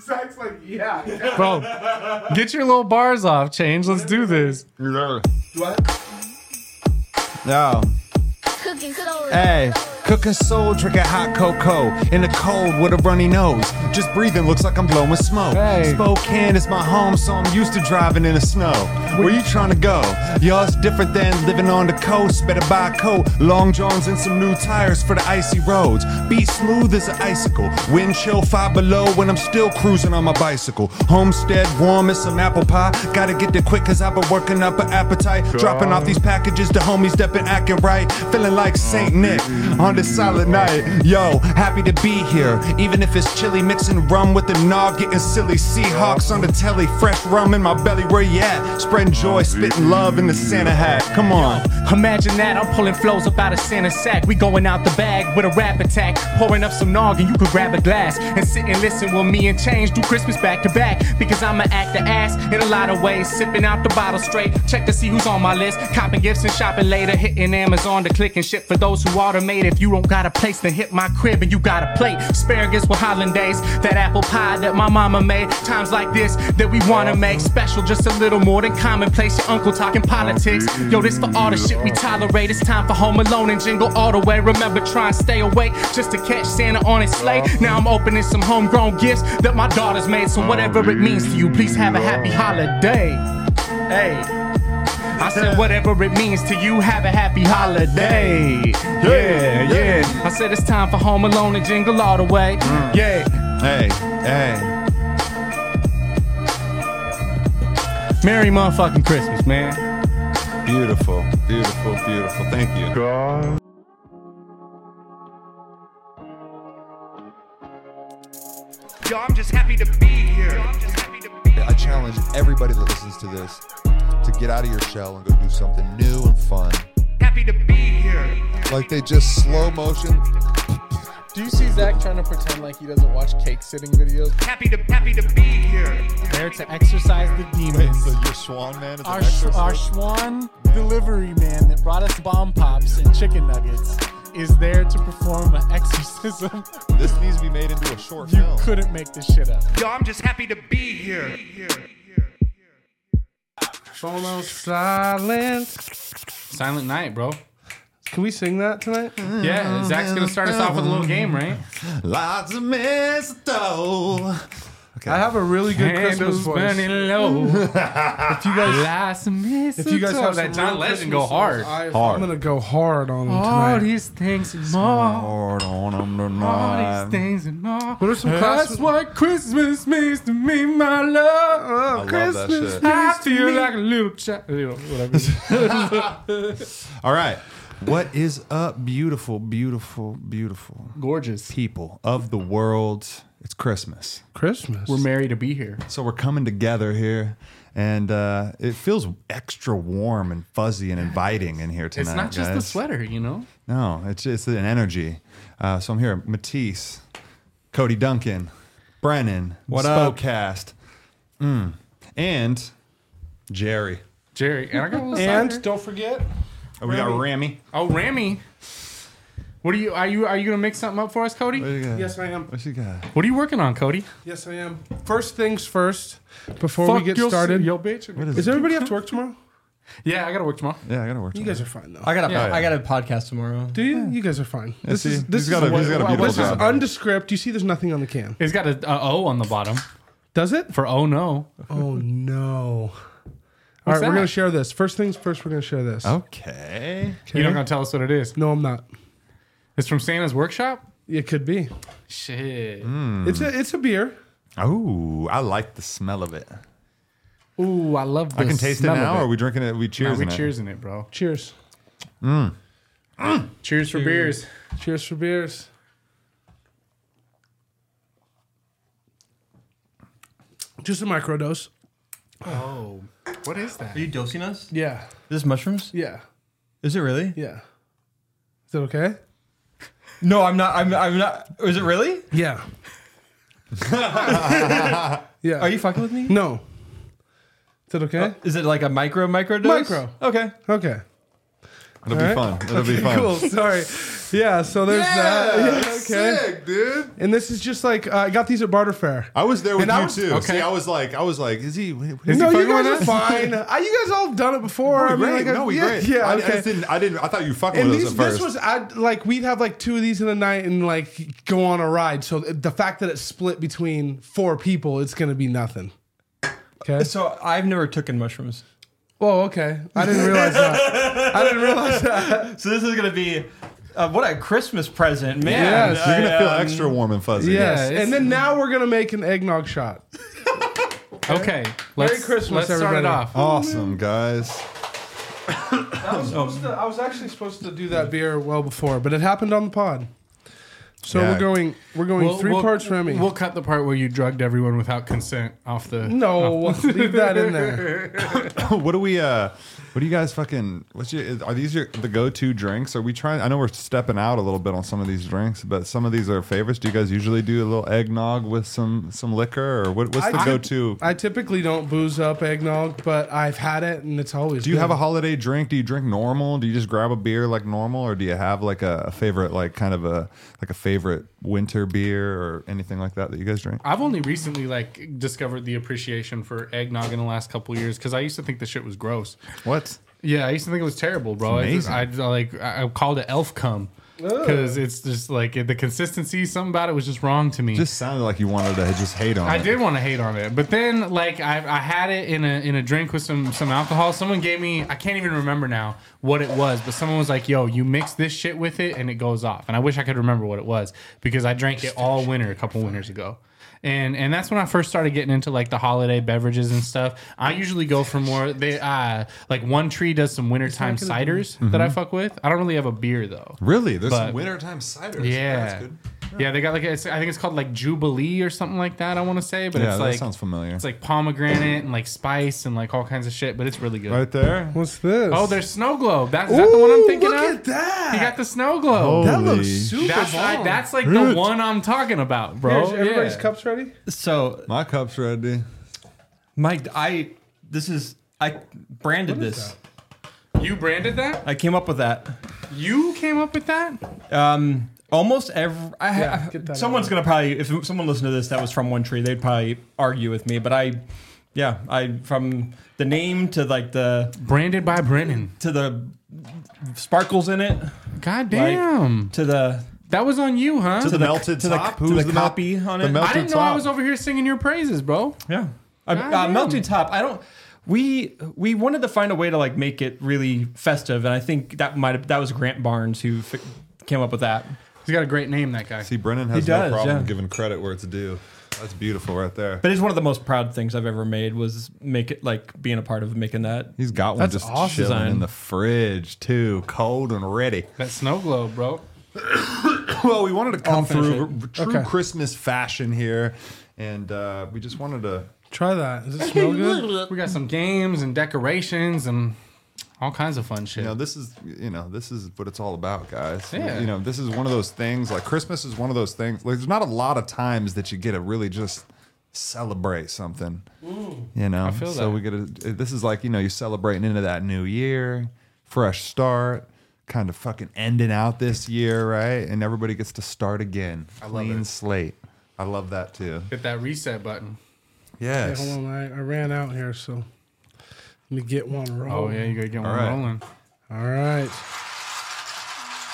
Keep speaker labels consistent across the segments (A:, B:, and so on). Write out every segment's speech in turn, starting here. A: Zach's like, yeah. yeah.
B: Bro, get your little bars off, change. Let's do this.
A: What?
C: No.
D: Cooking soul.
C: Hey, cooking soul, drinking hot cocoa in the cold with a runny nose. Just breathing looks like I'm blowing smoke.
B: Hey.
C: Spokane is my home, so I'm used to driving in the snow. Where you trying to go? Y'all, it's different than living on the coast. Better buy a coat, long johns, and some new tires for the icy roads. Be smooth as an icicle. Wind chill five below when I'm still cruising on my bicycle. Homestead warm as some apple pie. Gotta get there quick, cause I've been working up an appetite. Dropping off these packages to homies that been acting right. Feeling like Saint Nick on this solid night. Yo, happy to be here. Even if it's chilly, mixing rum with the nog, getting silly. Seahawks on the telly, fresh rum in my belly. Where you at? Spreading joy, spitting love in the Santa hat. Come on.
E: Imagine that, I'm pulling flows up out of Santa sack. We going out the bag with a rap attack. Pouring up some nog and you could grab a glass. And sit and listen with me and change. Do Christmas back to back. Because I'ma act the ass in a lot of ways. Sipping out the bottle straight. Check to see who's on my list. Copping gifts and shopping later. Hitting Amazon to click and ship for those who automate. If you don't got a place, then hit my crib and you got a plate. Asparagus with hollandaise. That apple pie that my mama made. Times like this that we wanna make special. Just a little more than commonplace. Your uncle talking politics. Yo, this for all the shit we tolerate. It's time for Home Alone and Jingle All the Way. Remember, try and stay awake just to catch Santa on his sleigh. Now I'm opening some homegrown gifts that my daughter's made. So whatever it means to you, please have a happy holiday. Hey. I said, whatever it means to you, have a happy holiday. Yeah, yeah. I said, it's time for Home Alone and Jingle All the Way. Yeah.
C: Hey, hey.
E: Merry motherfucking Christmas, man.
C: Beautiful, beautiful, beautiful. Thank you.
F: Yo, I'm just happy to be here. Yo, I'm just happy to be
G: I challenge everybody that listens to this to get out of your shell and go do something new and fun.
F: happy to be here.
G: Like they just slow motion.
H: Do you see Zach trying to pretend like he doesn't watch cake sitting videos?
F: Happy to happy to be here.
B: There to exercise the
G: Wait,
B: demons.
G: so your Schwan man is an
H: Our, sh- our
G: exorcist?
H: Schwan delivery man that brought us bomb pops and chicken nuggets is there to perform an exorcism.
G: This needs to be made into a short
H: You
G: film.
H: couldn't make this shit up.
F: Yo, I'm just happy to be here.
B: Follow silence. Silent night, bro.
A: Can we sing that tonight?
B: Yeah, Zach's gonna start us off with a little game, right?
C: Lots of mistletoe.
A: I have a really good Christmas
B: Candles
A: voice.
B: burning low.
A: If you guys,
B: Last
A: if you guys have
B: that
A: some
B: John Legend
A: real Christmas
B: go
A: songs,
B: hard.
A: I, am
C: Hard.
A: gonna go hard on them
B: All
A: tonight.
B: these things and more.
C: Hard on 'em
B: All these
C: tonight.
B: things and more.
A: What are some
B: That's
A: classic-
B: what Christmas means to me, my love.
C: I love that
A: Christmas.
C: shit.
B: I feel like a little child. You know, whatever.
C: All right. What is up, beautiful, beautiful, beautiful
B: Gorgeous.
C: people of the world? It's Christmas.
A: Christmas.
B: We're married to be here.
C: So we're coming together here, and uh, it feels extra warm and fuzzy and inviting in here tonight.
B: It's not just the
C: guys.
B: sweater, you know?
C: No, it's it's an energy. Uh, so I'm here, Matisse, Cody Duncan, Brennan,
A: What up?
C: Spocast, Mm. and Jerry.
B: Jerry. And I got a little
A: and
B: cider.
A: don't forget,
C: Oh, we got Rammy.
B: Oh, Ramy. What are you are you are you gonna mix something up for us,
C: What
B: Cody?
C: you got?
A: yes I am.
C: What you got?
B: What are you working on, Cody?
A: Yes I am. First things first. Before we get
B: your-
A: started,
B: Yo, bitch.
C: What is,
A: is
C: it?
A: everybody have to work tomorrow?
B: Yeah, I gotta work tomorrow.
C: Yeah, I gotta work.
A: You guys are fine though.
I: I got a
B: Yeah.
I: I got a podcast tomorrow.
A: Do you? You guys are fine. This
C: see,
A: is this
C: he's
A: is
C: got a- he's got a
A: what-
C: beautiful
A: This is
C: job.
A: undescript. You see, there's nothing on the can.
B: It's got a, a O on the bottom
A: Does it?
B: for oh no.
A: Oh no. All
B: What's
A: right,
B: that?
A: we're gonna share this. First things first, we're gonna share this.
C: Oh. Okay.
B: You're not gonna tell us what it is.
A: No, I'm not.
B: It's from Santa's workshop.
A: It could be.
B: Shit.
A: It's a it's a beer.
C: Oh, I like the smell of it.
B: Ooh, I love. The
C: I can taste it
B: smell
C: now.
B: of
C: Or are we drinking it? We
B: Nah,
C: cheers.
B: we cheers in it, bro.
A: Cheers.
B: Cheers for beers.
A: Cheers for beers. Just a micro dose.
B: Oh, what is that?
I: Are you dosing us? Is
A: Yeah.
I: this mushrooms?
A: Yeah.
I: Is it really?
A: Yeah. Is that okay?
I: No, I'm not. I'm, I'm not. Is it really?
A: Yeah. yeah.
I: Are you fucking with me?
A: No. Is that okay?
I: Is it like a micro micro dose?
A: Micro.
I: Okay. Oh.
A: Okay.
C: It'll be
A: All right.
C: fun. It'll be fun.
A: Cool. Sorry. Yeah, so there's that. Yeah, okay.
C: sick, dude.
A: And this is just like uh, I got these at Barter Fair.
C: I was there with
A: And I
C: you
A: was-
C: too.
A: okay.
C: See, I was like, I was like, is he? What, what
A: no,
C: he
A: you
C: fucking
A: guys
C: with
A: are
C: us?
A: fine. I, you guys all done it before.
C: No, we
A: I mean,
C: great.
A: like, I-
C: no, we
A: yeah,
C: great.
A: Yeah,
C: I, I
A: okay.
C: just didn't. I didn't. I thought you fucked
A: and
C: with
A: these,
C: us at
A: this
C: first.
A: was I'd, like we'd have like two of these in a night and like go on a ride. So the fact that it's split between four people, it's gonna be nothing. Okay.
I: So I've never taken mushrooms.
A: Well, okay. I didn't realize that. I didn't realize that.
I: So this is gonna be uh, what a Christmas present, man.
A: Yes.
I: I,
C: You're gonna feel
I: um,
C: extra warm and fuzzy.
A: Yes.
I: it's-
A: and then now we're gonna make an eggnog shot.
J: Okay, let's,
A: Christmas,
J: let's start it
A: everybody.
J: off.
C: Awesome, guys.
A: I was, supposed to, I was actually supposed to do that beer well before, but it happened on the pod. So
C: Yeah.
A: we're going. We're going three parts Remy.
E: We'll cut the part where you drugged everyone without consent off the.
A: no, leave that in there.
C: what do we? uh What do you guys fucking? What's your? is- Are these your the go-to drinks? Are we trying? I know we're stepping out a little bit on some of these drinks, but some of these are favorites. Do you guys usually do a little eggnog with some some liquor, or what, what's the
A: I-
C: go-to?
A: I typically don't booze up eggnog, but I've had it and it's always.
C: do you
A: good.
C: have a holiday drink? Do you drink normal? Do you just grab a beer like normal, or do you have like a, a favorite, like kind of a like a favorite winter beer or anything like that that you guys drink?
E: I've only recently like discovered the appreciation for eggnog in the last couple of years because I used to think the shit was gross.
C: What?
E: Yeah, I used to think it was terrible, bro. I just, I like I I called it elf cum because it's just like the consistency. Something about it was just wrong to me.
C: Just sounded like you wanted to just hate on.
E: I
C: it.
E: did want to hate on it, but then like I, I had it in a in a drink with some some alcohol. Someone gave me I can't even remember now what it was, but someone was like, "Yo, you mix this shit with it and it goes off." And I wish I could remember what it was because I drank it all winter a couple winters ago. And and that's when I first started getting into like the holiday beverages and stuff. I usually go for more they uh like One Tree does some wintertime ciders that I fuck with. I don't really have a beer though.
C: Really? There's
E: But-
C: some wintertime ciders.
E: Yeah.
C: That's good.
E: Yeah, they got like it's, I think it's called like Jubilee or something like that. I want to say, but
C: Yeah,
E: it's
C: that
E: like
C: sounds familiar.
E: It's like pomegranate and like spice and like all kinds of shit, but it's really good.
C: right there.
A: What's this?
E: Oh, there's snow globe. That, is that the one I'm
A: Ooh,
E: thinking
A: look
E: of?
A: at that.
E: You got the snow globe.
A: that looks
C: Holy
A: super
E: that's,
A: bomb.
E: like, that's like the
C: Root.
E: one I'm talking about, bro.
A: Here's- everybody's
E: Oh, Yeah.
A: cups ready.
I: So
C: My cup's ready.
I: Mike, I this is I branded this.
E: You branded that?
I: I came up with that.
E: You came up with that?
I: Um, almost every. I, ha-
A: Yeah, get that
I: someone's gonna probably if someone listened to this that was from One Tree, they'd probably argue with me. But I, yeah, I from the name to like the
E: Branded by Brennan.
I: to the sparkles in it,
E: God
I: like
E: damn.
I: to the
E: that was on you, huh?
C: To the,
I: the-
C: melted
I: to the-
C: top.
I: to
C: Who's
I: the
C: mel-
I: copy on
C: the
I: it? I
C: melted
E: I didn't know
C: top.
E: I was over here singing your praises, bro.
I: yeah. I, uh,
E: Goddamn.
I: melted top. I don't. We we wanted to find a way to like make it really festive, and I think that might have that was Grant Barnes who fi- came up with that.
E: He's got a great name, that guy.
C: See, Brennan has
I: He does,
C: no problem
I: yeah.
C: giving credit where it's due. That's beautiful right there.
I: But it's one of the most proud things I've ever made was make it like being a part of making that.
C: He's got one
I: That's
C: just
I: awesome.
C: chilling in
I: Design.
C: the fridge too, cold and ready.
E: That snow globe, bro.
C: Well, we wanted to come
I: finish
C: through r- true
A: Okay.
C: Christmas fashion here, and uh, we just wanted to.
A: Try that. Does it smell good?
E: We got some games and decorations and all kinds of fun shit.
C: You know, this is you know this is what it's all about, guys.
E: Yeah.
C: You know, this is one of those things. Like Christmas is one of those things. Like, there's not a lot of times that you get to really just celebrate something. you know,
E: Mm. feel
C: so
E: that.
C: we get to. This is like you know you're celebrating into that new year, fresh start, kind of fucking ending out this year, right? And everybody gets to start again, clean slate. I love that too.
E: Hit that reset button.
A: Hey,
C: Yes.
A: hold on, I, I ran out here, so let me get one
E: Oh
A: rolling.
E: yeah, you gotta get one
C: All right.
E: rolling.
A: All right.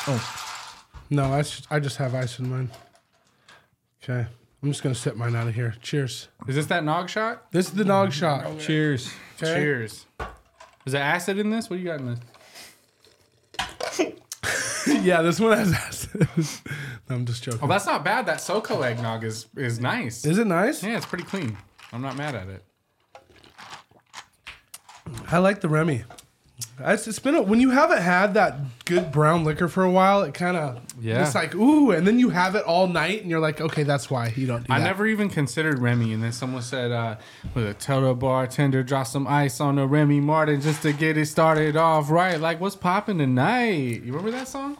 I: Oh,
A: No, I s- I just have ice in mine. Okay, I'm just gonna sip mine out of here. Cheers.
E: Is this that nog shot?
A: This is the nog shot.
I: cheers!
A: Okay?
E: Cheers. Is there acid in this? What do you got in this?
A: yeah, this one has acid. I'm just joking.
E: Oh, that's not bad. That SoCo eggnog is is nice.
A: Is it nice?
E: yeah, it's pretty clean. I'm not mad at it.
A: I like the Remy. I- It's, it's been a, when you haven't had that good brown liquor for a while, it kind of
E: Yeah.
A: It's like ooh, and then you have it all night, and you're like, okay, that's why you don't. Do
E: I
A: that.
E: never even considered Remy, and then someone said, uh, "With a tell the bartender, drop some ice on the Remy Martin just to get it started off right." Like, what's popping tonight? You remember that song?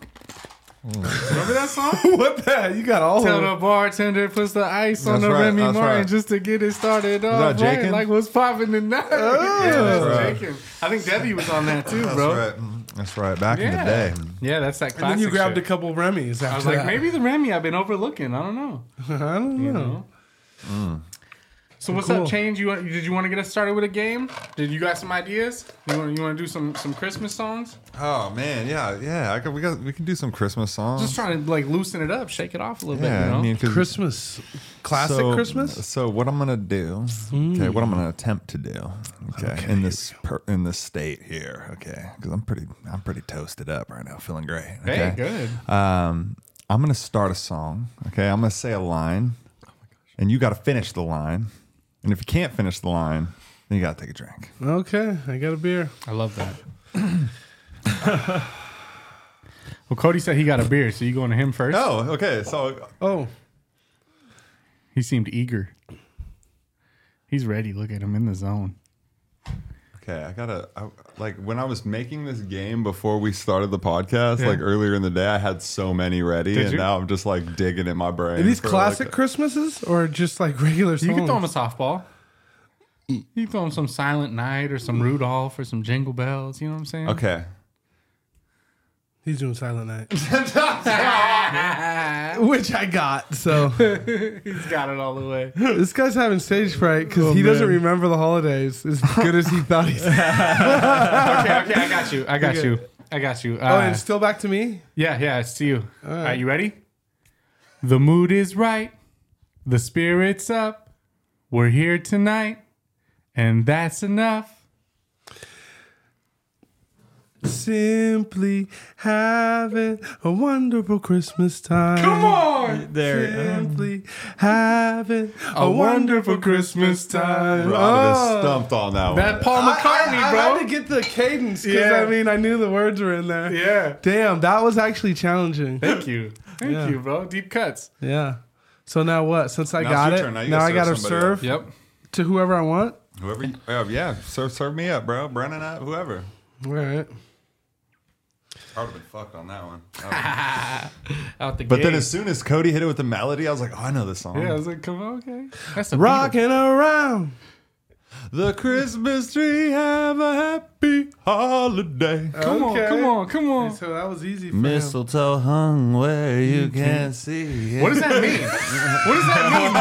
E: remember that song?
A: What the? You got all
E: Tell
A: of
E: the
A: it.
E: bartender puts the ice on
C: That's
E: the
C: right,
E: Remy
C: that's
E: Martin
C: right.
E: just to get it started off.
C: that
E: Right?
C: Jenkins?
A: Uh.
E: Like what's popping tonight? yeah, that's
C: right.
E: Jenkins. I think Debbie was on that too, bro.
C: That's right. That's right. Back
E: Yeah.
C: in the day.
E: Yeah, that's that classic.
A: And then you grabbed
E: shit.
A: a couple Remy's after
E: I was like,
A: that.
E: maybe the Remy I've been overlooking. I don't know.
A: I don't
E: You
A: know.
E: know? So what's
A: Cool.
E: up, Change? You want- did you want to get us started with a game? Did you got some ideas? You want you want to do some some Christmas songs?
C: Oh man, yeah, yeah. I could, we got we can do some Christmas songs.
E: Just trying to like loosen it up, shake it off a little
C: yeah,
E: bit. You know?
C: I mean, 'cause-
A: Christmas. Classic
C: so-
A: Christmas?
C: So what I'm gonna do? Okay, what I'm gonna attempt to do? Okay, in this per, in this state here. Okay, because I'm pretty I'm pretty toasted up right now, feeling great.
E: hey,
C: Okay?
E: good.
C: Um, I'm gonna start a song. Okay, I'm gonna say a line, and you got to finish the line. And if you can't finish the line, then you got to take a drink.
A: Okay, I got a beer.
E: I love that. well, Cody said he got a beer, so you going to him first?
C: Oh, okay. So
A: Oh,
E: He seemed eager. He's ready. Look at him in the zone.
C: Okay, I gotta I, like when I was making this game before we started the podcast, like earlier in the day, I had so many ready, and
E: you?
C: now I'm just like digging at my brain.
A: are these
C: for,
A: classic
C: Like,
A: Christmases or just like regular songs?
E: You can throw him a softball. You can throw him some Silent Night or some Rudolph or some Jingle Bells. You know what I'm saying?
C: okay,
A: He's doing Silent Night, which I got. So
E: He's got it all the way. Oh,
A: this guy's having stage fright because he doesn't remember the holidays as good as he thought he. Did.
E: okay, okay, I got you. I got you. I got you.
A: Oh,
E: Uh,
A: and it's still back to me.
E: yeah, yeah, it's to you. Are you ready? The mood is right. The spirit's up. We're here tonight. And that's enough.
A: Simply having a wonderful Christmas time. Come
E: on!
I: There.
A: Simply having a, wonderful Christmas time.
C: Robin is
A: Oh.
C: stumped on that,
E: That
C: one.
E: Paul McCartney,
A: I, I,
E: bro.
A: I had to get the cadence because
E: Yeah.
A: I mean I knew the words were in there.
E: yeah.
A: Damn, that was actually challenging.
E: Thank you. Thank
A: Yeah.
E: you, bro. Deep cuts.
A: Yeah. So now what? Since I
C: Now it's
A: got
C: your
A: it,
C: turn. Now
A: now,
C: you gotta
A: I
C: serve
A: gotta
C: somebody
A: serve
E: Yep.
A: to whoever I want.
C: Whoever, you, uh, yeah, serve serve me up, bro. Brennan up, whoever.
A: All right.
C: I would have been fucked on that one.
E: Out the
C: but then as soon as Cody hit it with the melody, I was like, oh, I know this song.
E: yeah, I was like, come on, okay. That's a Beatles.
A: Rocking around.
C: The Christmas tree, have a happy holiday.
E: Come
A: Okay.
E: on, come on, come on.
A: So that was easy for him.
C: Mistletoe hung where you can't see.
E: What does that mean? what does that mean,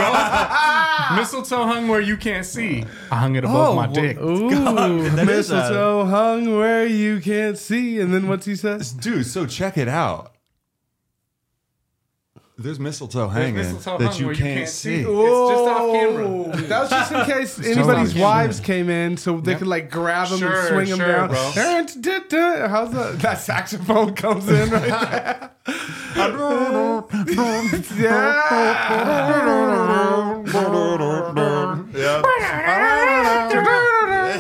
E: bro? Oh, Mistletoe hung where you can't see. I hung it above my dick.
A: Ooh,
I: is a-
A: mistletoe hung where you can't see. And then what's he said?
C: Dude, so check it out. There's mistletoe hanging
E: mistletoe
C: that
E: hung
C: you
E: where
C: can't,
E: you can't
C: see.
E: see. Ooh. It's just off camera.
A: Oh, That was just in case anybody's
C: off camera.
A: wives came in, so they could like grab them and
E: Sure,
A: swing them
E: sure,
A: down.
E: bro.
A: How's that? That saxophone comes in right there. Yeah.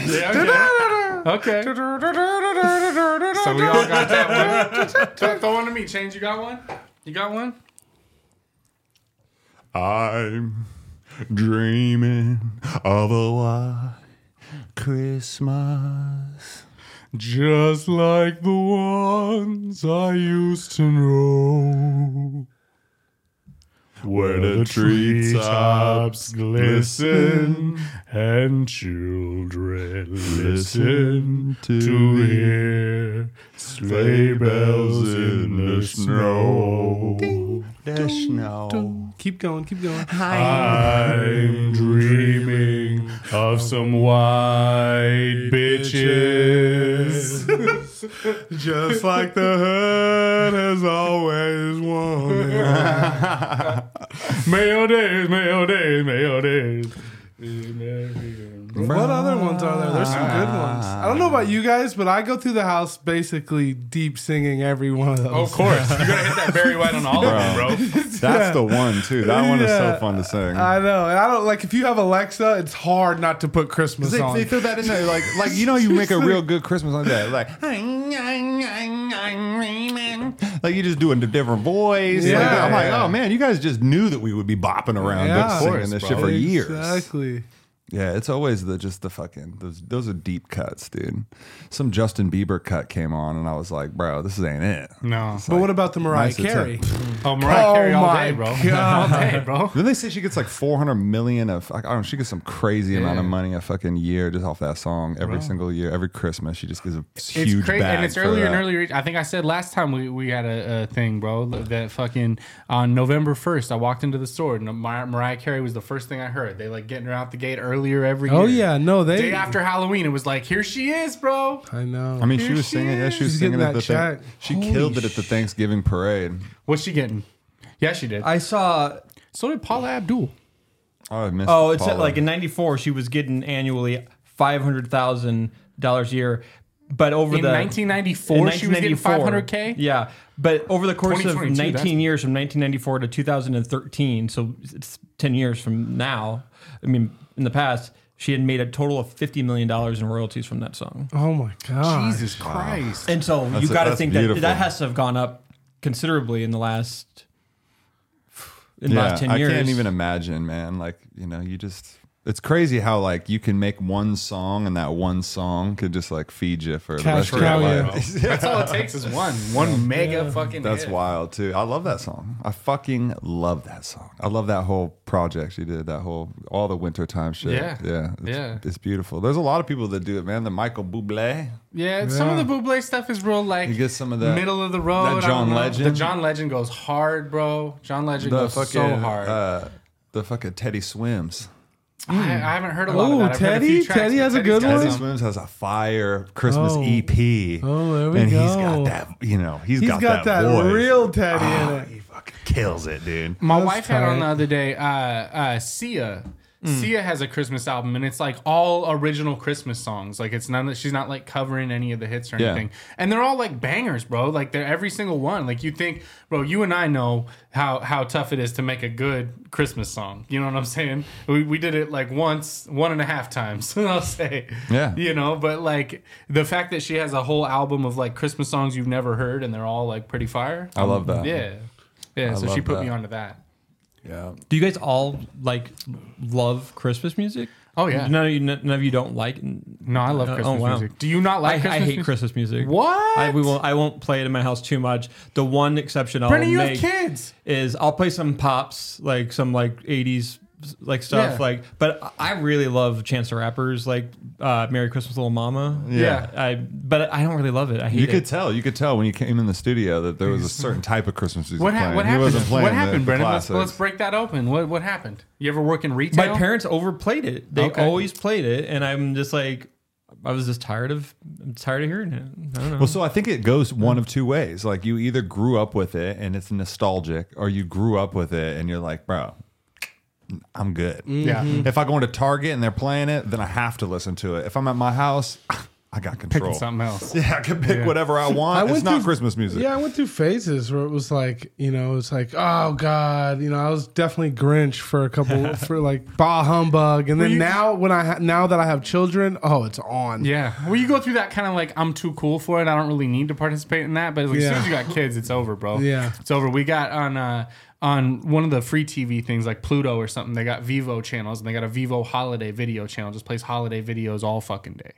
E: Yeah, okay. okay. So we all got that one. Throw- Throw one to me, Change. You got one? You got one?
C: I'm dreaming of a white Christmas.
E: Just like the ones I used to know.
C: Where the treetops glisten
E: and children
C: Listen to
E: hear
C: sleigh bells in the snow. The snow.
A: Keep going, keep going.
E: I'm dreaming of some white bitches.
C: Just like the hood has always wanted.
E: Mayo days, mayo days, mayo days.
A: What other ones are there? There's some good
C: Ah.
A: ones. I don't know about you guys, but I go through the house basically deep singing every one of
E: Of
A: those.
E: course. You gotta hit that Barry White on all of them, bro.
C: That's the one too. That one is so
A: Yeah.
C: fun to sing.
A: I know. And I don't like if you have Alexa, it's hard not to put Christmas
C: they,
A: on.
C: they throw that in there, like, like you know, you make a real good Christmas like that, like, like you just doing a different voice. like
A: Yeah,
C: that. I'm like,
A: yeah.
C: oh man, you guys just knew that we would be bopping around
A: Yeah.
C: singing
A: Of course,
C: this
A: bro.
C: shit for years.
A: Exactly.
C: Yeah, it's always the just the fucking those those are deep cuts, dude. Some Justin Bieber cut came on, and I was like, bro, this ain't it.
E: No.
A: But what about the Mariah
C: Nice
A: Carey?
C: attempt.
E: Oh, Mariah
A: Oh
E: Carey all
A: my
E: day, bro.
A: God.
E: All day, bro.
C: Then they say she gets like 400 million of, I don't know, she gets some crazy amount of
E: Yeah.
C: money a fucking year just off that song every single year, every Christmas. She just gives a huge
E: It's crazy,
C: bag
E: and it's
C: for
E: earlier and
C: that.
E: earlier. I think I said last time we, we had a, a thing, bro. That fucking on November first, I walked into the store and Mar- Mariah Carey was the first thing I heard. They like getting her out the gate earlier every year.
A: Oh yeah, no, they.
E: Day after Halloween, it was like, here she is, bro.
A: I know.
C: I mean, she
E: Here
C: was
E: she
C: singing, yeah, she was
A: She's
C: singing
A: getting
C: at
A: that
C: the thing.
A: check.
C: She
A: Holy
C: killed it at the Thanksgiving parade.
E: What's she getting? Yeah, she did.
J: I saw
E: so did Paula Abdul.
C: Oh, I missed
I: Oh, it's at,
C: Paula.
I: like in '94, she was getting annually five hundred thousand dollars a year, but over
E: In
I: the
E: 1994, she was getting 500K?
I: Yeah, but over the course of
E: 2022, that's-
I: 19 years, from 1994 to 2013, so it's 10 years from now. I mean, in the past, she had made a total of 50 million dollars in royalties from that song,
A: oh my god.
E: Jesus Christ.
I: and so you
C: a-
I: got to
C: that's
I: think
C: beautiful.
I: that that has to have gone up considerably in the last in the
C: yeah,
I: last 10
C: I
I: years.
C: can't even imagine, man. Like, you know, you just, it's crazy how like you can make one song and that one song could just like feed you for
A: Cash
C: the rest of
A: cow,
C: your
A: yeah.
C: life.
E: That's all it takes is one, one mega fucking.
C: That's
E: hit.
C: wild too. I love that song. I fucking love that song. I love that whole project she did. That whole all the wintertime shit.
E: Yeah.
C: yeah, it's,
E: Yeah.
C: It's beautiful. There's a lot of people that do it, man. The Michael Bublé.
E: Yeah, some of the Buble stuff is real like
C: You get some of that-
E: middle of the road.
C: that John
E: I don't know.
C: Legend.
E: The John Legend goes hard, bro. John Legend
C: The
E: goes so hard.
C: Uh, the fucking Teddy Swims.
E: I, I haven't heard a lot
A: Ooh,
E: of that. I've heard
A: Teddy?
E: a few tracks,
A: Teddy
E: but
A: has a
E: Teddy's
A: good
E: got
A: one?
C: Teddy
E: some-
C: Swims has a fire Christmas
A: Oh.
C: EP.
A: Oh, there we
C: and he's
A: go.
C: got that. You know,
A: He's
C: got, that, voice.
A: real teddy
C: Ah,
A: in
C: He
A: it.
C: fucking kills it, dude.
E: My
A: That's
E: wife had on the
A: tight.
E: other day. Uh, uh, Sia.
C: Hmm.
E: Sia has a Christmas album, and it's like all original Christmas songs. Like it's none. She's not like covering any of the hits or
C: Yeah.
E: anything. And they're all like bangers, bro. Like they're every single one. Like you think, bro. You and I know how how tough it is to make a good Christmas song. You know what I'm saying? We, we did it like once, one and a half times. I'll say.
C: Yeah.
E: You know, but like the fact that she has a whole album of like Christmas songs you've never heard, and they're all like pretty fire.
C: I love that.
E: Yeah. Yeah. so
C: love
E: she put
C: that.
E: me onto that.
C: Yeah.
I: Do you guys all like love Christmas music?
E: Oh, yeah.
I: None of you, none of you don't like.
E: No, I love
I: Uh, oh,
E: Christmas
I: wow.
E: music. Do you not
I: I,
E: like Christmas
I: I hate
E: music?
I: Christmas music.
E: What?
I: I, we won't. I won't play it in my house too much. The one exception I'll
E: Brennan, you have
I: make
E: kids.
I: is I'll play some pops, like some like '80s like stuff,
E: Yeah.
I: like. But I really love Chance the Rapper's like uh, "Merry Christmas, Little Mama."
E: Yeah.
I: I but I don't really love it. I hate
C: You
I: it.
C: could tell. You could tell when you came in the studio that there was a certain type of Christmas music
E: What,
C: playing.
E: ha- what
C: He
E: happened?
C: wasn't playing
E: What
C: the-
E: happened,
C: the
E: Brennan? Let's,
C: classics.
E: let's break that open. What what happened? You ever work in retail?
I: My parents overplayed it. They
E: Okay.
I: always played it, and I'm just like, I was just tired of, I'm tired of hearing it. I don't know.
E: Mm-hmm.
C: Well, so I think it goes one of two ways. Like you either grew up with it and it's nostalgic, or you grew up with it and you're like, bro, I'm good.
E: Yeah.
A: Mm-hmm.
C: If I go into Target and they're playing it, then I have to listen to it. If I'm at my house, I got control.
E: Something else.
C: Yeah, I can pick whatever I want.
A: I
C: it's
A: went
C: not
A: through-
C: Christmas music.
A: Yeah, I went through phases where it was like, you know, it's like, oh god, you know, I was definitely Grinch for a couple for like bah humbug, and then
E: you-
A: now when I ha- now that I have children, oh, it's on.
E: Yeah. Well, you go through that kind of like I'm too cool for it. I don't really need to participate in that. But like, as soon
A: Yeah.
E: as you got kids, it's over, bro.
A: Yeah.
E: It's over. We got on uh, on one of the free TV things like Pluto or something. They got Vivo channels and they got a Vivo holiday video channel. Just plays holiday videos all fucking day.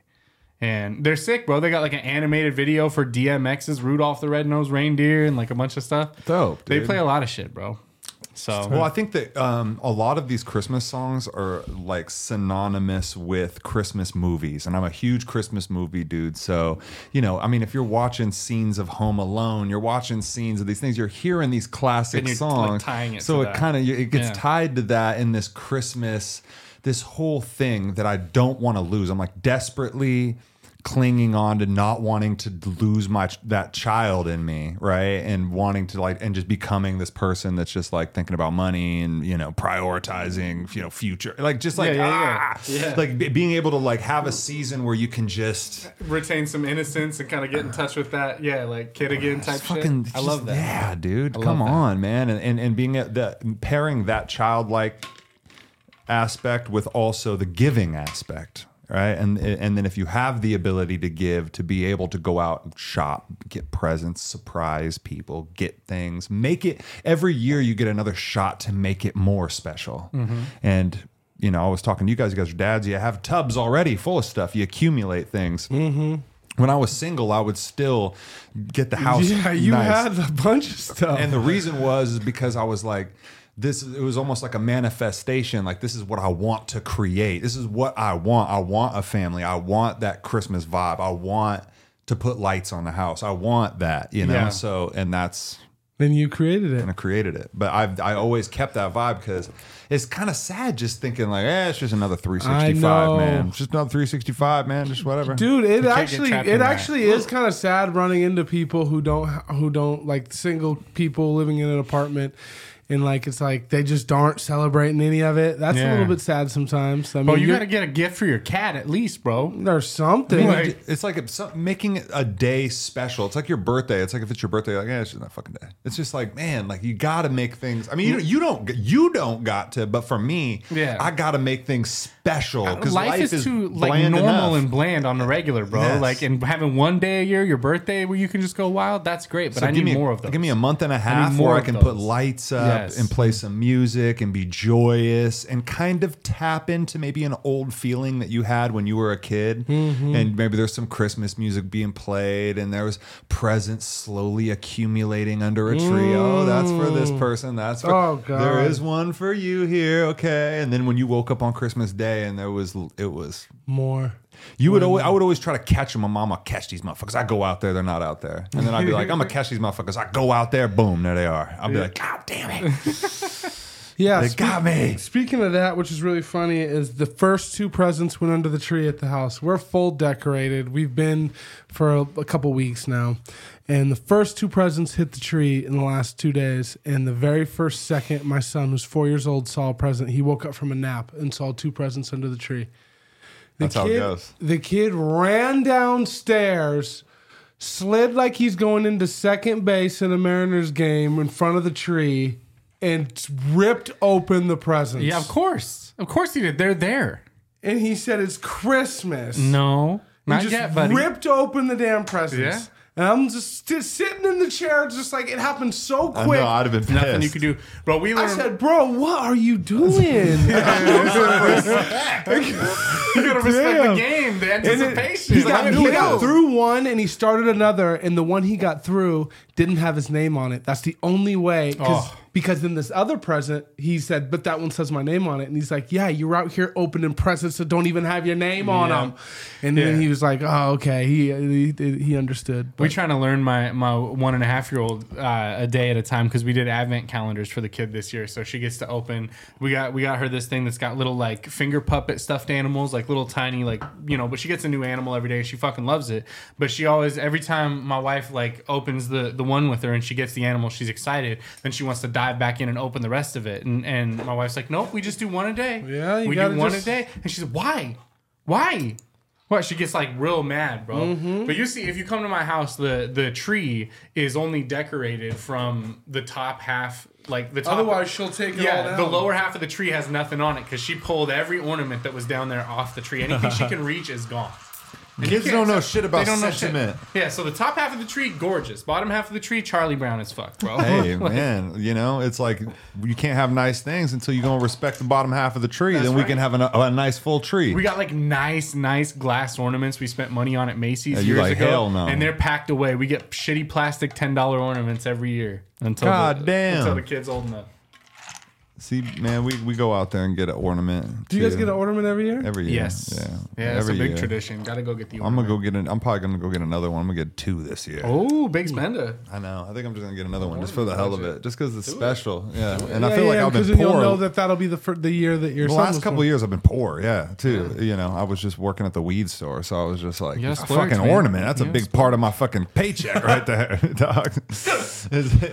E: And they're sick, bro. They got like an animated video for DMX's Rudolph the Red-Nosed Reindeer and like a bunch of stuff.
C: Dope,
E: They
C: dude.
E: play a lot of shit, bro. So
C: Well, I think that um, a lot of these Christmas songs are like synonymous with Christmas movies, and I'm a huge Christmas movie dude. So, you know, I mean, if you're watching scenes of Home Alone, you're watching scenes of these things, you're hearing these classic
E: And you're, like,
C: songs,
E: tying it
C: so
E: to
C: it
E: that.
C: kind of it gets
E: Yeah.
C: tied to that in this Christmas, this whole thing that I don't want to lose. I'm like desperately clinging on to not wanting to lose my that child in me, right? And wanting to like and just becoming this person that's just like thinking about money and you know prioritizing you know future, like just like
E: Yeah, yeah,
C: ah! like be- being able to like have a season where you can just
E: retain some innocence and kind of get in touch with that. Yeah, like kid again type
C: It's fucking,
E: shit. I love
C: just-
E: that.
C: Yeah, dude. Come on, man. And and, and being at the pairing that childlike aspect with also the giving aspect. Right. And and then if you have the ability to give, to be able to go out and shop, get presents, surprise people, get things,
A: Mm-hmm.
C: make it every year you get another shot to make it more special. And you know, I was talking to you guys. You guys are dads. You have tubs already full of stuff. You accumulate things. Mm-hmm. When I was single, I would still get the house.
A: Yeah, you
C: nice.
A: had a bunch of stuff.
C: And the reason was is because I was like, this it was almost like a manifestation. Like this is what I want to create. This is what I want. I want a family. I want that Christmas vibe. I want to put lights on the house. I want that. You know.
E: Yeah.
C: So and that's
A: and you created it.
C: and I created it. But I I always kept that vibe because it's kind of sad just thinking like, eh, it's just another
A: I
C: 365
A: know.
C: man. It's just another 365 man. Just whatever.
A: dude it
E: get
A: actually
E: trapped
A: it
E: in that.
A: actually is kind of sad running into people who don't who don't like single people living in an apartment and like it's like they just aren't celebrating any of it that's a
E: Yeah.
A: little bit sad sometimes i mean
E: Bro, Oh, you
A: you're-
E: gotta get a gift for your cat at least, bro.
A: there's something
E: Like-
C: It's like it's some- making a day special. It's like your birthday. It's like if it's your birthday, like eh, it's just that fucking day. It's just like man, like you got to make things. I mean, you, you don't you don't got to, but for me,
E: Yeah. Uh,
C: I got to make things special because
E: Life, is, too like
C: bland
E: normal
C: enough.
E: and bland on the regular, bro.
C: Yes.
E: Like and having one day a year, your birthday, where you can just go wild. That's great, but
C: So
E: I
C: give me,
E: need more of those.
C: Give me a month and a half
E: more
C: where I
E: of
C: can
E: those.
C: put lights up
E: Yes.
C: and play some music and be joyous and kind of tap into maybe an old feeling that you had when you were a kid.
E: Mm-hmm.
C: And maybe there's some Christmas music being played and there was presents slowly accumulating under a tree. Oh, that's for this
E: Mm.
C: person. That's for
A: Oh, God.
C: there is one for you here. Okay. And then when you woke up on Christmas Day and there was it was
A: more
C: you would always, I would always try to catch them. My mom, I'll catch these motherfuckers. I go out there, they're not out there. And then I'd be like, I'm gonna catch these motherfuckers. I go out there, boom, there they are. I'd be like, God damn it,
A: yeah
C: they
A: spe-
C: got me.
A: speaking of that which is really funny is the first two presents went under the tree at the house we're full decorated we've been for a, a couple weeks now and the first two presents hit the tree in the last two days and the very first second my son who's four years old saw a present he woke up from a nap and saw two presents under the tree the
C: That's how it goes.
A: The kid ran downstairs, slid like he's going into second base in a Mariners game in front of the tree, and ripped open the presents.
E: yeah, of course, of course you did. They're there.
A: And he said, "It's Christmas."
E: No,
A: He
E: not
A: just
E: yet, buddy.
A: ripped open the damn presents.
E: Yeah.
A: And I'm just, just sitting in the chair, just like it happened so
C: I
A: quick.
C: know,
A: I,
C: I'd have been pissed.
E: Nothing you could do, bro. We learned.
A: said, "Bro, what are you doing?"
E: you gotta respect
A: Damn.
E: the game, the
A: And it-
E: anticipation.
A: he
E: Like,
A: got,
E: I'm
A: he
E: new.
A: got through one and he started another, and the one he got through didn't have his name on it. That's the only way. 'cause-
E: Oh.
A: Because in this other present, he said, But that one says my name on it. And he's like, Yeah, you're out here opening presents that don't even have your name on
E: Yeah.
A: them. And then
E: Yeah.
A: he was like, Oh, okay. He he, he understood.
E: We're
A: But
E: trying to learn my my one and a half year old uh, a day at a time because we did advent calendars for the kid this year, so she gets to open. We got we got her this thing that's got little like finger puppet stuffed animals, like little tiny like you know. But she gets a new animal every day. She fucking loves it. But she always every time my wife like opens the the one with her and she gets the animal, she's excited. Then she wants to dive back in and open the rest of it. And and my wife's like, nope, we just do one a day.
A: Yeah, you
E: we
A: gotta
E: do one
A: just-
E: a day. And she's like, why, why? Well, she gets like real mad, bro. But you see, if you come to my house, the the tree is only decorated from the top half, like the top.
A: Otherwise, she'll take it all
E: yeah,
A: down.
E: the lower half of the tree has nothing on it because she pulled every ornament that was down there off the tree. Anything she can reach is gone. And you
C: Kids
E: can't
C: don't know
E: tell-
C: shit about
E: they don't know shit.
C: sentiment.
E: Yeah, so the top half of the tree, gorgeous. Bottom half of the tree, Charlie Brown as fuck, bro.
C: Hey man, you know it's like you can't have nice things until you gonna respect the bottom half of the tree. then we
E: right.
C: can have an, a nice full tree.
E: We got like nice, nice glass ornaments. We spent money on at Macy's
C: Yeah, you
E: years
C: like,
E: ago,
C: "Hell no."
E: and they're packed away. We get shitty plastic ten dollar ornaments every year until
C: God
E: the,
C: damn.
E: until the kids old enough.
C: See, man, we, we go out there and get an ornament.
A: do you guys
C: too.
A: get an ornament every year?
C: every year?
E: Yes,
C: yeah,
E: yeah, it's a
C: Every
E: big
C: year.
E: tradition. Got to go get the.
C: I'm gonna
E: Ornament.
C: go get an. I'm probably gonna go get another one. I'm gonna get two this year.
E: Oh, big spender.
C: I know. I think I'm just gonna get another one just for the hell of it, just because it's special. Yeah, and I
A: Yeah,
C: feel like
A: yeah,
C: I've
A: 'cause
C: been
A: then you'll
C: poor.
A: know that that'll be the fir- the year that your
C: the
A: son
C: last
A: was
C: couple
A: born.
C: years, I've been poor. Yeah, too. You know, I was just working at the weed store, so I was just like,
E: You
C: a
E: gotta splurge,
C: fucking
E: man.
C: ornament. That's a
E: You
C: big part of my fucking paycheck right there, dog. It's-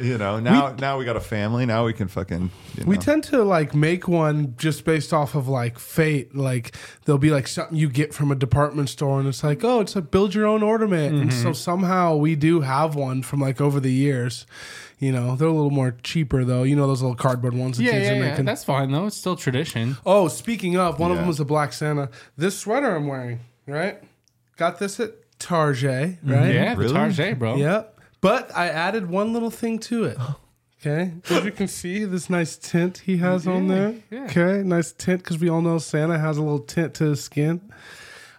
C: you know, now now we got a family. Now we can fucking. You know.
A: We tend to like make one just based off of like fate. Like there'll be like something you get from a department store, and it's like, oh, it's like build your own ornament. And
E: Mm-hmm.
A: so somehow we do have one from like over the years. You know, they're a little more cheaper though. You know those little cardboard ones that
E: Yeah,
A: kids
E: yeah,
A: are
E: yeah.
A: making.
E: That's fine though. It's still tradition.
A: oh, speaking of, one of
C: Yeah.
A: them was a black Santa. This sweater I'm wearing, right? Got this at Target, right?
E: Yeah,
C: Really?
E: the Target, bro.
A: Yep. But I added one little thing to it. Okay, as you can see, this nice tint he has on there. Okay, nice tint because we all know Santa has a little tint to his skin.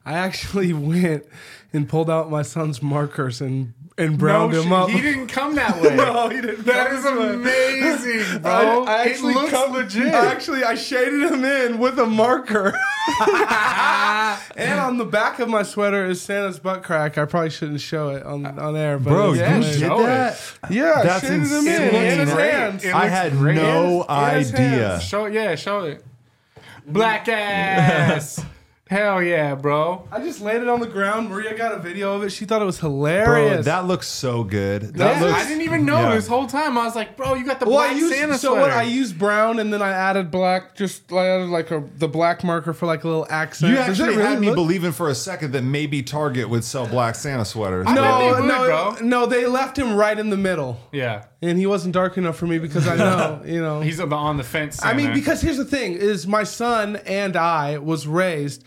A: I actually went and pulled out my son's markers and and browned
E: No
A: him
E: Oh, shit,
A: up.
E: He didn't come that way.
A: no, he didn't.
E: That is amazing, bro.
A: I, I
E: it
A: actually
E: looks
A: cut-
E: legit.
A: I actually, I shaded him in with a marker. and on the back of my sweater is Santa's butt crack. I probably shouldn't show it on, on air, but
C: Bro,
A: it's
C: you
A: amazing.
C: did
E: show it.
C: that?
A: yeah, I
C: That's
A: shaded him
C: insane.
A: in.
C: It
A: in his
C: looks great.
A: hands.
C: I had no
A: hands.
C: idea.
E: show it. Yeah, show it. Black ass. Hell yeah, bro.
A: I just landed on the ground. Maria got a video of it. She thought it was hilarious.
C: Bro, that looks so good. That
E: Yeah,
C: looks.
E: I didn't even know
C: yeah.
E: this whole time. I was like, bro, you got the
A: well, I
E: black
A: used,
E: Santa
A: so
E: sweater.
A: what I used brown and then I added black. Just I added like a the black marker for like a little accent.
C: You
A: Does it
C: actually
A: really
C: had me
A: look-
C: believing for a second that maybe Target would sell black Santa sweaters.
E: bet they
A: No,
E: would,
A: no,
E: bro.
A: no. They left him right in the middle,
E: yeah,
A: and he wasn't dark enough for me because I know, you know.
E: he's on the, on the fence.
A: I mean,
E: Santa.
A: because here's the thing: is my son and I was raised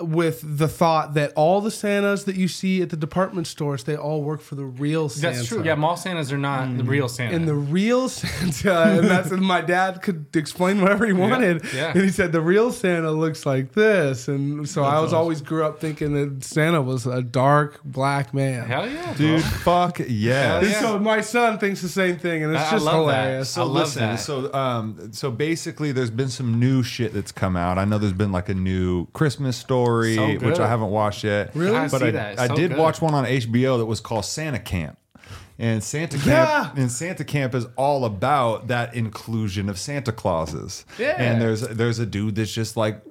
A: with the thought that all the Santas that you see at the department stores, they all work for the real Santa.
E: that's true. Yeah, mall Santas are not the real Santa.
A: And the real Santa, and that's and my dad could explain whatever he wanted.
E: yeah.
A: And he said the real Santa looks like this, and so I was always grew up thinking that Santa was a dark black man.
E: Hell yeah, bro.
C: Dude, fuck yes.
E: Hell
A: And So my son thinks the same thing, and it's
E: I- I
A: just
E: love that.
A: hilarious.
E: I
C: So
E: love
C: listen,
E: that.
C: so um, so basically, there's been some new shit that's come out. I know there's been like a new Christmas story,
E: So good.
C: which I haven't watched yet.
E: Really? I
C: but
E: see
C: I,
E: that. It's
C: I
E: so
C: did
E: good.
C: watch one on HBO that was called Santa Camp. And Santa Camp
A: Yeah.
C: and Santa Camp is all about that inclusion of Santa Clauses.
E: Yeah.
C: And there's there's a dude that's just like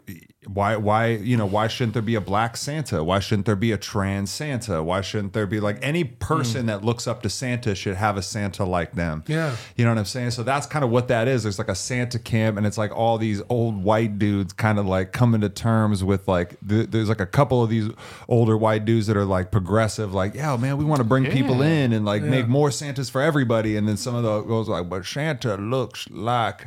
C: why why you know why shouldn't there be a black Santa? Why shouldn't there be a trans Santa? Why shouldn't there be like any
E: Mm.
C: person that looks up to Santa should have a Santa like them?
A: Yeah.
C: You know what I'm saying? So that's kind of what that is. There's like a Santa camp, and it's like all these old white dudes kind of like coming to terms with like, th- there's like a couple of these older white dudes that are like progressive, like, yeah, man, we want to bring people in and like make more Santas for everybody. And then some of the goes like, but Santa looks like.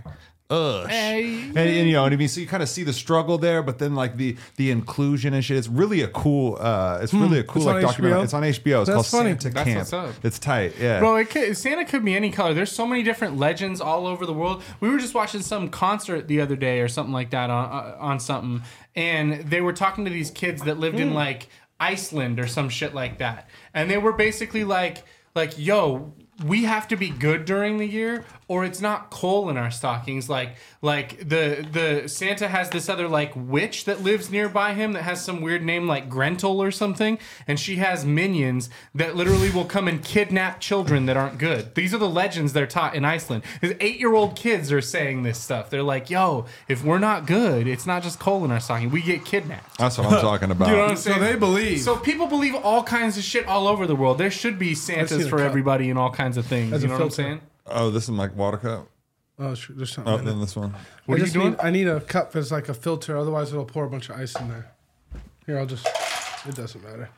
C: us. And, and, you know what I mean. So you kind of see the struggle there, but then like the the inclusion and shit. It's really a cool. uh
E: Hmm.
C: It's really a cool
A: It's on
C: like documentary.
A: HBO?
C: It's on HBO. It's
A: That's
C: called
A: funny.
C: Santa
E: That's
C: Camp.
E: what's up.
C: It's tight. Yeah,
E: Bro, it could, Santa could be any color. There's so many different legends all over the world. We were just watching some concert the other day or something like that on uh, on something, and they were talking to these kids that lived
A: Hmm.
E: in like Iceland or some shit like that, and they were basically like, like, yo. We have to be good during the year, or it's not coal in our stockings. Like, like the the Santa has this other like witch that lives nearby him that has some weird name like Grentel or something, and she has minions that literally will come and kidnap children that aren't good. These are the legends they're taught in Iceland. Because eight year old kids are saying this stuff. They're like, "Yo, if we're not good, it's not just coal in our stocking. We get kidnapped."
C: that's what I'm talking about.
E: You know what I'm
A: So
E: saying?
A: they believe.
E: So people believe all kinds of shit all over the world. There should be Santas
A: the
E: for
A: cup.
E: everybody and all kinds of things.
A: That's
E: you
A: a
E: know what I'm
A: filter.
E: saying?
C: Oh, this is my water cup.
A: Oh, shoot, there's something.
C: Oh,
A: in it.
C: then this one.
A: I
E: are you
A: just
E: doing?
A: Need, I need a cup that's like a filter, otherwise it'll pour a bunch of ice in there. Here, I'll just. It doesn't matter.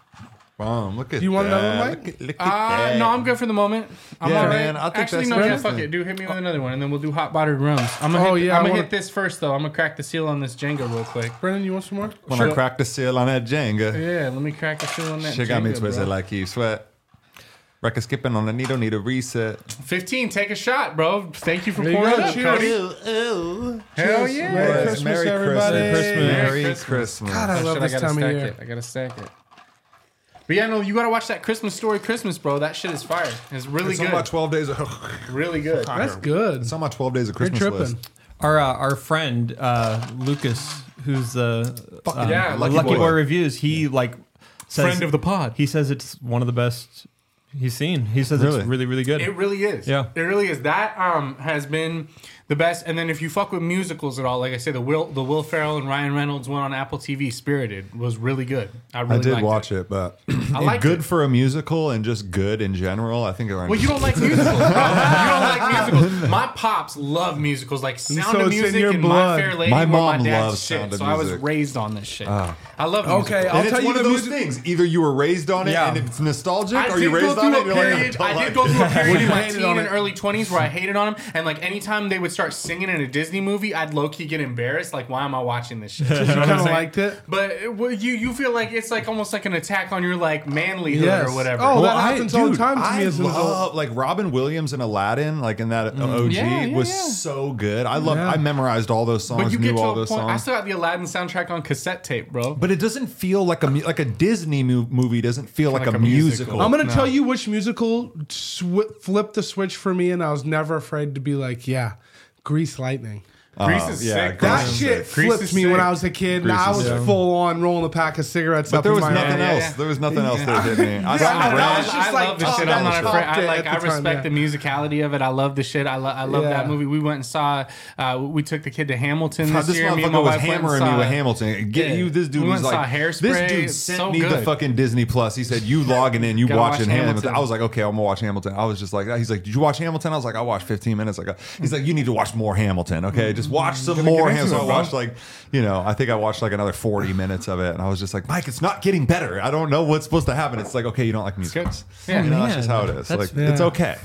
C: Bomb. Look at
A: You want
C: that.
A: another one, Mike?
C: Look at, look at
E: Uh,
C: that.
E: no, I'm good for the moment. I'm
C: Yeah,
E: all right.
C: man, I think
E: Actually,
C: that's
E: no, yeah,
C: interesting.
E: fuck it, dude. Hit me with another one, and then we'll do hot buttered rums. I'm gonna,
A: Oh,
E: hit,
A: yeah,
E: I'm
A: I
E: gonna
A: wanna-
E: hit this first though. I'm gonna crack the seal on this Jenga real quick.
A: Brennan, you want some more?
C: When I cracked the seal on that Jenga,
E: Yeah, let me crack the seal on that.
C: she got me
E: Jenga,
C: twisted
E: bro.
C: like you sweat. Record skipping on a needle, need a reset.
E: 15. Take a shot, bro. Thank you for
A: There you
E: pouring
A: go,
E: up,
A: cheers.
E: Cody. Hell yeah!
A: Merry
C: Yes,
A: Christmas, everybody.
C: Merry
E: Christmas.
C: Christmas.
A: God, I
E: Oh,
A: love
E: shit,
A: this
E: gotta
A: time of
E: stack
A: year.
E: It. I gotta stack it. But yeah, no, you gotta watch that Christmas story, Christmas, bro. That shit is fire. It's really
C: It's on
E: good.
C: my 12 days of,
E: Really good.
A: That's good.
C: it's on my 12 days of
A: You're
C: Christmas
A: tripping.
C: list.
I: Our uh, our friend uh, Lucas, who's the um,
E: yeah,
I: Lucky,
E: Lucky
I: Boy.
C: Boy.
I: reviews, he like says,
E: Friend of the pod.
I: He says it's one of the best he's seen. He says
C: Really?
I: it's really really good.
E: It really is.
I: Yeah.
E: It really is. That um has been the best. And then if you fuck with musicals at all, like I say, the Will the Will Ferrell and Ryan Reynolds one on Apple TV, Spirited, was really good. I really
C: I did
E: liked
C: watch it, but
E: liked
C: good
E: it.
C: for a musical and just good in general. I think
E: Well, you don't like musicals. Bro. You don't like musicals. My pops love musicals, like Sound
A: so
E: of
A: it's in
E: Music
A: your
E: and
A: blood.
E: My Fair Lady.
C: My
E: were
C: mom
E: dad's
C: loves
E: shit,
C: Sound of
E: so I was
C: Music. Ah.
E: raised on this shit. I love.
A: Okay,
E: musicals.
A: I'll
C: and it's
A: tell you
C: one
A: the
C: of those
A: music-
C: things. Either you were raised on it,
I: Yeah.
C: and it's nostalgic,
E: I
C: or you
E: did go
C: raised on
E: through
C: it. and you're
E: a
C: like,
E: period.
C: don't
E: I
C: like
E: did go
C: it.
E: through a period in my
A: hated
E: teen
A: on
E: and
A: it.
E: early twenties where I hated on him, and like anytime they would start singing in a Disney movie, I'd low key get embarrassed. Like, why am I watching this shit? You know what I'm
A: kinda
E: saying?
A: liked it?
E: but it- well, you you feel like it's like almost like an attack on your like manlyhood
A: Yes.
E: or whatever.
A: Oh,
C: Well,
A: that happens all the time to
C: I
A: me as an adult.
C: love like Robin Williams and Aladdin, like in that OG
E: Yeah, yeah,
C: was
E: yeah.
C: so good. I love.
A: Yeah.
C: I memorized all those songs,
E: but you
C: knew
E: get to
C: all
E: a
C: those
E: point. I
C: songs.
E: still have the Aladdin soundtrack on cassette tape, bro.
C: but it doesn't feel like a mu- like a Disney mo- movie. Doesn't feel like, a, musical.
A: I'm gonna
E: No.
A: tell you which musical sw- flipped the switch for me, and I was never afraid to be like, yeah, Grease Lightning.
E: Grease is
C: Oh, yeah,
E: sick.
C: Grease
E: bro.
A: That
C: is
A: shit
C: sick.
E: Grease
A: flipped
E: is
A: me when
E: sick.
A: I was a kid, and
C: Grease
A: I
C: is
A: was
C: sick.
A: full on rolling a pack of cigarettes
C: but
A: up
C: there was
A: in my
C: nothing
E: yeah,
C: else.
E: yeah.
C: There was nothing else that hit me. I
A: Yeah,
C: saw
A: I
E: I,
A: know,
C: Red-
A: it's
E: I
A: just
E: love
A: like
E: this shit.
A: top
E: I'm not
A: notch,
E: afraid.
A: top
E: I
A: day
E: like.
A: at
E: I
A: the time,
E: respect the
A: yeah.
E: musicality of it. I love the shit. I love. I love that
A: Yeah.
E: movie. We went and saw. Uh, we took the kid to Hamilton
C: God,
E: this,
C: this
E: year. Me and my
C: motherfucker was
E: wife went and
C: hammering me
E: saw
C: with
E: it.
C: Hamilton. Get
E: Yeah.
C: you, this dude
E: We
C: was
E: went and
C: like,
E: saw Hairspray.
C: this dude
E: It's
C: sent
E: so
C: me the
E: good.
C: fucking Disney Plus. He said, you logging in, you
E: Gotta watch
C: watching Hamilton.
E: Hamilton.
C: I was like, okay, I'm gonna watch Hamilton. I was just like, he's like, did you watch Hamilton? I was like, I watched 15 minutes ago. He's like, you need to watch more Hamilton. Okay, just watch some more
E: Mm-hmm. into
C: Hamilton.
E: it,
C: So I
E: bro.
C: watched like, you know, I think I watched like another 40 minutes of it, and I was just like, Mike, it's not getting better. I don't know what's supposed to happen. It's like, okay, you don't like music.
E: Yeah.
C: you know, that's
I: Man,
C: just how it is.
I: that's-
C: Like, it's
A: Yeah.
C: okay.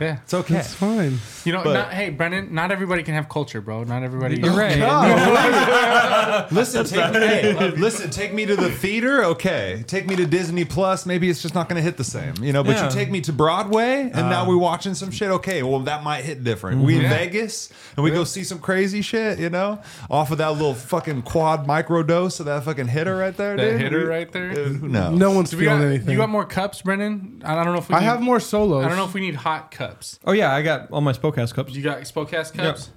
E: Yeah.
C: It's okay.
A: It's fine.
E: You know,
C: But-
E: not, hey Brennan, not everybody can have culture, bro. Not everybody.
I: You're right.
C: Listen, take, hey, listen, take me to the theater, okay. Take me to Disney Plus, maybe it's just not going to hit the same, you know. But
I: Yeah.
C: you take me to Broadway, and
E: Ah.
C: now we're watching some shit, okay. Well, that might hit different. We in
E: Yeah.
C: Vegas, and we go see some crazy shit, you know, off of that little fucking quad micro dose of that fucking hitter right there,
E: That
C: dude.
E: hitter
C: We-
E: right there.
C: Uh, Who knows?
A: No one's
E: Do we
A: feeling
E: got,
A: anything.
E: you got more cups, Brennan? I I don't know if we
A: I
E: need-
A: have more solos.
E: I don't know if we need hot cups.
I: Oh yeah, I got all my Spokecast cups.
E: You got Spokecast cups?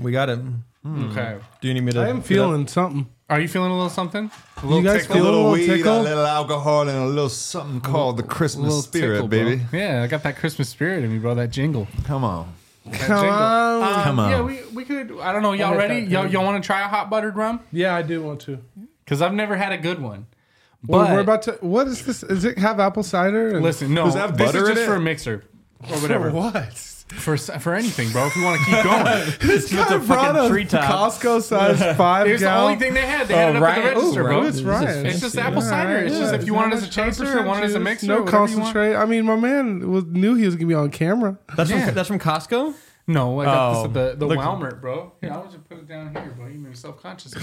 I: We got it.
E: Okay.
I: Do you need me to?
A: I am feeling something.
E: Are you feeling a little something? A little
A: guys
C: a
A: feel-
E: tickle?
C: little
A: little
C: weed,
A: tickle?
C: a little alcohol, and a little something called the Christmas
E: little
C: spirit,
E: tickle, bro.
C: baby.
E: Yeah, I got that Christmas spirit in me, bro. That jingle. Um,
C: Come on.
A: Come on.
C: Come on.
E: Yeah, we, we could. I don't know. Y'all
A: hit
E: ready?
A: that,
E: Y'all,
A: dude.
E: y'all want to try a hot buttered rum?
A: Yeah, I do want to.
E: Because I've never had a good one. But
A: Well, we're about to. What is this? Does it have apple cider? And
E: listen. No,
C: Does it have
E: this
C: butter
E: is
C: in
E: just
C: it?
E: for a mixer or
A: For
E: whatever.
A: what?
E: For s- for anything, bro. If we want to keep going,
A: This guy brought a
I: tree top.
A: Costco size five
E: it was the
A: gallon.
E: only thing they had. They had it up at
I: Ryan-
E: the
I: ooh,
E: register, bro.
I: Ryan.
A: It's Ryan.
E: It's just
I: Yeah,
E: apple cider. It's just if you want it as a chaser or want it as a mixer,
A: no
E: whatever you want.
A: concentrate. I mean, my man was, knew he was gonna be on camera.
I: That's
E: Yeah.
I: from that's from Costco.
E: No, I got
I: Oh.
E: this at the the
I: Look-
E: Walmart, bro. Here, I'll just put it down here, bro. You made me self conscious. I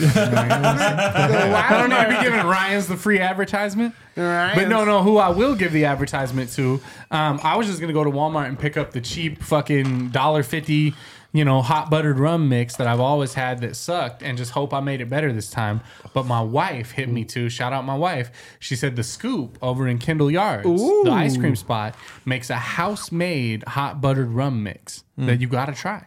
E: don't need to be giving Ryan's the free advertisement. But no, no, who I will give the advertisement to. Um, I was just gonna go to Walmart and pick up the cheap fucking dollar fifty, you know, hot buttered rum mix that I've always had that sucked, and just hope I made it better this time. But my wife hit me too. Shout out my wife. She said the scoop over in Kendall Yards, the ice cream spot, makes a house made hot buttered rum mix that you gotta try.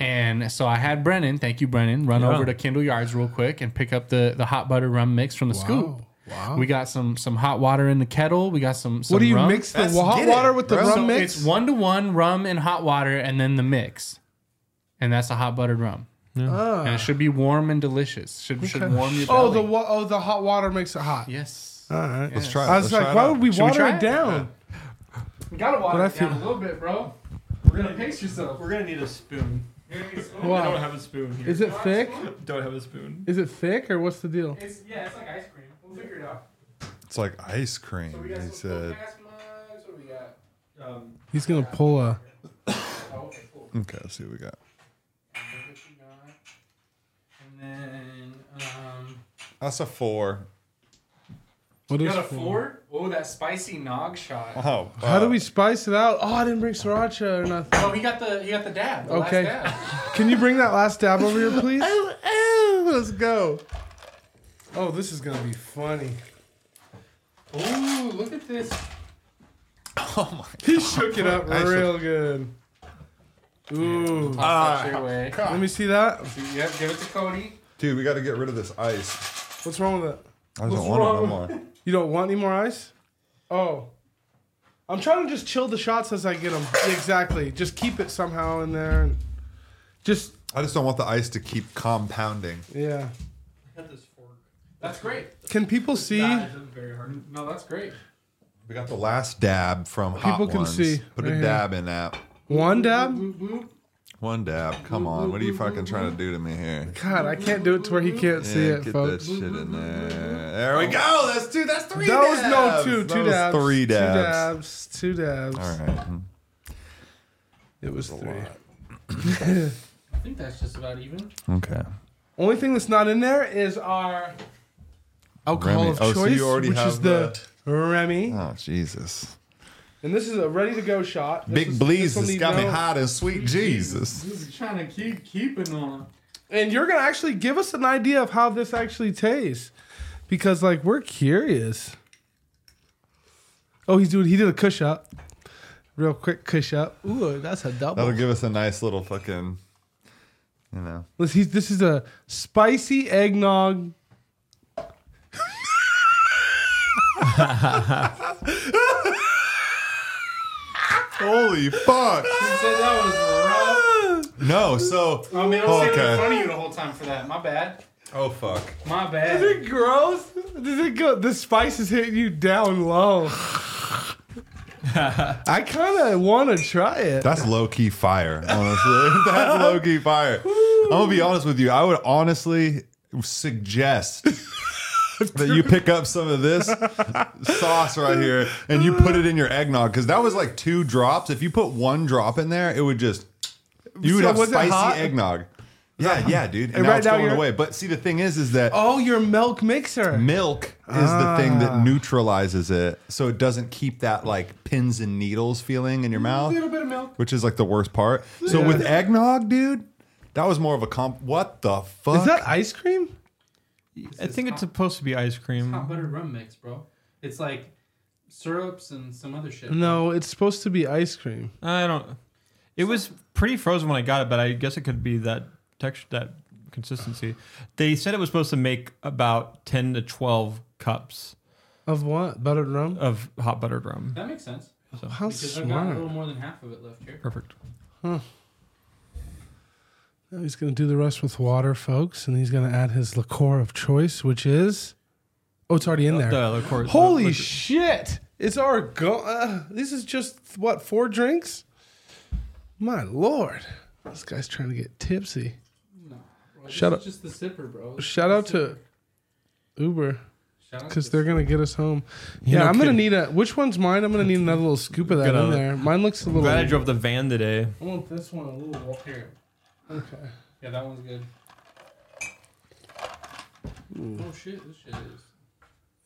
E: And so I had Brennan, thank you, Brennan, run over to Kendall Yards real quick and pick up the the hot butter rum mix from the scoop. Wow. We got some some hot water in the kettle. We got some. some
A: What do you
E: rum.
A: mix the
C: That's-
A: hot
C: get it,
A: water with the
C: bro.
A: rum
E: So
A: mix?
E: It's one to one rum and hot water, and then the mix, and that's a hot buttered rum. And it should be warm and delicious. Should should warm your belly.
A: oh, the wa- Uh, oh the hot water makes it hot.
E: yes.
A: All right.
C: Let's try it.
A: I was
C: Let's try
A: like,
C: it
A: why
C: out.
A: would we
E: we
A: water
E: try
A: it
E: it?
A: down?
E: You gotta water
A: But I
E: it down
A: feel-
E: a little bit, bro. We're gonna pace yourself.
I: We're gonna need a spoon.
A: Why?
I: I don't have a spoon here.
A: Is it thick?
I: Don't have a spoon.
A: Is it thick or what's the deal?
E: It's, yeah, it's like ice cream. We'll figure it out.
C: It's like ice cream. he
A: uh,
C: said.
E: Um,
A: He's gonna pull a.
E: Oh,
C: Okay, let's see what we got.
E: And then um,
C: That's a four.
A: What
E: you
A: is
E: got a
A: four?
E: four? Oh, that spicy nog shot.
C: Oh,
A: How do we spice it out? Oh, I didn't bring sriracha or nothing.
E: Oh, he got the he got the dab. The
A: Okay.
E: Last dab.
A: Can you bring that last dab over here, please? let's go. Oh, this is gonna be funny.
E: Ooh, look at this.
A: He shook it up
C: I shook-
A: real good. Ooh,
E: Toss that your way.
A: let me see that.
E: Yep, give it to Cody.
C: Dude, we got to get rid of this ice.
A: What's wrong with it?
C: I don't want it no more.
A: You don't want any more ice? Oh, I'm trying to just chill the shots as I get them. Exactly. Just keep it somehow in there. And just
C: I just don't want the ice to keep compounding.
A: yeah.
E: That's great.
A: Can people see?
E: No, that's great.
C: We got the last dab from Hot
A: People can
C: Ones.
A: see.
C: Put
A: Right
C: a
A: here.
C: dab in that.
A: One dab?
C: One dab. Come on. What are you fucking trying to do to me here?
A: God, I can't do it to where he can't see
C: Yeah,
A: it,
C: get
A: folks.
C: that shit in there. There we go. That's two. That's three.
A: That was no
C: dabs.
A: two,
C: That
A: two
C: was
A: dabs.
C: Three dabs. hmm.
A: Two dabs, two dabs.
C: All right.
A: It was three.
E: I think that's just about even.
C: Okay.
A: Only thing that's not in there is our alcohol
C: Remy.
A: of
C: Oh,
A: choice,
C: so you already
A: which
C: have
A: is the Remy.
C: Oh Jesus!
A: And this is a ready to go shot. This
C: Big
A: is-
C: bleeds
A: this will
C: has
A: need
C: got me
A: no-
C: hot and sweet Jesus.
E: Just trying to keep keeping on.
A: And you're gonna actually give us an idea of how this actually tastes, because like we're curious. Oh, he's doing. He did a push up, real quick push up. Ooh, that's a double.
C: That'll give us a nice little fucking, you know.
A: Let's- he's- this is a spicy eggnog.
C: Holy fuck!
E: that was rough.
C: No, so
E: I mean, I'm sitting in
C: Okay.
E: front of you the whole time for that. My bad.
C: oh fuck.
E: My bad.
A: Is it gross? Does it go? The spice is hitting you down low. I kind of want to try it.
C: That's low key fire, honestly. That's low key fire. I'm gonna be honest with you. I would honestly suggest that you pick up some of this sauce right here and you put it in your eggnog because that was like two drops. If you put one drop in there, it would just you would
A: So
C: have
A: was it hot?
C: spicy eggnog. Yeah, yeah, dude. And,
A: And
C: now
A: right
C: it's
A: now
C: going
A: you're-
C: away. But see, the thing is, is that
A: Oh, Ah. your milk mixer.
C: milk is the thing that neutralizes it, so it doesn't keep that like pins and needles feeling in your mouth
A: little bit of milk.
C: which is like the worst part. So with eggnog, dude, that was more of a comp. What the fuck?
A: Is that ice cream?
I: I think it's supposed to be ice
E: Hot
I: cream.
E: butter rum mix, bro. It's like syrups and some other shit.
A: No, it's supposed to be ice cream.
I: I don't. It was pretty frozen when I got it, but I guess it could be that texture, that consistency. They said it was supposed to make about ten to twelve cups
A: Of what? Buttered rum?
I: of hot buttered rum.
E: That makes sense.
A: How
E: Because I've got a
A: smart.
E: little more than half of it left here.
I: Perfect.
A: Now he's going to do the rest with water, folks, and he's going to add his liqueur of choice, which is. Oh, it's already in there.
I: The liqueur-
A: Holy
I: liquor-
A: shit! It's our go. Uh, this is just what four drinks. My lord, this guy's trying to get tipsy.
E: Bro, this
A: Shut
E: is
A: up.
E: Just the sipper, bro.
A: Shout out to Uber
E: Shout out
A: because
E: to-
A: they're gonna get us home. Yeah,
I: no
A: I'm gonna
I: kidding.
A: need a. Which one's mine? I'm gonna need another little scoop of that in
I: Gotta-
A: there. Mine looks a little.
I: Glad I
A: I
I: drove the van today.
A: want this one a little. wa-
E: Here.
A: Okay.
E: Yeah, that one's good.
A: Mm.
E: Oh shit, this shit is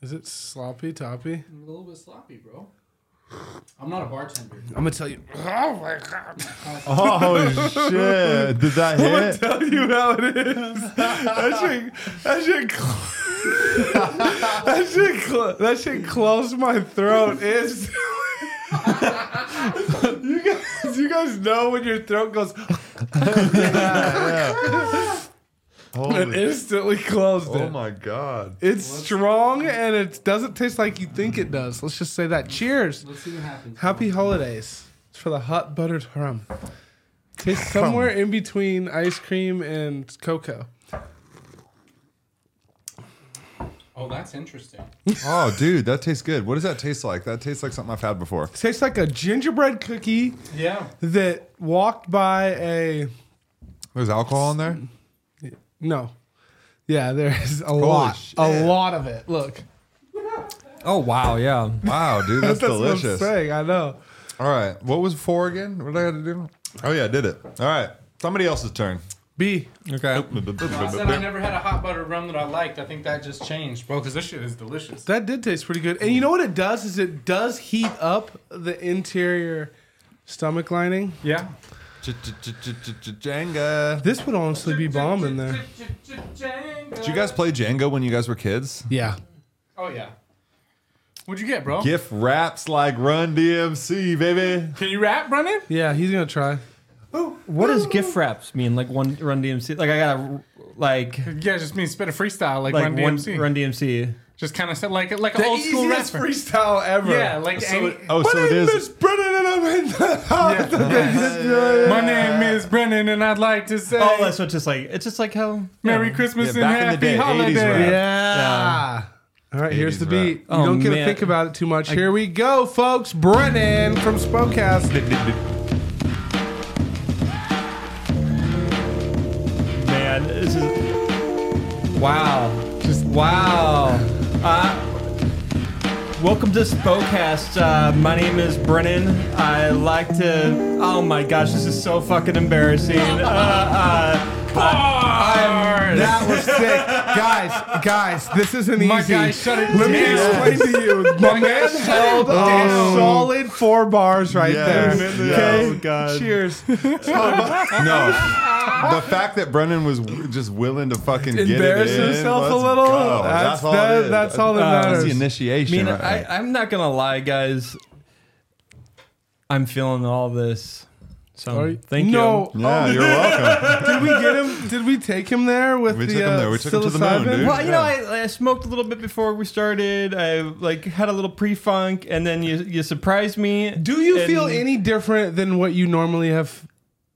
A: Is it sloppy toppy?
E: a little bit sloppy, bro. I'm not a bartender.
A: I'm gonna tell you. Oh my god!
C: oh shit! Did that hit?
A: tell you how it is. That shit, that shit, cl- that shit, cl- that shit closed my throat instantly. you guys, you guys know when your throat goes and
C: Holy,
A: instantly closed
C: oh
A: it.
C: my god!
A: It's strong and it doesn't taste like you think it does. Let's just say that. Cheers.
E: Let's see what happens.
A: Happy holidays for the hot buttered rum. Tastes somewhere in between ice cream and cocoa.
E: Oh, that's interesting.
C: Oh, dude, that tastes good. What does that taste like? That tastes like something I've had before.
A: Tastes like a gingerbread cookie
E: Yeah.
A: that walked by a
C: There's alcohol in there.
A: no. Yeah, there's a lot, a
C: shit.
A: lot of it. Look,
I: Oh wow, yeah.
C: Wow, dude, that's, delicious.
A: What I'm saying. I know.
C: All right, what was four again? What did I have to do? Oh yeah, I did it. All right, somebody else's turn.
A: B.
I: Okay.
E: I said I never had a hot butter rum that I liked. I think that just changed, bro, because this shit is delicious.
A: That did taste pretty good. And you know what it does is it does heat up the interior stomach lining.
E: Yeah.
C: Jenga.
A: This would honestly be bomb in there.
C: Did you guys play Jenga when you guys were kids?
A: Yeah.
E: Oh yeah. What'd you get, bro?
C: Gift raps like Run DMC, baby.
E: Can you rap, Brennan?
A: Yeah, he's gonna try.
I: What does gift wraps mean? Like one Run DMC? Like I gotta like
E: Yeah, just mean spit a freestyle like,
I: like
E: Run
I: one
E: DMC.
I: Run DMC.
E: Just kind of said like like an old school
A: easiest
E: rapper.
A: freestyle ever.
E: Yeah, like any,
C: Oh,
A: My
C: so it
A: name
C: is.
A: is Brennan and I'm in the house.
E: my name is Brennan, and I'd like to say
I: Oh, that's what just like it's just like how
E: Merry Christmas
C: Yeah, back in
E: and
C: the
E: Happy
C: day, 80s rap.
E: Holidays.
A: Yeah. All right, here's the
C: 80s
A: beat.
C: rap.
A: You
I: Oh,
A: don't get to
I: man.
A: think about it too much. Here we go, folks. Brennan from Spokecast.
I: man, this is wow. Just wow. Uh Welcome to Spocast. Uh, my name is Brennan. I like to. Oh my gosh, this is so fucking embarrassing. Uh, uh,
A: I'm- that was sick, guys. Guys, this isn't easy.
E: My guy shut it
A: Let
E: down.
A: me explain to you. My man held a solid four bars right
C: Yes.
A: there.
C: Yes.
A: Okay,
C: Oh, God.
A: cheers.
C: No, the fact that Brennan was w- just willing to fucking get
A: Embarrass
C: it in,
A: himself a
C: let's
A: little.
C: go.
A: That's
C: all
A: that-
C: it is. Uh,
A: that's all that matters.
C: That's the
I: I
C: initiation.
I: mean,
C: right
I: I,
C: there.
I: I'm not gonna lie, guys. I'm feeling all this. So
A: Are you-
I: thank
A: no.
I: you.
C: yeah, you're welcome.
A: Did we get him? Did we take him there with
C: We
A: the
C: took him
A: uh,
C: there. We took him to the moon,
A: psilocybin?
C: dude.
I: Well, you know, I, I smoked a little bit before we started. I like had a little pre-funk, and then you you surprised me.
A: Do you
I: And-
A: feel any different than what you normally have?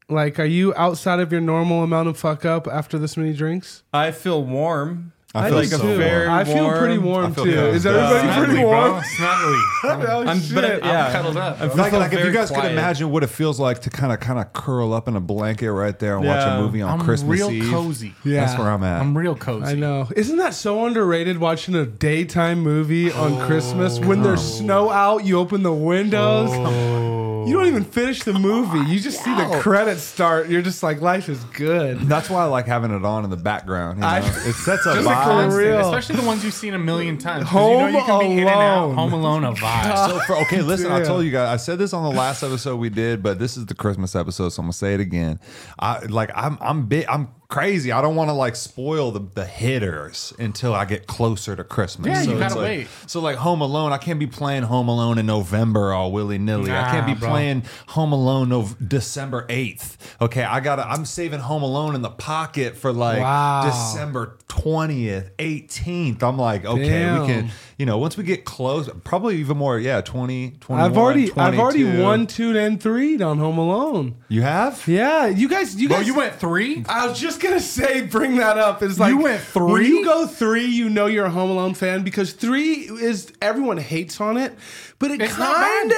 A: Like, are you outside of your normal amount of fuck up after this many drinks?
I: I feel warm.
C: I feel
I: like
C: so
I: a
C: warm.
I: very
A: I feel pretty
C: I
A: warm
C: feel
A: too.
C: good.
A: Is everybody
C: Uh,
A: pretty
E: Snuggly, bro.
A: warm?
E: Snuggly.
A: Oh,
I: I'm,
A: shit.
I: but I- yeah.
E: I'm cuddled up.
I: I
E: bro.
I: feel
C: Like, like if you
I: very
C: guys could
I: quiet.
C: imagine what it feels like to kind of kind of curl up in a blanket right there and watch
I: Yeah.
C: a movie on
E: I'm
C: Christmas
E: real
C: Eve.
E: cozy.
A: Yeah.
C: That's where I'm at.
E: I'm real cozy.
A: I know. Isn't that so underrated watching a daytime movie
E: Oh,
A: on Christmas when there's snow out, you open the windows.
E: Oh.
A: You don't even finish the movie. You just see the credits start. You're just like life is good.
C: That's why I like having it on in the background. You know?
A: I-
C: it sets a
E: Just a
C: vibe.
E: constant,
A: real.
E: especially the ones you've seen a million times. 'cause
A: Home
E: you know you can be in and out.
A: Alone.
E: Home Alone, a vibe.
C: So for, okay, listen, I
A: Damn.
C: told you guys, I said this on the last episode we did, but this is the Christmas episode, so I'm gonna say it again. I like I'm I'm big I'm crazy. I don't want to like spoil the, the hitters until I get closer to Christmas.
E: Yeah,
C: so
E: you
C: it's
E: gotta
C: like-
E: wait.
C: So like Home Alone, I can't be playing Home Alone in November all willy nilly. I can't
E: Nah,
C: be
E: bro.
C: playing Home Alone of December eighth. Okay, I gotta I'm saving Home Alone in the pocket for like
A: Wow.
C: December twentieth, eighteenth. I'm like, okay,
A: Damn.
C: we can you know, once we get close, probably even more, yeah, 20, 21,
A: I've already I've already
C: 22.
A: won two and three on Home Alone.
C: You have?
A: Yeah, you guys, you
E: Bro,
A: guys,
E: you went three?
A: I was just gonna say, bring that up. It's like
E: went
A: When
E: three?
A: you go three, you know you're a Home Alone fan because three is everyone hates on it, but it
E: It's not bad.
A: kind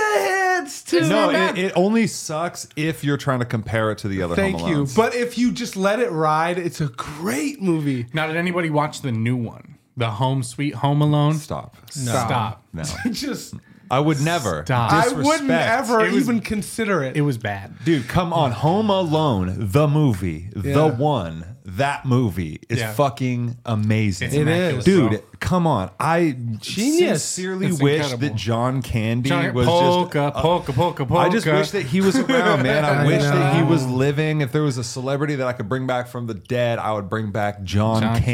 A: of hits too.
C: No, it, it only sucks if you're trying to compare it to the other
A: Thank
C: Home
A: you.
C: Alones.
A: But if you just let it ride, it's a great movie.
E: Now, did anybody watch the new one? The Home Sweet Home Alone?
C: Stop.
E: Stop.
C: No.
A: just
C: I would never.
E: Stop.
A: I
C: disrespect.
A: wouldn't ever
E: It was-
A: even consider it.
E: It was bad.
C: Dude, come on. Home Alone, the movie,
A: Yeah.
C: the one, that movie is
E: Yeah.
C: fucking amazing.
E: It's It immaculate, is.
C: Dude,
E: bro.
C: come on. I
A: Genius.
C: sincerely
E: It's
C: wish
E: incredible.
C: that John Candy
E: Giant
C: was just
E: polka, polka, polka, polka.
C: I just wish that he was around, man. I,
A: I
C: wish that he
A: know.
C: was living. If there was a celebrity that I could bring back from the dead, I would bring back John,
E: John
C: Candy,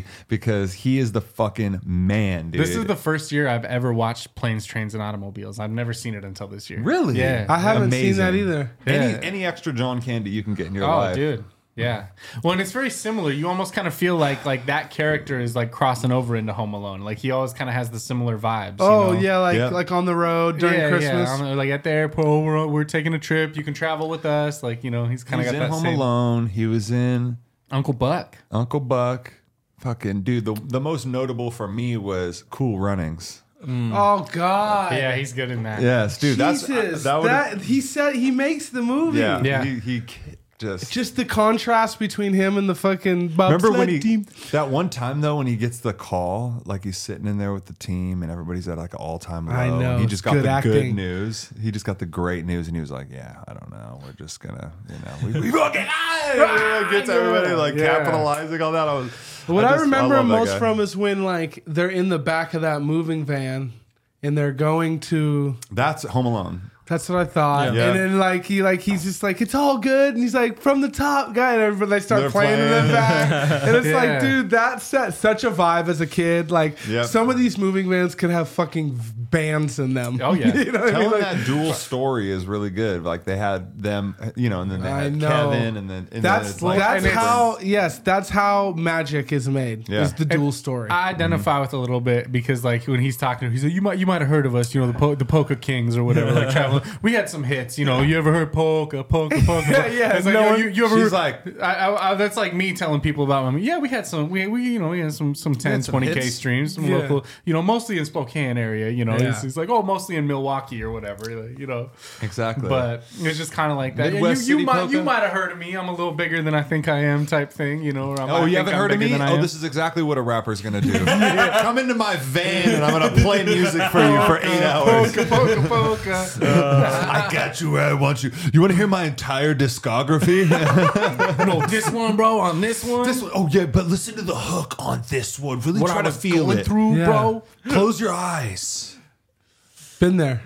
E: Candy.
C: because he is the fucking man, dude.
E: This is the first year I've ever watched Planes, Trains, and Automobiles. I've never seen it until this year.
C: really.
E: Yeah.
A: I haven't seen
C: Amazing.
A: that either.
E: Yeah.
C: Any any extra John Candy you can get in your
E: Oh,
C: life,
E: dude. Yeah. Well, and it's very similar. You almost kind of feel like like that character is like crossing over into Home Alone. Like he always kind of has the similar vibes. you
A: Oh
E: know?
A: yeah, like
C: Yeah.
A: like on the road during
E: yeah,
A: Christmas.
E: Yeah. I'm, like at the airport, we're, we're taking a trip. You can travel with us. Like you know, he's
C: He
E: kind of
C: was in
E: got that
C: Home
E: same
C: Alone. He was in
E: Uncle Buck.
C: Uncle Buck. Fucking dude. The the most notable for me was Cool Runnings.
A: Oh god.
E: Yeah, he's good in that.
C: Yes, dude.
A: Jesus,
C: that's uh, that would.
A: that, he said he makes the movie.
C: yeah,
E: Yeah.
C: He, he just
A: Just the contrast between him and the fucking Bob
C: Remember when
A: Sled
C: he
A: team.
C: that one time though when he gets the call, like he's sitting in there with the team and everybody's at like an all time low.
A: I know,
C: He
A: it's
C: just got
A: good
C: the good
A: acting.
C: news. He just got the great news, and he was like, "Yeah, I don't know. We're just gonna, you know, we, we fucking ah! gets everybody like
A: Yeah.
C: capitalizing on that." I was
A: What I,
C: just-
A: remember
C: love that
A: most
C: guy.
A: from is when like they're in the back of that moving van and they're going to
C: that's Home Alone.
A: that's what I thought.
C: Yeah.
A: And then like he like he's just like it's all good and he's like from the top guy and everybody they start
C: They're
A: playing, in
C: playing.
A: the back. And it's
E: Yeah.
A: like dude that set such a vibe as a kid. Like
C: Yep.
A: some of these moving vans could have fucking bands in them.
E: Oh, yeah.
A: you know what I
C: Telling
A: mean? Like,
C: that dual story is really good. Like they had them, you know, and then they
A: I
C: had
A: know.
C: Kevin, and then and then
A: that's
C: it's like,
A: that's
E: and it's-
A: how yes that's how magic is made
C: Yeah.
A: is the dual story.
E: I identify with a little bit because like when he's talking, he's like, "You might you might have heard of us, you know, the po- the Polka Kings or whatever." Like traveling, we had some hits, you know. You ever heard polka, polka, polka?
A: Yeah, yeah,
E: It's like,
A: no
E: "Yo,
A: one-
E: you, you ever
C: she's
E: heard-" I, I, I, "That's like me telling people about them." Yeah, we had some, we, we you know, we had some some 10,
C: some
E: 20 k
C: hits.
E: streams, some
A: Yeah.
E: local, you know, mostly in Spokane area, you know, place.
A: Yeah.
E: He's like, oh, mostly in Milwaukee or whatever, like, you know.
C: Exactly.
E: But it's just kind of like that.
C: Midwest
E: you
C: City
E: you might you
C: Polka?
E: might have heard of me. I'm a little bigger than I think I am, type thing. You know. Or I might
C: Oh, you
E: think
C: haven't
E: I'm
C: heard of
E: bigger
C: me?
E: than I
C: Oh,
E: am.
C: this is exactly what a rapper's gonna do. Come into my van and I'm gonna play music for you for eight hours.
E: Polka, polka, polka.
C: I got you where I want you. You want to hear my entire discography?
E: no, this one, bro. On this one,
C: this one, oh yeah, but listen to the hook on this one. Really
E: what
C: try
E: I
C: to
E: was
C: feel
E: going
C: it.
E: through,
A: Yeah.
E: bro.
C: Close your eyes.
A: Been there.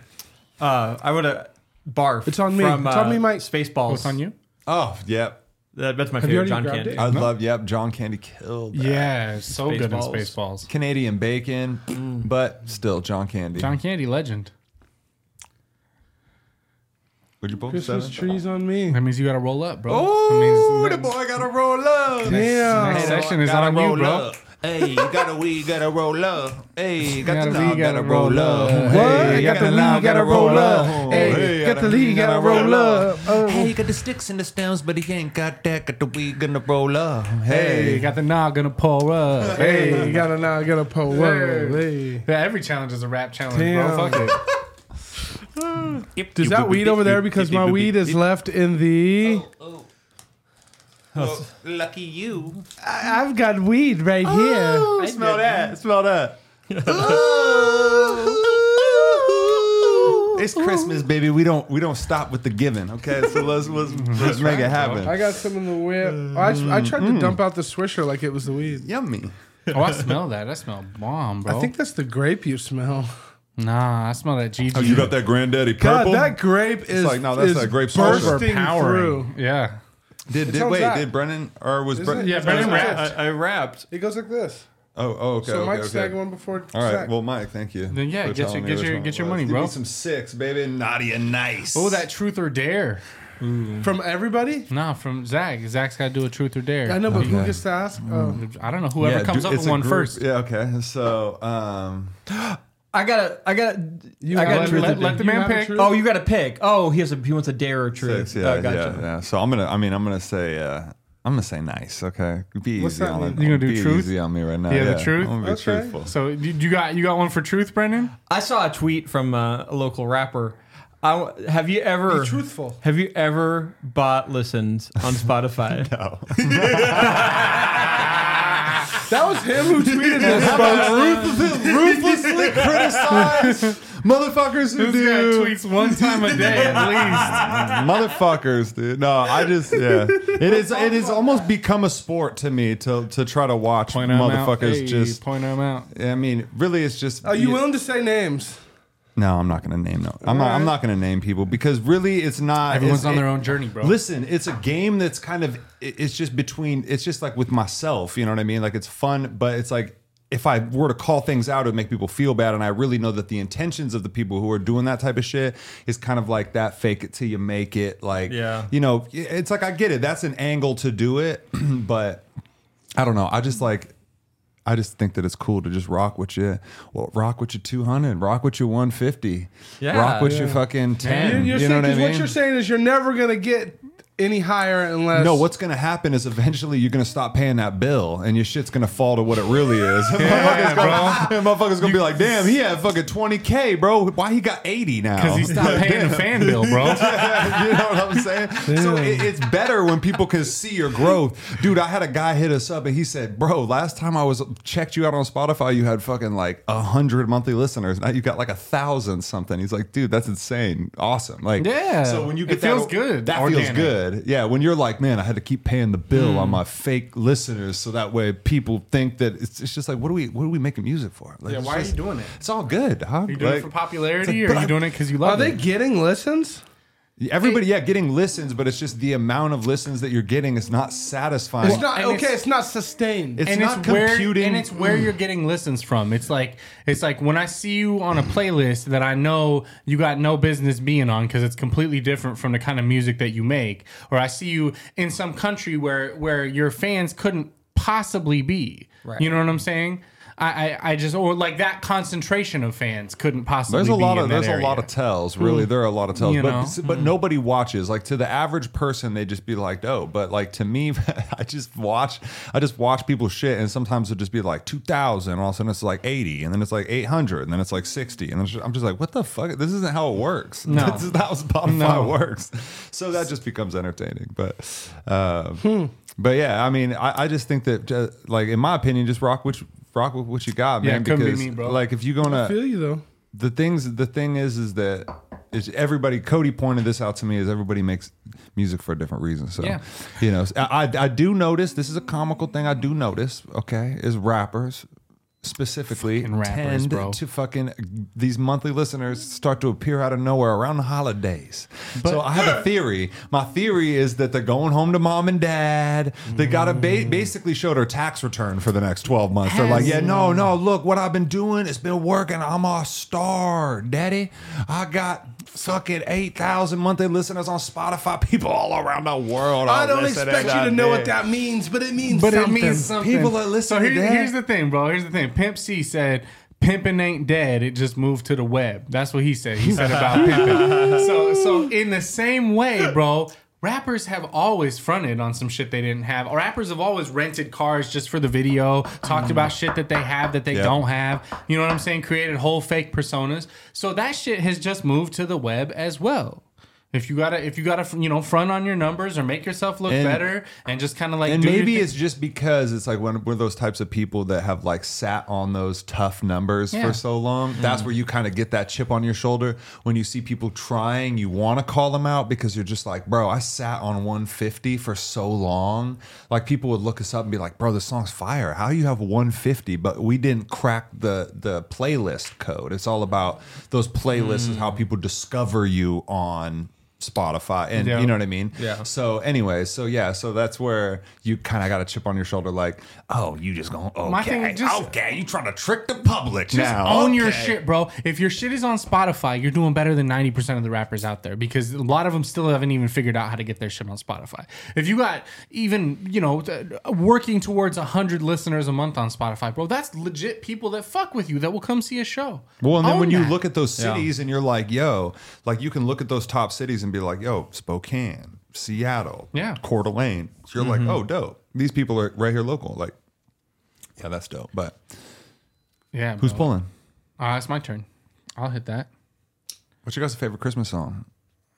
I: Uh, I would have barf.
A: It's on me.
I: From,
A: It's on
I: uh,
A: me, Mike.
I: Spaceballs.
E: What's on you?
C: Oh yep.
I: That, that's my
A: you
I: favorite.
A: already
I: John
A: grabbed
I: Candy.
A: it?
C: I love. Yep. John Candy killed. that.
E: Yeah, so good in
I: Spaceballs.
E: Spaceballs.
C: Canadian bacon, but still Mm. John Candy.
E: John Candy, legend.
C: Would you both
A: Christmas
C: seven?
A: trees on me.
E: That means you got to roll up, bro.
C: Oh,
E: That
C: the
E: means-
C: boy gotta roll up.
A: Yeah.
E: Next section is on you, bro.
C: Hey, you gotta we gotta roll up. Hey, got
E: Gotta
C: the
E: we
C: knob,
E: gotta
C: gotta roll
E: roll
C: up.
E: up.
C: Hey,
A: What? Got the
C: knob,
A: lead, gotta roll up.
C: Hey,
A: Hey, got the lead, gotta roll up. Oh.
C: Hey, got the sticks and the stones, but he ain't got that. Got the we gonna roll up. Hey,
E: Hey, got the nog gonna pull up.
A: Hey, you gotta now gotta pull.
E: Hey.
A: Whoa, hey.
E: Yeah, every challenge is a rap challenge, bro.
A: Damn.
E: Fuck it.
A: Does that weed over there? Because my weed is left in the.
C: Oh, lucky you. Ah.
A: I- I've got weed right here.
C: smell that. Smell that. It's Christmas, baby. We don't we don't stop with the giving. Okay, so let's let's, let's make it happen.
A: I got some in the whip. I, I tried
C: Mm.
A: to dump out the swisher like it was the weed.
C: Yummy.
E: Oh, I smell that. I smell bomb,
C: Oh.
E: bro.
A: I think that's the grape you smell.
E: nah, I smell that GG.
C: Oh, that granddaddy
A: God, that grape is
C: like, no, that's
A: is
C: not grape sauce.
A: bursting through.
E: Yeah.
C: did did
A: sounds
C: wait?
A: that.
C: Did Brennan or was
A: Isn't
C: Brennan?
A: it?
E: Yeah, Brennan
A: That's
E: rapped.
A: it.
I: I wrapped.
A: It goes like this.
C: Oh, oh, okay.
A: So
C: okay,
A: Mike
C: okay.
A: snagged one before.
C: All right,
A: Zach.
C: well, Mike, thank you.
E: Then, yeah,
C: for
E: get your-
C: telling me
E: get
C: which
E: your-
C: one
E: get
C: it
E: your
C: was.
E: money,
C: Give
E: bro.
C: Me some six, baby. Nadia, nice.
E: Oh, that truth or dare.
A: from everybody.
E: Nah, from Zach. Zach's got to do a truth or dare.
A: I know, but who gets to ask?
C: Mm.
A: Oh.
E: I don't know. Whoever
C: Yeah,
E: comes
C: do-
E: up
C: it's
E: with
C: a
E: one
C: group.
E: first.
C: Yeah, okay. So, um,
I: I gotta. I gotta.
A: You
I: I
A: got
I: gotta.
A: a
E: Let,
A: truth or
E: let,
A: dare.
E: let the
A: You
E: man
A: have a
E: pick.
A: truth?
I: Oh, you got to pick. Oh, he has a he wants a dare or truth.
C: six, yeah,
E: Oh,
I: Uh, gotcha.
C: yeah, yeah. So I'm gonna. I mean, I'm gonna say. Uh, I'm gonna say nice. Okay, be
A: What's
C: easy
A: that
C: on
A: mean?
C: it.
E: You gonna do
C: be
E: truth?
C: Easy on me right now.
E: Yeah, the truth?
C: I'm gonna be
A: Okay.
C: truthful.
E: So you, you got you got one for truth, Brendan?
I: I saw a tweet from uh, a local rapper. I w have you ever
A: Be truthful.
I: Have you ever bought listens on Spotify?
A: that was him who tweeted this.
C: ruthlessly, ruthlessly criticize motherfuckers who
E: This guy
C: do
E: tweets one time a day at
C: motherfuckers, dude. No, I just yeah. It is it has almost become a sport to me to to try to watch
E: least.
C: motherfuckers
E: Hey,
C: just.
E: point them out.
C: I mean, really, it's just.
A: Are you willing to say names?
C: No, I'm not gonna name no. I'm not. I'm not gonna name people because really, it's not.
E: Everyone's
C: it's-
E: on their
C: it-
E: own journey, bro.
C: Listen, it's a game that's kind of it- it's just between it's just like with myself, you know what I mean? Like it's fun, but it's like if I were to call things out, it would make people feel bad. And I really know that the intentions of the people who are doing that type of shit is kind of like that fake it till you make it. Like,
I: Yeah.
C: you know, it's like I get it. That's an angle to do it. but I don't know. I just like, I just think that it's cool to just rock with your, well, rock with your 200, rock with your 150,
I: Yeah,
C: rock with
I: yeah.
C: your fucking 10.
A: You're,
C: you know
A: you're saying,
C: what I
A: 'cause
C: mean?
A: what you're saying is you're never gonna get any higher unless
C: No, what's going to happen is eventually you're going to stop paying that bill and your shit's going to fall to what it really is.
E: Yeah,
C: motherfucker's going motherfucker's gonna be like, damn, he had fucking 20K, bro. Why he got 80 now?
E: Because he stopped paying the fan bill, bro.
C: you know what I'm saying? So it, it's better when people can see your growth. Dude, I had a guy hit us up and he said, Bro, last time I was checked you out on Spotify, you had fucking like a hundred monthly listeners. Now you got like a thousand something. He's like, dude, that's insane. Awesome. Like
E: Yeah.
C: So when you
E: It
C: get that-
E: feels good,
C: That
E: organic. Hmm.
C: feels good. Yeah. When you're like, man, I had to keep paying the bill on my fake listeners so that way people think that it's, it's just like, what are we what are we making music for? Like, it's just-
E: doing it?
C: It's all good, huh?
E: Are you doing
C: Like-
E: it for popularity
C: it's like,
E: or are
C: but
E: you
C: I-
E: doing it because you
A: are
E: love
A: they
E: it?
A: getting listens?
C: Everybody, yeah, getting listens, but it's just the amount of listens that you're getting is not satisfying.
A: It's not
E: and
A: okay.
E: it's-
A: It's not sustained.
C: It's
E: and
C: not
E: it's
C: computing.
E: Where, and it's where you're getting listens from. It's like it's like when I see you on a
C: Mm.
E: playlist that I know you got no business being on because it's completely different from the kind of music that you make, or I see you in some country where where your fans couldn't possibly be. You know what I'm saying? I, I, I just or like that concentration of fans couldn't possibly.
C: There's a
E: be
C: lot
E: in
C: of
E: that
C: there's a lot
E: area.
C: of tells. Really,
A: Hmm.
C: there are a lot of tells,
E: You
C: but
E: know?
C: but nobody watches. Like to the average person, they just be like, oh. But like to me, I just watch. I just watch people shit, and sometimes it'll just be like two thousand. All of a sudden, it's like eighty, and then it's like eight hundred, and then it's like sixty, and then it's just- I'm just like, what the fuck? This isn't how it works.
E: No.
C: this is not how it works. So that just becomes entertaining, but. Uh,
E: Hmm.
C: But yeah, I mean, I, I just think that, uh, like in my opinion, just rock which rock with what you got,
E: Yeah,
C: man.
E: couldn't be
C: because
E: me, bro.
C: like if you're gonna
A: I feel you though.
C: the things the thing is is that is everybody Cody pointed this out to me is everybody makes music for a different reason so
E: Yeah.
C: you know I, I I do notice this is a comical thing I do notice okay is rappers specifically
E: Fucking rappers,
C: tend
E: bro.
C: to fucking these monthly listeners start to appear out of nowhere around the holidays so I have a theory my theory is that they're going home to mom and dad they gotta
A: Mm.
C: ba- basically showed her tax return for the next 12 months they're like yeah no no look what I've been doing it's been working I'm a star daddy I got fucking 8,000 monthly listeners on Spotify people all around the world
A: I
C: are
A: don't
C: listening
A: expect you to know what
C: day.
A: that means, but it means
E: But
A: something.
E: it means something.
C: People that listen
E: So
C: to
E: here's,
C: that-
E: here's the thing, bro. Here's the thing. Pimp C said, "Pimping ain't dead. It just moved to the web." That's what he said. He said about pimping. So, so in the same way, bro. Rappers have always fronted on some shit they didn't have. Rappers have always rented cars just for the video, talked about shit that they have that they
C: Yeah.
E: don't have. You know what I'm saying? Created whole fake personas. So that shit has just moved to the web as well. If you gotta, if you gotta, you know, front on your numbers or make yourself look
C: And-
E: better, and just kind of like
C: and
E: do your
C: maybe
E: thing.
C: it's just because it's like one, one of those types of people that have like sat on those tough numbers
E: Yeah.
C: for so long.
E: Mm-hmm.
C: That's where you kind of get that chip on your shoulder when you see people trying. You want to call them out because you're just like, bro, I sat on 150 for so long. Like people would look us up and be like, bro, this song's fire. How you have 150? But we didn't crack the the playlist code. It's all about those playlists and how
E: Mm.
C: people discover you on. Spotify and
E: Yeah.
C: you know what I mean?
I: Yeah.
C: So, anyways, so yeah, so that's where you kind of got a chip on your shoulder, like, oh, you just going, okay,
E: My thing is just-
C: okay, you trying to trick the public
E: Just
C: now?
E: own your
C: Okay.
E: shit, bro. If your shit is on Spotify, you're doing better than 90% of the rappers out there because a lot of them still haven't even figured out how to get their shit on Spotify. If you got even, you know, t- working towards 100 listeners a month on Spotify, bro, that's legit people that fuck with you that will come see a show.
C: Well, and then
E: Own
C: when you
E: that.
C: look at those cities and you're like, yo, like you can look at those top cities and be like, yo, Spokane, Seattle,
E: Yeah.
C: Coeur d'Alene. So you're like, oh, dope. These people are right here local. Like, yeah, that's dope. But
E: Yeah, bro.
C: who's pulling?
E: Uh, it's my turn. I'll hit that.
C: What's your guys' favorite Christmas song?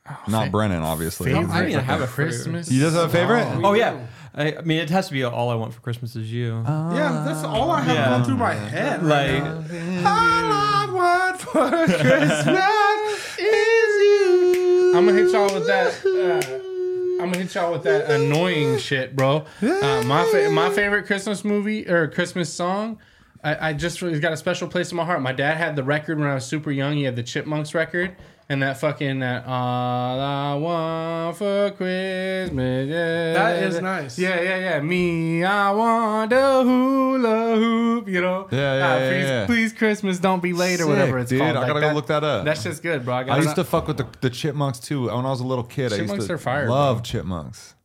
E: Oh,
C: Not Brennan, obviously.
I: I don't even have a favorite.
E: Christmas.
C: You just have a favorite?
I: Oh yeah, I, I mean it has to be all I want for Christmas is you.
A: yeah, that's all I have
I: Yeah.
A: going through my head.
I: like
A: All I want for Christmas is you.
E: I'm gonna hit y'all with that. Uh, I'm gonna hit y'all with that annoying shit, bro. Uh, my fa- my favorite Christmas movie or Christmas song. I, I just really got a special place in my heart. My dad had the record when I was super young. He had the Chipmunks record and that fucking that all I want for Christmas. Yeah,
A: That is nice.
E: Yeah, yeah, yeah. Me, I want a hula hoop. You know.
C: Yeah, yeah,
E: Uh,
C: yeah,
E: please,
C: yeah.
E: please, Christmas, don't be late or whatever
C: Sick,
E: it's
C: dude.
E: called.
C: I gotta go look that up.
E: That's just good, bro. I,
C: I
E: gotta
C: used to fuck with the, the chipmunks too. When I was a little kid, I used
E: Chipmunks
C: to
E: are fire, bro.
C: love chipmunks.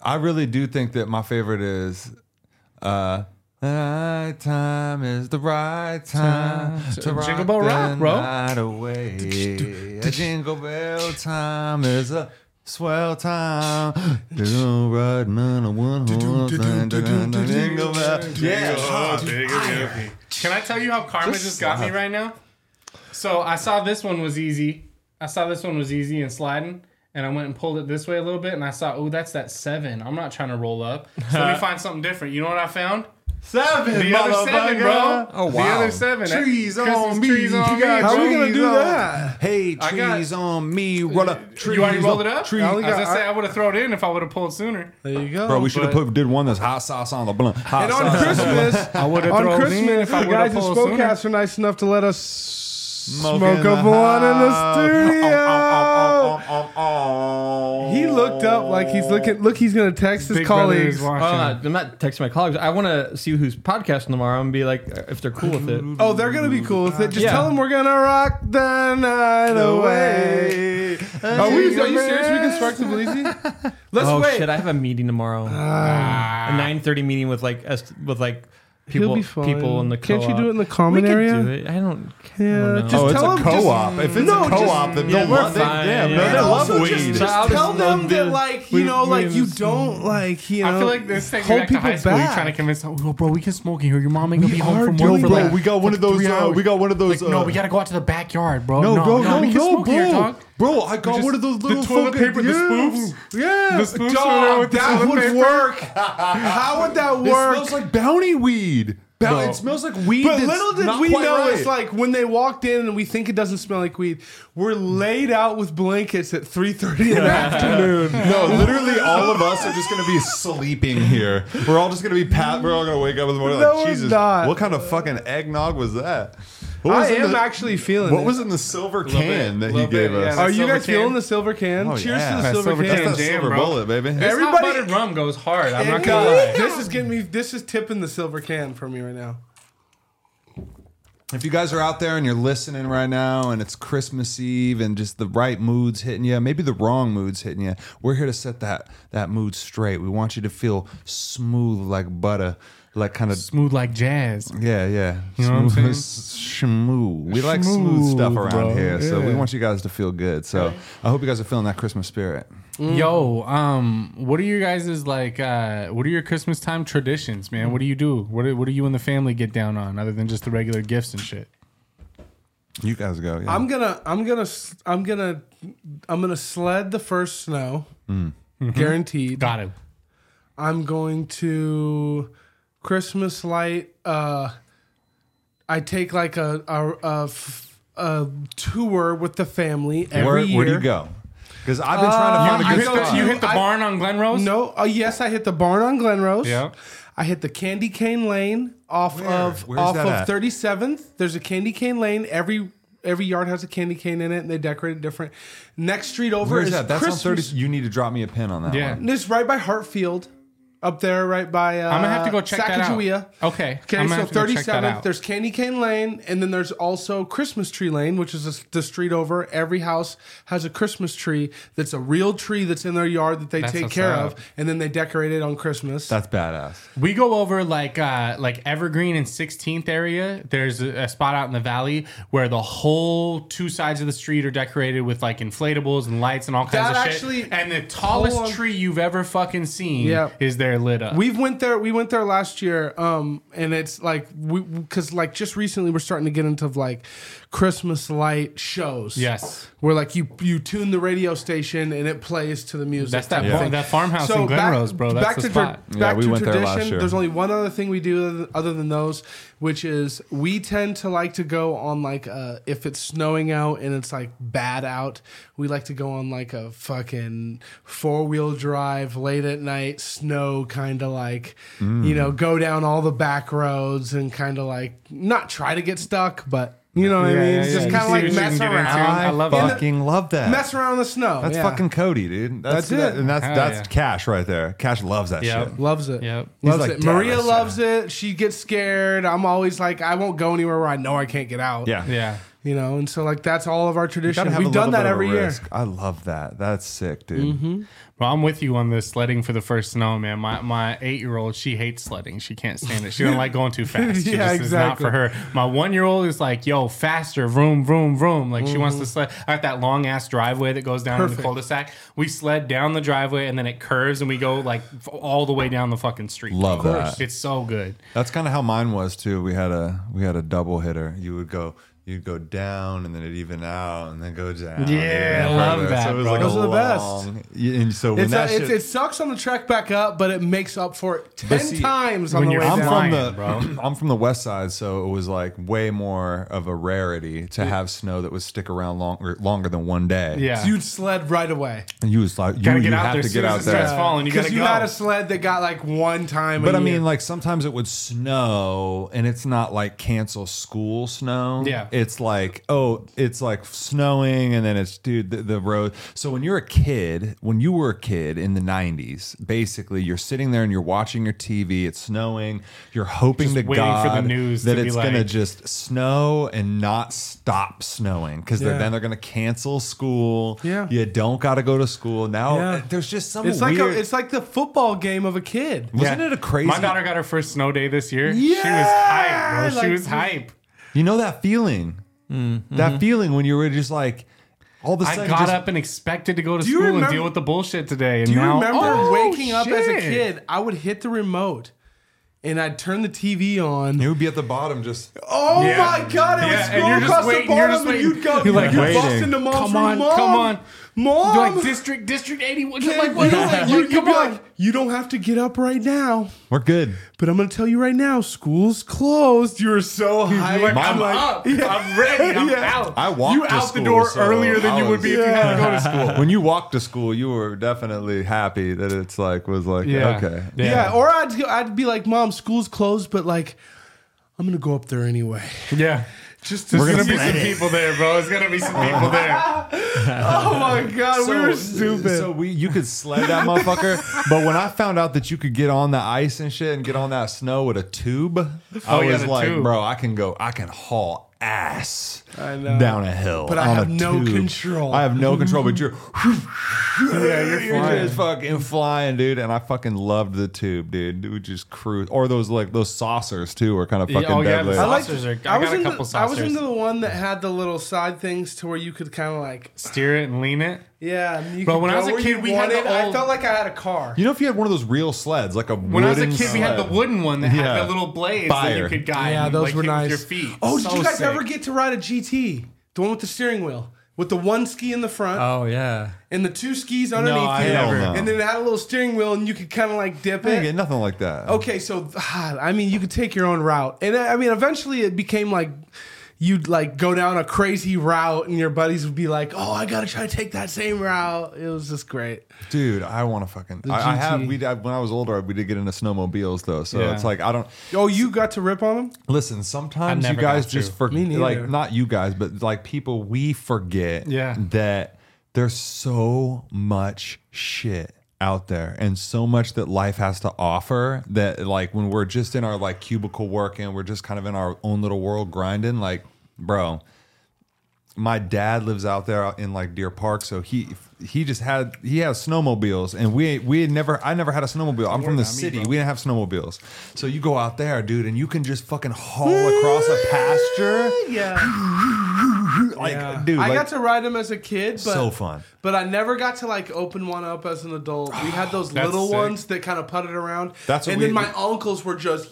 C: I really do think that my favorite is uh the right time is the right time to rock
E: Jingle Bell
C: the
E: Rock, bro.
C: night away. A jingle bell time is a swell time. Jingle right man, I want one thing. Jingle bell. Yeah.
E: Can I tell you how karma just, got me right now? So I saw this one was easy. I saw this one was easy and sliding, and I went and pulled it this way a little bit, and I saw, oh, that's that seven. I'm not trying to roll up. So let me find something different. You know what I found?
C: Seven,
E: The other seven, bro.
I: Oh,
E: The
I: wow.
E: other seven.
C: Trees
E: Christmas
C: on me.
E: Trees on me.
A: How are we
E: bro.
A: gonna do that?
C: Hey,
E: I got-
C: trees on me. Roll up. Trees
E: You already rolled it
C: on-
E: up?
C: Trees.
E: I was gonna say I would have thrown it in if I would have pulled sooner.
A: There you go.
C: Bro, we should have put did one that's hot sauce on the blunt. Hot
A: and
C: sauce
A: on Christmas,
E: I would have
A: on Christmas, the guys in Spokecast are nice enough to let us
C: Smoke
A: smoke
C: in the
A: up one in the
C: house. Oh,
A: studio. He looked up like he's looking. Look, he's gonna text his colleagues.
I: oh, I'm, not, I'm not texting my colleagues. I want to see who's podcasting tomorrow and be like uh, if they're cool with it.
A: Oh, they're gonna be cool with it. Just
I: Yeah.
A: tell them we're gonna rock the Uh, night away.
C: Oh,
A: Are, we, are you serious? We constructively easy? Let's
I: Oh
A: wait.
I: shit! I have a meeting tomorrow. a nine thirty meeting with like S- with like people,
A: be fine.
I: people in the co-op.
A: Can't you do it in the common
I: we could
A: area?
I: Do it. I don't.
A: Yeah,
I: Yeah,
A: just-
C: Oh, it's
A: tell
C: a
A: them- just-
C: co-op. if it's
A: No,
C: a
A: just-
C: co-op, then
I: Yeah,
C: they'll
I: we're
C: love. They,
I: fine,
C: yeah,
I: yeah.
C: no,
I: And
C: they love
A: also
C: weed.
A: just,
I: So I'll
A: just
I: just
A: tell them
I: love
A: that
I: the-
A: like you know
I: we-
A: like
I: we-
A: you don't like you know
E: I feel like this takes me
A: hold
E: back to
A: people
E: high school. You're
A: back.
E: trying to convince, oh, well, bro, we can smoke in here. Your mom ain't gonna
A: We
E: be home
A: are
E: from
A: doing
E: work for
A: that.
C: Bro,
E: like,
C: we got one of
E: like
C: those.
E: three
C: Uh,
E: hours.
C: we got one of those.
E: Like, no,
C: uh,
E: we gotta go out to the backyard, bro.
C: No,
K: Oh,
C: bro, no,
E: we can
C: no,
E: smoke
C: bro,
E: in here, dog.
C: bro. I got
E: just-
C: one of those
E: the
C: little
E: toilet
C: fucking-
E: paper, the
C: yeah.
E: spoofs?
C: Yeah,
E: The spoofs over there
C: Dog,
E: with the
C: Oh, that
E: toilet
C: would
E: paper?
C: work. How would that work? It smells like bounty weed. Bou-
E: Bro.
C: It smells like weed.
A: But
C: that's
A: little did
C: not
A: we
C: quite
A: know
C: right.
A: it's like when they walked in and we think it doesn't smell like weed, we're laid out with blankets at three thirty in the afternoon.
C: No, literally, all of us are just gonna be sleeping here. We're all just gonna be pat. We're all gonna wake up in the morning
A: No,
C: like
A: we're
C: Jesus.
A: not.
C: What kind of fucking eggnog was that? What was
A: I
C: in
A: am
C: the-
A: actually feeling
C: What
A: it.
C: was in the silver can that he
E: Little
C: gave
E: bit, yeah.
C: us?
A: Are you
E: silver
A: guys
E: can?
A: feeling the silver can?
C: Oh,
A: Cheers
C: yeah.
A: to the
C: That
A: silver,
E: silver
A: can.
E: can.
C: That's that
E: Jam,
C: silver
E: bro.
C: bullet, baby.
E: Everybody,
A: Everybody-
E: buttered rum goes hard. I'm not
A: And,
E: gonna
A: uh,
E: lie.
A: this is getting me. This is tipping the silver can for me right now.
C: Hmm. If you guys are out there and you're listening right now and it's Christmas Eve and just the right mood's hitting you, maybe the wrong mood's hitting you, we're here to set that that mood straight. We want you to feel smooth like butter, like kind of
E: Smooth like jazz.
C: yeah, yeah.
E: know what I'm
C: smooth,
E: saying?
C: Shmoo. We like smooth stuff
E: Shmoo,
C: around
E: bro.
C: here, so we
E: Yeah.
C: want you guys to feel good. So I hope you guys are feeling that Christmas spirit.
E: Yo, um, what are your guys' like? Uh, what are your Christmas time traditions, man? What do you do? What do, what do you and the family get down on other than just the regular gifts and shit?
C: You guys go. Yeah.
A: I'm gonna, I'm gonna, s- I'm gonna, I'm gonna sled the first snow,
C: Hmm. Mm-hmm.
A: guaranteed.
E: Got it.
A: I'm going to Christmas light. Uh, I take like a a, a f- a tour with the family every
C: where,
A: year.
C: where do you go? Because I've been trying to find
E: You
C: a
E: hit
C: good
A: go
E: the,
C: spot.
E: you hit the
A: I-
E: barn on Glen Rose.
A: No, uh, yes, I hit the barn on Glenrose.
E: Yeah.
A: I hit the Candy Cane Lane off
C: Where?
A: of
C: Where's
A: off
C: that at?
A: of 37th. There's a Candy Cane Lane. Every every yard has a candy cane in it, and they decorate it different. Next street over
C: Where is
A: is
C: that? That's
A: Christmas.
C: on thirty. You need to drop me a pin on that.
E: Yeah.
C: one.
A: It's right by Hartfield, up there, right by. Uh,
E: I'm gonna have to go check that out.
A: Sacagawea.
E: Okay,
A: Okay,
E: I'm gonna
A: so
E: have to go check that
A: 37th,
E: out.
A: there's Candy Cane Lane, and then there's also Christmas Tree Lane, which is a, the street over. Every house has a Christmas tree that's a real tree that's in their yard that they
E: That's
A: take
E: what's
A: care
E: up.
A: of, and then they decorate it on Christmas.
C: That's badass.
E: We go over like uh like Evergreen and 16th area. There's a, a spot out in the valley where the whole two sides of the street are decorated with like inflatables and lights and all kinds
A: That
E: of
A: actually-
E: shit. And the
A: Hold
E: tallest
A: on.
E: tree you've ever fucking seen
A: Yeah.
E: is there lit up.
A: We've went there. We went there last year, um, and it's like we because like just recently we're starting to get into like Christmas light shows.
E: Yes.
A: where like you you tune the radio station and it plays to the music.
E: That's that
A: type
E: bar-
A: thing.
E: that farmhouse in Glen
A: back-
E: Rose, bro. That's the
A: to
E: spot.
A: tra-
C: Yeah,
A: back
C: we
A: to
C: went there
A: tradition.
C: last year.
A: There's only one other thing we do other- other than those, which is we tend to like to go on like uh if it's snowing out and it's like bad out, we like to go on like a fucking four wheel drive late at night, snow kind of like you know
C: Mm.
A: go down all the back roads and kind of like not try to get stuck, but you know what I mean, just
E: You see
A: kind
E: what
A: of like
E: you can
A: mess
E: get into.
A: around,
E: I love it.
C: fucking love that.
A: mess around in the snow.
C: That's
A: yeah.
C: fucking Cody, dude. That's,
A: That's it.
C: that- and that's
E: Hell
C: that's
E: yeah.
C: cash right there. Cash loves that
E: Yeah.
C: shit.
A: Loves it.
E: Yep.
A: Loves
C: He's like,
A: it. Maria
C: "Dallas, yeah."
A: loves it. She gets scared. I'm always like, I won't go anywhere where I know I can't get out.
C: Yeah.
E: yeah.
A: You know, and so like that's all of Mm-hmm. our
C: Gotta
A: tradition.
C: have a
A: We've
C: little
A: done that
C: bit of
A: every year.
C: risk. I love that. That's sick, dude.
E: Well, I'm with you on the sledding for the first snow, man. My my eight year old, she hates sledding. She can't stand it. She doesn't like going too fast. She
A: Yeah,
E: just is not
A: exactly.
E: for her. My one year old is like, yo, faster, vroom, vroom, vroom. Like she wants to sled. I got that long ass driveway that goes down in
A: Mm-hmm. Perfect.
E: the cul-de-sac. We sled down the driveway and then it curves and we go like f- all the way down the fucking street.
C: Love
E: Like,
C: that.
E: It's so good.
C: That's kind of how mine was too. We had a we had a double hitter. You would go you'd go down and then it would even out and then go down.
E: Yeah,
C: even
E: I love
C: further.
E: that,
C: So it was
E: bro.
C: like
A: Those
C: a
A: are the best.
C: long- Yeah, And so when
A: It's
C: that
A: a, it's,
C: shit,
A: it sucks on the trek back up, but it makes up for it ten
C: see,
A: times on
E: when
A: the
E: you're-
A: way down.
C: I'm
E: flying,
C: from the
E: bro.
C: I'm from the west side, so it was like way more of a rarity to have snow that would stick around longer longer than one day.
E: Yeah.
A: You'd sled right away
C: and you was like you,
E: Gotta get
C: you
E: out
C: have
E: there
C: to
E: as
C: get
E: soon as
C: out
E: it
C: there.
E: starts falling. You
A: because
E: gotta
A: you
E: go.
A: had a sled that got like one time.
C: But
A: a
C: I
A: year.
C: mean, like sometimes it would snow, and it's not like cancel school snow.
E: Yeah.
C: it's like oh, it's like snowing, and then it's dude the, the road. So when you're a kid, when you were a kid in the '90s, basically you're sitting there and you're watching your TV. It's snowing. You're hoping
E: Just
C: to
E: waiting for
C: God
E: the news
C: that
E: to be
C: it's gonna
E: like-
C: just snow and not stop snowing because
A: Yeah.
C: then they're gonna cancel school.
A: Yeah.
C: you don't gotta go to school now.
A: Yeah.
C: There's just some
A: It's like
C: weird.
A: a, it's like the football game of a kid.
C: wasn't
E: Yeah.
C: it a crazy?
E: My daughter got her first snow day this year. she was
C: Yeah!
E: hype, bro.
C: Like-
E: she was hype.
C: You know that feeling, that feeling when you were just like, all of a sudden,
E: Mm-hmm. I got
C: just-
E: up and expected to go to
A: you
E: school and
A: remember-
E: deal with the bullshit today. And
A: Do you
E: now,
A: remember
E: Oh,
A: waking up as a
E: shit.
A: kid? I would hit the remote and I'd turn the TV on.
C: It would be at the bottom, just
A: Oh
E: Yeah.
A: my god, it
E: Yeah,
A: was
E: and you're
A: scroll
E: just
A: across the
E: waiting, you're just
A: bottom and
E: waiting.
A: you'd go,
E: You're like
A: you'd bust
C: waiting.
A: into mom's
E: oh, Come on,
A: room, "Mom,
E: come on."
A: Mom.
E: You're like district, district eighty-one.
A: Kid,
E: Like, what?
A: you know,
E: Like,
A: you- you'd
E: come
A: be
E: on.
A: like, you don't have to get up right now,
C: we're good.
A: but I'm gonna tell you right now, school's closed. You're so high.
E: Like,
C: Mom-
E: I'm up. I'm ready. I'm
A: Yeah.
E: out.
C: I walked
E: You
C: to
E: out
C: school,
E: the door
C: so
E: earlier than
C: I
E: you
C: was-
E: would be if you had to go to school.
C: when you walked to school, you were definitely happy that it's like was like
E: Yeah.
C: okay.
A: yeah. or I'd go- I'd be like, Mom, school's closed, but like, I'm gonna go up there anyway.
E: Yeah. Just to
C: We're gonna
E: there's gonna be
C: plan
E: some
C: it.
E: people there, bro. There's gonna be some people there.
A: Oh my god, we were stupid.
C: So we you could sled that motherfucker. But when I found out that you could get on the ice and shit and get on that snow with a tube,
E: Oh,
C: I
E: yeah,
C: was
E: the
C: like,
E: tube.
C: bro, I can go, I can haul ass
A: I know.
C: down a hill.
A: But I
C: on a
A: have no
C: tube.
A: control.
C: I have no control, but you're
E: Yeah, you're
C: you're
E: flying.
C: just fucking flying, dude. And I fucking loved the tube, dude. We just cruise or those like those saucers too were kind of
E: Yeah,
C: fucking
E: oh, yeah, the
C: deadly.
E: saucer-
C: I like-
E: Saucers are- I
A: was
E: got a
A: into-
E: couple
A: I was
E: saucers.
A: into the one that had the little side things to where you could kind of like,
E: Steer it and lean it.
A: yeah. and You
E: Bro,
A: could
E: when I
A: go
E: was a
A: where
E: kid,
A: you
E: we had the
A: wanted. I
E: old-
A: felt like I had a car.
C: you know if you had one of those real sleds, like a
E: When I was a
C: wooden
E: kid, we had the
C: sled.
E: wooden one that
C: Yeah.
E: had the little blades that
C: Fire.
E: you could guide.
A: Yeah,
E: and,
A: those
E: like,
A: were
E: hit with
A: nice.
E: Your feet.
A: oh, did
E: So
A: you guys
E: sick.
A: ever get to ride a GT? The one with the steering wheel. With the one ski in the front
E: Uh,
I: Oh yeah.
A: and the two skis underneath
E: I
A: it,
C: never.
A: and then it had a little steering wheel, and you could kind of like dip
C: I didn't
A: it.
C: get nothing like that.
A: Okay, so ah, I mean, you could take your own route, and I I mean, eventually it became like you'd like go down a crazy route, and your buddies would be like, "Oh, I gotta try to take that same route." It was just great.
C: Dude, I want to fucking. I, I
A: GT.
C: have. We did, when I was older, we did get into snowmobiles though, so
E: Yeah.
C: it's like I don't
A: Oh, you got to rip on them?
C: listen. Sometimes
E: I
C: you
E: never
C: guys
E: got
C: just
E: to.
C: forget,
A: Me neither.
C: like not you guys, but like people we forget.
E: Yeah.
C: that there's so much shit out there and so much that life has to offer that like when we're just in our like cubicle working, we're just kind of in our own little world grinding. Like, bro, my dad lives out there in like Deer Park, so he he just had he has snowmobiles, and we we had never I never had a snowmobile. I'm from the city. we didn't have snowmobiles, so you go out there, dude, and you can just fucking haul across a pasture,
A: Yeah,
C: like
A: yeah.
C: dude,
A: I
C: like,
A: got to ride them as a kid, but
C: so fun.
A: But I never got to like open one up as an adult. We had those
E: That's
A: little
E: sick.
A: ones that kind of putted around.
C: That's what
A: and
C: we-
A: then my uncles were just.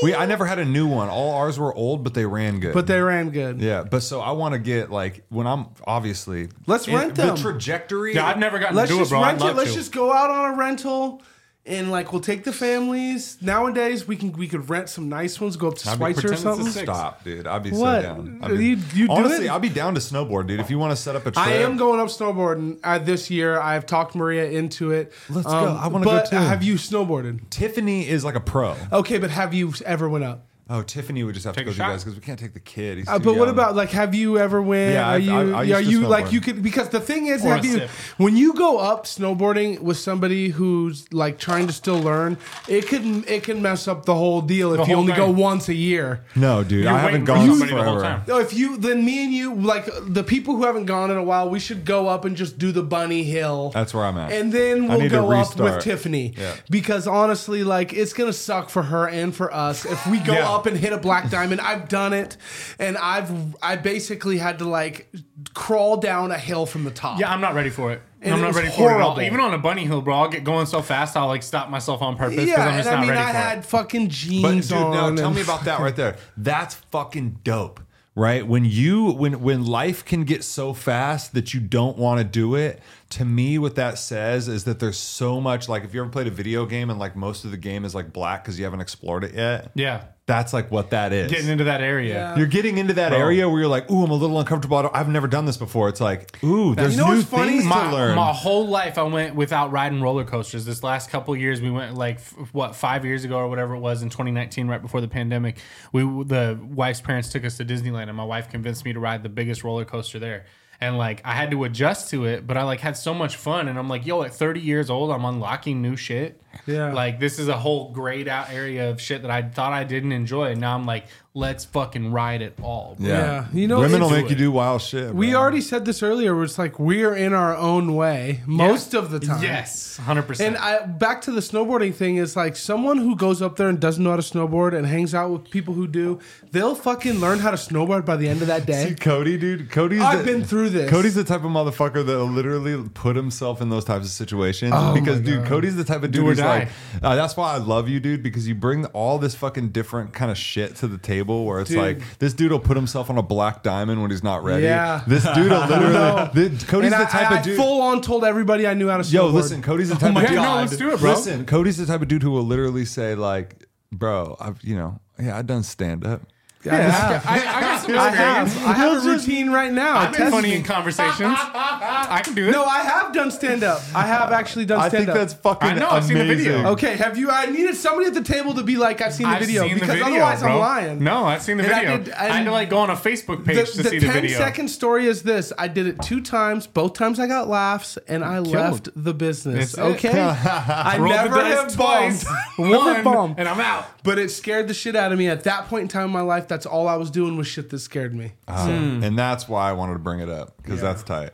C: We I never had a new one. All ours were old, but they ran good.
A: But they ran good.
C: yeah, but so I want to get like when I'm obviously
A: Let's
C: in-
A: rent them.
C: the trajectory.
E: Yeah, I've never gotten
A: Let's
E: to do it,
A: just
E: bro. I'd
A: rent
E: love
A: it. Let's
E: to.
A: just go out on a rental. And like we'll take the families. Nowadays we can we could rent some nice ones, go up to
C: I'd be
A: Schweitzer or
E: pretend it's a
A: something.
E: six.
C: Stop, dude. I'd be
A: What?
C: so down. I'd be-
A: You- you do
C: honestly,
A: it?
C: I'd be down to snowboard, dude. If you want to set up a trip,
A: I am going up snowboarding uh, this year. I've talked Maria into it.
C: Let's go. I wanna go
A: but
C: too.
A: Have you snowboarded?
C: Tiffany is like a pro.
A: Okay, but have you ever went up?
C: Oh, Tiffany would just have
E: Take
C: to go
E: a
C: with you
E: shot.
C: guys because we can't take the kid. He's
A: Uh,
C: too
A: but what
C: young.
A: about like have you ever went?
C: Yeah,
A: are
C: I've-
A: you
C: I- I used
A: are
C: to
A: you like
C: snowboard.
A: you could because the thing is
E: Or
A: have
E: a
A: you
E: sip.
A: when you go up snowboarding with somebody who's like trying to still learn, it can it can mess up the whole deal if
E: The
A: you
E: whole
A: only go
E: thing.
A: once a year.
C: No, dude,
E: You're
C: I haven't
E: waiting for
C: gone
E: somebody
C: forever.
E: the whole time.
A: No, if you then me and you like the people who haven't gone in a while, we should go up and just do the bunny hill.
C: That's where I'm at.
A: And then
C: I
A: we'll
C: need to
A: go up with
C: restart.
A: Tiffany
C: Yeah.
A: because honestly, like it's gonna suck for her and for us if we go
E: Yeah.
A: up and hit a black diamond. I've done it, and I've I basically had to like crawl down a hill from the top.
E: Yeah, I'm not ready for it.
A: And
E: I'm
A: it
E: not
A: was
E: ready for it at all.
A: horrible.
E: Even on a bunny hill, bro, I'll get going so fast, I'll like stop myself on purpose because
A: Yeah,
E: I'm
A: and
E: just
A: I
E: not
A: mean,
E: ready
A: I
E: for
A: had
E: it.
A: fucking jeans
C: But dude,
A: on.
C: now tell
A: and-
C: me about that right there. That's fucking dope, right? When you when when life can get so fast that you don't want to do it. to me what that says is that there's so much like if you ever played a video game and like most of the game is like black because you haven't explored it yet
K: Yeah.
C: that's like what that is
K: Getting into that area.
C: you're getting into that area where you're like, ooh, I'm a little uncomfortable. I don't- I've never done this before. It's like, ooh, there's
A: You know
C: new
A: what's funny?
C: things
K: my,
C: to learn.
K: my whole life I went without riding roller coasters. This last couple years, we went like f- what five years ago or whatever it was in 2019, right before the pandemic. We the wife's parents took us to Disneyland, and my wife convinced me to ride the biggest roller coaster there. And like I had to adjust to it, but I like had so much fun, and I'm like, yo, at 30 years old, I'm unlocking new shit.
A: Yeah.
K: like this is a whole grayed out area of shit that I thought I didn't enjoy, and now I'm like, let's fucking ride it all. bro.
A: Yeah. You know,
C: women will
A: it's-
C: make you do wild shit.
A: We
C: bro.
A: already said this earlier. Where it's like we're in our own way most of the time.
K: Yes, hundred percent.
A: And I back to the snowboarding thing is like someone who goes up there and doesn't know how to snowboard and hangs out with people who do, they'll fucking learn how to snowboard by the end of that
C: See
A: day.
C: Cody, dude. Cody's
A: I've
C: the-
A: been through this.
C: Cody's the type of motherfucker that will literally put himself in those types of situations
A: Oh
C: because, dude, Cody's the type of dude
K: or
C: who's
K: die.
C: like, uh, that's why I love you, dude, because you bring all this fucking different kind of shit to the table where it's
A: Dude.
C: like this dude will put himself on a black diamond when he's not ready.
A: Yeah.
C: This dude will literally.
A: No.
C: the- Cody's
A: and
C: the
A: I,
C: type
A: I,
C: of dude.
A: full on told everybody I knew how to snowboard.
C: Yo, listen, Cody's the type
K: my
C: of dude.
K: God. Yeah, no, let's do it, bro.
C: Listen, Cody's the type of dude who will literally say, like, bro, I've, you know, yeah, I've done stand up.
A: yeah,
K: I, I got some
A: I
K: experience.
A: have. I have a routine right now.
K: I've been
A: Test
K: funny
A: me.
K: in conversations. I can do this.
A: No, I have done stand up. I have actually done
C: I
A: stand
C: think
A: up.
C: that's fucking
K: Uh, I know, I've seen the video.
C: amazing.
A: okay. Have you? I needed somebody at the table to be like, I've seen the
K: I've
A: video
K: seen the
A: because
K: video,
A: otherwise I'm
K: bro.
A: lying.
K: No, I've seen the
A: And I
K: video. I,
A: did-
K: had to
A: and
K: like go on a Facebook page
A: The,
K: to
A: the
K: see
A: 10
K: the video.
A: second story is this. I did it two times. Both times I got laughs, and I left the business.
K: That's it.
A: okay,
C: Um,
A: I
K: Roll the
A: never
K: dice
A: have
K: twice,
A: bombed. never
K: One,
A: bombed.
K: and I'm out.
A: But it scared the shit out of me at that point in time in my life. That's all I was doing was shit that scared me.
C: Uh, And that's why I wanted to bring it up because that's tight.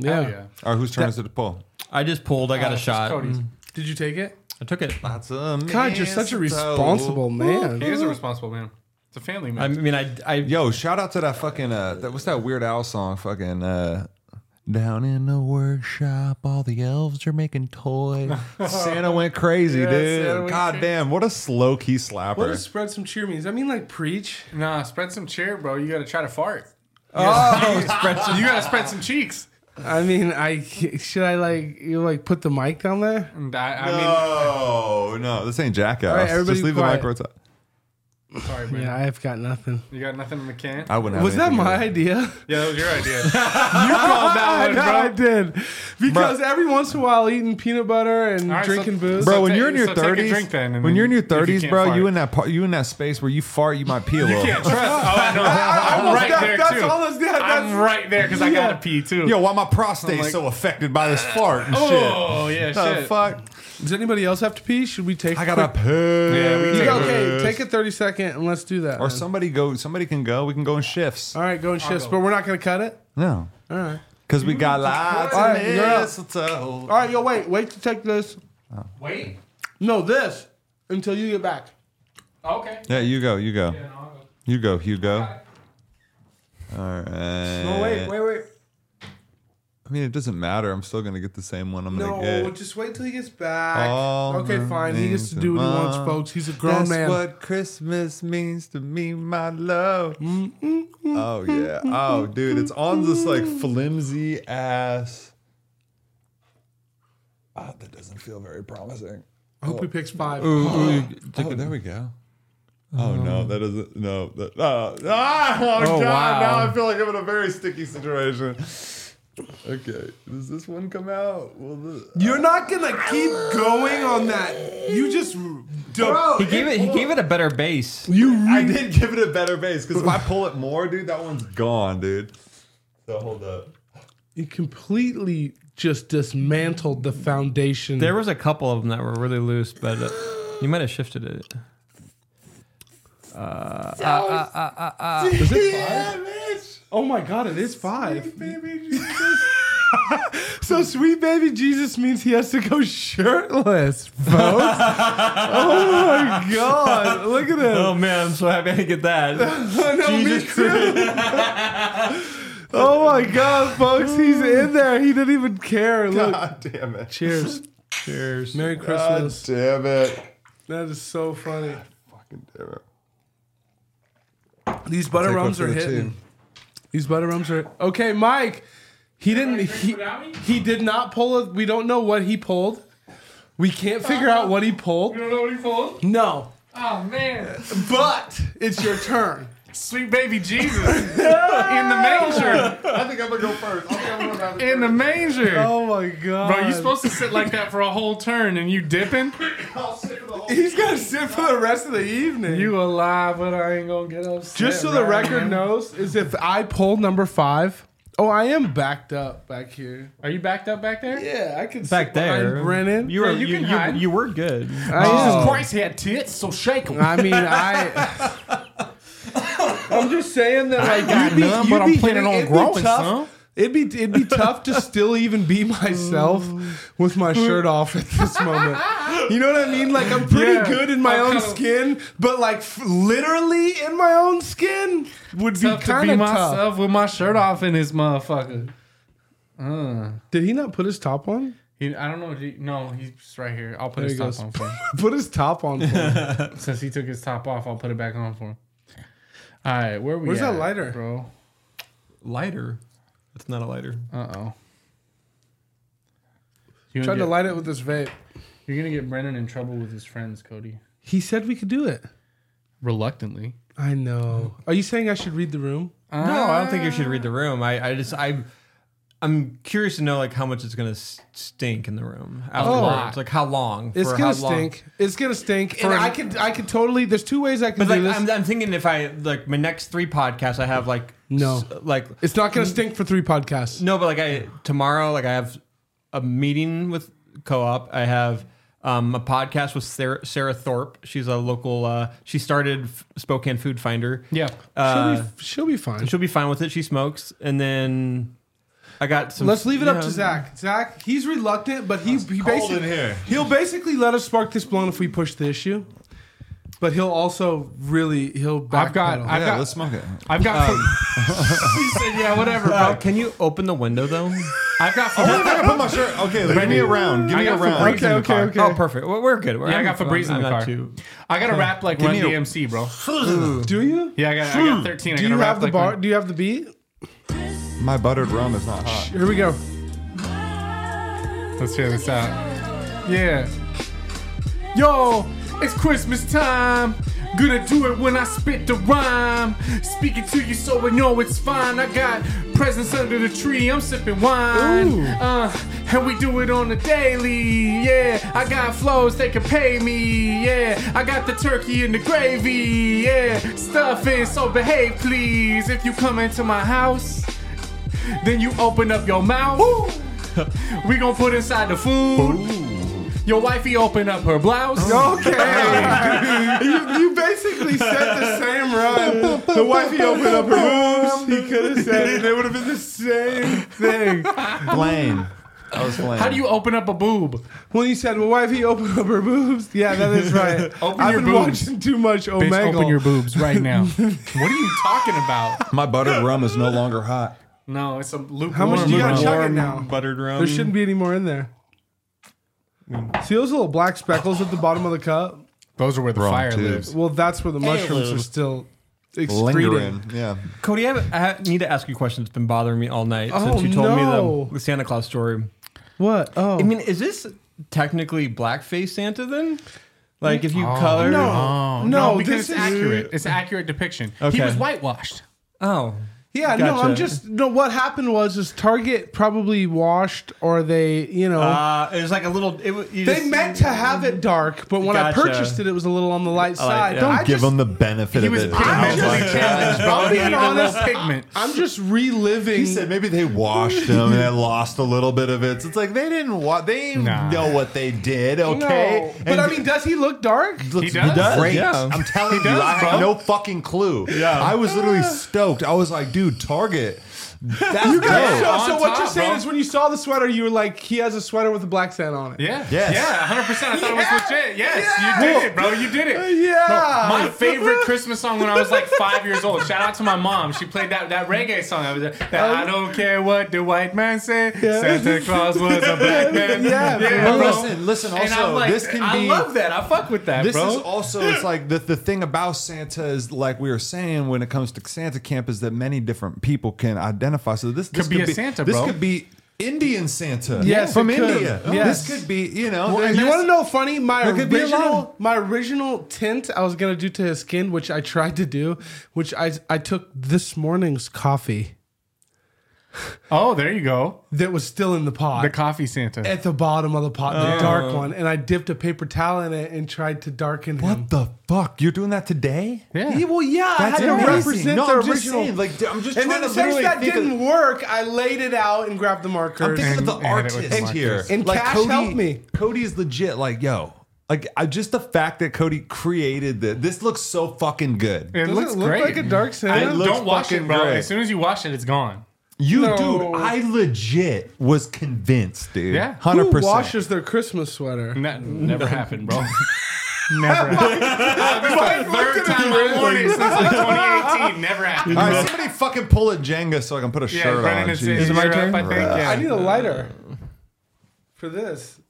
A: Yeah.
K: Yeah.
C: Or whose turn is it to pull?
I: I just pulled. I got a shot. Mm.
K: Cody's.
A: Did you take it?
I: I took it.
C: That's a
A: God, you're such a responsible man.
K: He is a responsible man. It's a family
I: I
K: man.
I: mean, I, I
C: Yo, shout out to that fucking uh, that, what's that Weird Al song? Fucking uh, down in the workshop, all the elves are making toys. Santa went crazy, dude.
A: Santa went
C: God damn, what a slow key slapper.
A: What does spread some cheer means? I mean, like preach.
K: nah, spread some cheer, bro. You gotta try to fart.
C: Oh.
K: You gotta, you gotta spread some cheeks.
A: I mean, I should I like you like put the mic down there?
K: And I, I
C: no, no, this ain't jackass.
A: right, everybody
C: Just leave
A: quiet.
C: the mic where it's at.
K: mean, sorry, man.
A: Yeah, I've got nothing.
K: Mm-hmm. You got nothing in the can?
C: I wouldn't. Have
A: Was that
C: anything
A: my
C: to do.
A: idea?
K: yeah, that was your idea. you called that one,
A: No,
K: bro.
A: I did because every once in a while, eating peanut butter and
K: All right, so-
A: drinking booze.
C: Bro,
K: So
C: when
K: take-
C: you're in your
K: so take a
C: thirties,
K: drink then, and
C: when
K: then
C: you're in your
K: if you
C: thirties,
K: can't
C: bro, you
K: fart.
C: in that par- you in that space where you fart, you might pee a little.
K: Can't trust. Oh, I know. I'm right
A: that-
K: there
A: that's
K: too.
A: all that's- yeah, that's-
K: I'm right there because I gotta pee too.
C: Yo, why my prostate's
K: like-
C: so affected by this fart and
K: oh
C: shit?
K: yeah,
C: The
K: shit.
C: fuck?
A: Does anybody else have to pee? Should we take?
C: I
A: a
C: got a
A: quick-
K: we
C: poo.
K: can
A: Yeah,
K: piss.
A: Okay, take a thirty second and let's do that.
C: Or
A: then.
C: somebody go. Somebody can go. We can go in shifts.
A: All right, go and shifts,
K: go.
A: but we're not gonna cut it.
C: No,
A: All right.
C: because we got lots
A: All
C: of
A: right, you're up.
C: mistletoe.
A: All right, yo, wait, wait to take this.
C: Oh.
K: Wait.
A: No, this until you get back.
K: Okay.
C: Yeah, you go. You go. You go, Hugo. All right.
A: No, wait, wait, wait.
C: I mean, it doesn't matter. I'm still gonna get the same one. I'm
A: No,
C: gonna get.
A: just wait till he gets back.
C: All
A: okay,
C: the
A: fine. He gets to
C: things
A: do what he wants,
C: among-
A: folks. He's a grown
C: That's
A: man.
C: what Christmas means to me, my love. Oh yeah. Oh, dude, it's on this like flimsy ass. Ah, that doesn't feel very promising.
A: I hope he picks five.
C: Oh, there we go. Oh no, that doesn't. No, that. Oh, ah, oh, god! Now I feel like I'm in a very sticky situation. Okay, does this one come out? Will the,
A: You're not gonna keep going on that. You just
I: he gave it. He gave it a better base.
C: I did give it a better base because if I pull it more, dude, that one's gone, dude. So hold up.
A: You completely just dismantled the foundation.
I: There was a couple of them that were really loose, but uh, you might have shifted it.
A: Is it five? Oh my god, it is five. so sweet baby Jesus means he has to go shirtless, folks. oh my god. Look at him.
I: Oh man, I'm so happy I didn't get that.
C: Oh,
A: No, me too. oh my god, folks, he's in there. He didn't even care. Look.
C: God damn it.
A: Cheers. Cheers. Merry
C: God
A: Christmas.
C: damn it.
A: that is so funny.
C: Fucking damn it.
A: These butter
C: Take one
A: rums
C: for
A: are
C: the
A: hitting.
C: team.
A: These butter rums are okay, Mike. He didn't. He, he did not pull it. We don't know what he pulled. We can't figure out what he pulled.
E: You don't know what he pulled?
A: No,
E: Oh man,
A: but it's your turn.
E: sweet baby Jesus in the manger.
C: I think I'm gonna go first. I think I'm gonna
E: In the manger.
A: Oh my god,
E: Bro, you supposed to sit like that for a whole turn and you dipping?
C: I'll sit for the whole.
A: He's gonna sit for the rest of the evening.
E: You alive, but I ain't gonna get upset.
A: Just so the
E: right
A: record
E: now.
A: knows, is if I pull number five, oh, I am backed up back here.
E: Are you backed up back there?
A: Yeah, I can
I: Back
A: sit behind
I: there.
A: Brennan.
I: You were
E: you
I: you,
E: can
I: you,
E: hide.
I: you, were good.
C: Oh.
A: I,
E: Christ he had tits, so shake him.
A: I mean, I. I'm just saying that like
E: got
A: you'd be,
E: none,
A: you'd
E: but I'm
A: be
E: planning
A: hitting-
E: on
A: it'd be
E: growing
A: tough-
E: some.
A: It'd be it'd be tough to still even be myself
E: Mm.
A: with my shirt off at this moment. You know what I mean? Like I'm pretty
E: Yeah.
A: good in my
E: I'm
A: own
E: kinda-
A: skin, but like f- literally in my own skin would be
E: tough to
A: kind
E: be
A: of
E: myself
A: tough.
E: with my shirt off in this motherfucker. Uh,
A: Did he not put his top on?
E: he, I don't know. He, no, he's right here. I'll put
A: There
E: his
A: he
E: top
A: goes.
E: on for him.
A: Put his top on. For him.
E: Since he took his top off, I'll put it back on for him. All right, where are we
A: Where's that
E: at,
A: lighter?
E: bro?
I: Lighter. That's not a lighter.
E: Uh oh. You're
A: Tried
E: gonna,
A: to
E: get,
A: light it with his vape.
E: you're gonna get Brennan in trouble with his friends, Cody.
A: He said we could do it.
E: Reluctantly.
A: I know. Are you saying I should read the room?
I: No, I don't think you should read the room. I, I just I I'm curious to know like how much it's gonna s- stink in the room. Afterwards. Like how long?
A: It's
I: for
A: gonna
I: how long.
A: stink. It's gonna stink.
I: For-
A: and I could I could totally. There's two ways I can
I: But
A: do
I: like
A: this.
I: I'm, I'm thinking if I like my next three podcasts I have like
A: No.
I: s- like
A: it's not gonna stink for three podcasts.
I: no but like I tomorrow like I have a meeting with co-op I have um, a podcast with Sarah, Sarah Thorpe she's a local uh, she started F- Spokane Food Finder
E: Yeah.
I: uh,
A: she'll, be, she'll be fine.
I: she'll be fine with it she smokes and then I got some
A: Let's leave it
I: yeah.
A: up to Zach. Zach, he's reluctant, but he, he
C: Cold in
A: basically
C: here.
A: he'll basically let us spark this blunt if we push the issue. But he'll also really he'll backpedal.
E: I've got- I've
C: Yeah,
E: got-
C: let's smoke it.
E: I've got. he said, "Yeah, whatever,
I: Uh,
E: bro."
I: can you open the window though?
E: I've got.
C: I gotta put my shirt. Okay, give me a round. Give
E: I
C: me a
E: got some
C: round.
E: breaks in the car.
I: Oh, perfect. Well, we're good. We're,
E: Yeah, I got Febreze in the car. I got to rap like Run
C: me a-
E: DMC, bro.
A: do you?
E: Yeah, I got, I got 13. I
A: Do
E: gotta
A: you
E: rap
A: have the
E: like
A: bar?
E: Run-
A: Do you have the beat?
C: My buttered rum is not hot.
A: Here we go.
E: Let's hear this out. Yeah. Yo, it's Christmas time. Gonna do it when I spit the rhyme. Speaking to you so I know it's fine. I got presents under the tree. I'm sipping wine.
A: Ooh.
E: Uh, and we do it on the daily. Yeah, I got flows they can pay me. Yeah, I got the turkey and the gravy. Yeah, stuffing. So behave, please. If you come into my house, then you open up your mouth. we gonna put inside the food. Your wifey open up her blouse.
A: Okay. you, you basically said the same rhyme. The wifey opened up her boobs. He could have said it. It would have been the same thing.
C: Blame. I was blame.
E: How do you open up a boob?
A: When you said, "Well, wifey opened up her boobs," yeah, that is right.
E: Open
A: I've
E: your
A: been
E: boobs.
A: watching too much Omegle.
E: Bitch, open your boobs right now. what are you talking about?
C: My buttered rum is no longer hot.
E: No, it's a loop.
A: How much do you
E: got?
A: gotta chug it now?
I: Buttered rum.
A: There shouldn't be any more in there. See those little black speckles at the bottom of the cup?
E: Those are where the
C: Wrong
E: fire
C: tube.
E: lives.
A: Well, that's where the mushrooms are still excreting.
C: Lingering. Yeah.
I: Cody, I, have, I ha- need to ask you a question that's been bothering me all night
A: Oh,
I: since you told me
A: no.
I: the, the Santa Claus story.
A: What? Oh,
I: I mean, is this technically blackface Santa then? Like if you color?
A: no,
E: No,
A: no,
E: because it's
A: this is
E: accurate. It's an accurate depiction. He
I: Okay.
E: was whitewashed.
I: Oh.
A: Yeah, no, I'm
I: Gotcha.
A: just no. What happened was is Target probably washed or they, you know,
I: Uh, it was like a little. It, wa- you
A: they
I: just-
A: meant to have it dark, but when
I: Gotcha.
A: I purchased it, it was a little on the light side. But
I: yeah. Don't
A: I
C: Give
A: just,
C: him the benefit
E: He
C: of
E: was
C: it.
E: pigmentally challenged, bro.
A: I'm
E: He
A: being
E: needed a little
A: honest.
E: Pigment.
A: I'm just reliving.
C: He said maybe they washed him and they lost a little bit of it. So it's like they didn't wa- they didn't
E: Nah.
C: know what they did,
A: no.
C: okay?
A: but
C: And
A: I mean, does he look dark?
C: looks
E: He does?
C: Great.
I: yeah.
C: I'm telling you, I
E: bro.
C: had no fucking clue. Yeah. I was literally
E: Ah.
C: stoked. I was like, dude, Target. That's you
E: guys
C: dope.
E: saw-
A: so, so
E: on
A: what you're
E: top,
A: saying
E: bro.
A: is when you saw the sweater, you were like, he has a sweater with a black sand on it.
E: Yeah.
C: Yes.
E: Yeah, 100%. I thought it was
A: Yeah.
E: legit. Yes,
A: Yeah.
E: you did it, bro. You did it.
A: Yeah.
E: My favorite Christmas song when I was like five years old. Shout out to my mom. She played that, that reggae song. I was like, that I don't care what the white man said. Santa Claus was a black man. yeah
A: Yeah,
C: Well,
E: bro.
C: listen, listen.
E: and
C: Also,
E: I'm like,
C: this can
E: I
C: be.
E: love that. I fuck with that,
C: This
E: bro.
C: is also it's like the, the thing about Santa is like we were saying when it comes to Santa camp is that many different people can identify. So this, this
E: Could be a Santa,
C: This
E: bro.
C: could be Indian Santa.
A: Yes,
C: from
A: it could.
C: India.
A: Yes.
C: This could be you know.
A: Well,
C: there's-
A: you want to know funny? My
C: There could be a
A: original,
C: lot.
A: my original tint I was gonna do to his skin, which I tried to do, which I I took this morning's coffee
E: Oh, there you go.
A: that was still in the pot.
E: The coffee Santa.
A: at the bottom of the pot, the dark one, and I dipped a paper towel in it and tried to darken him.
C: what the fuck? You're doing that today?
A: Yeah, well, yeah, I had to
C: amazing.
A: represent
C: no,
A: the
C: I'm
A: original.
C: Just saying, like, I'm just
A: and
C: trying
A: then
C: to
A: since
C: literally
A: that
C: think of-
A: didn't work, I laid it out and grabbed the
C: I'm
A: markers.
C: thinking
E: And-
C: of the
E: and it was
C: artist
E: markers.
C: here.
A: And Cash helped me.
C: Cody's legit. Like, yo, like I just the fact that Cody created this. This looks so fucking good.
E: It
A: Does
E: looks
A: it look
E: great.
A: like a dark
C: It
A: Santa?
E: Don't
C: looks
E: wash it,
C: fucking
E: bro.
C: great.
E: As soon as you wash it, it's gone.
C: You,
A: No.
C: dude, I legit was convinced, dude.
E: Yeah.
C: hundred
A: Who
C: percent.
A: washes their Christmas sweater?
E: And that never happened, bro. never happened.
A: Mike
E: Third time I worn it since like 2018. Never happened.
C: All right, somebody fucking pull a Jenga so I can put a
E: Yeah,
C: shirt
E: Brennan,
C: on.
E: it's,
C: Jesus
E: it's my
C: Christ.
E: turn. I think. Yeah.
A: I need a lighter for this.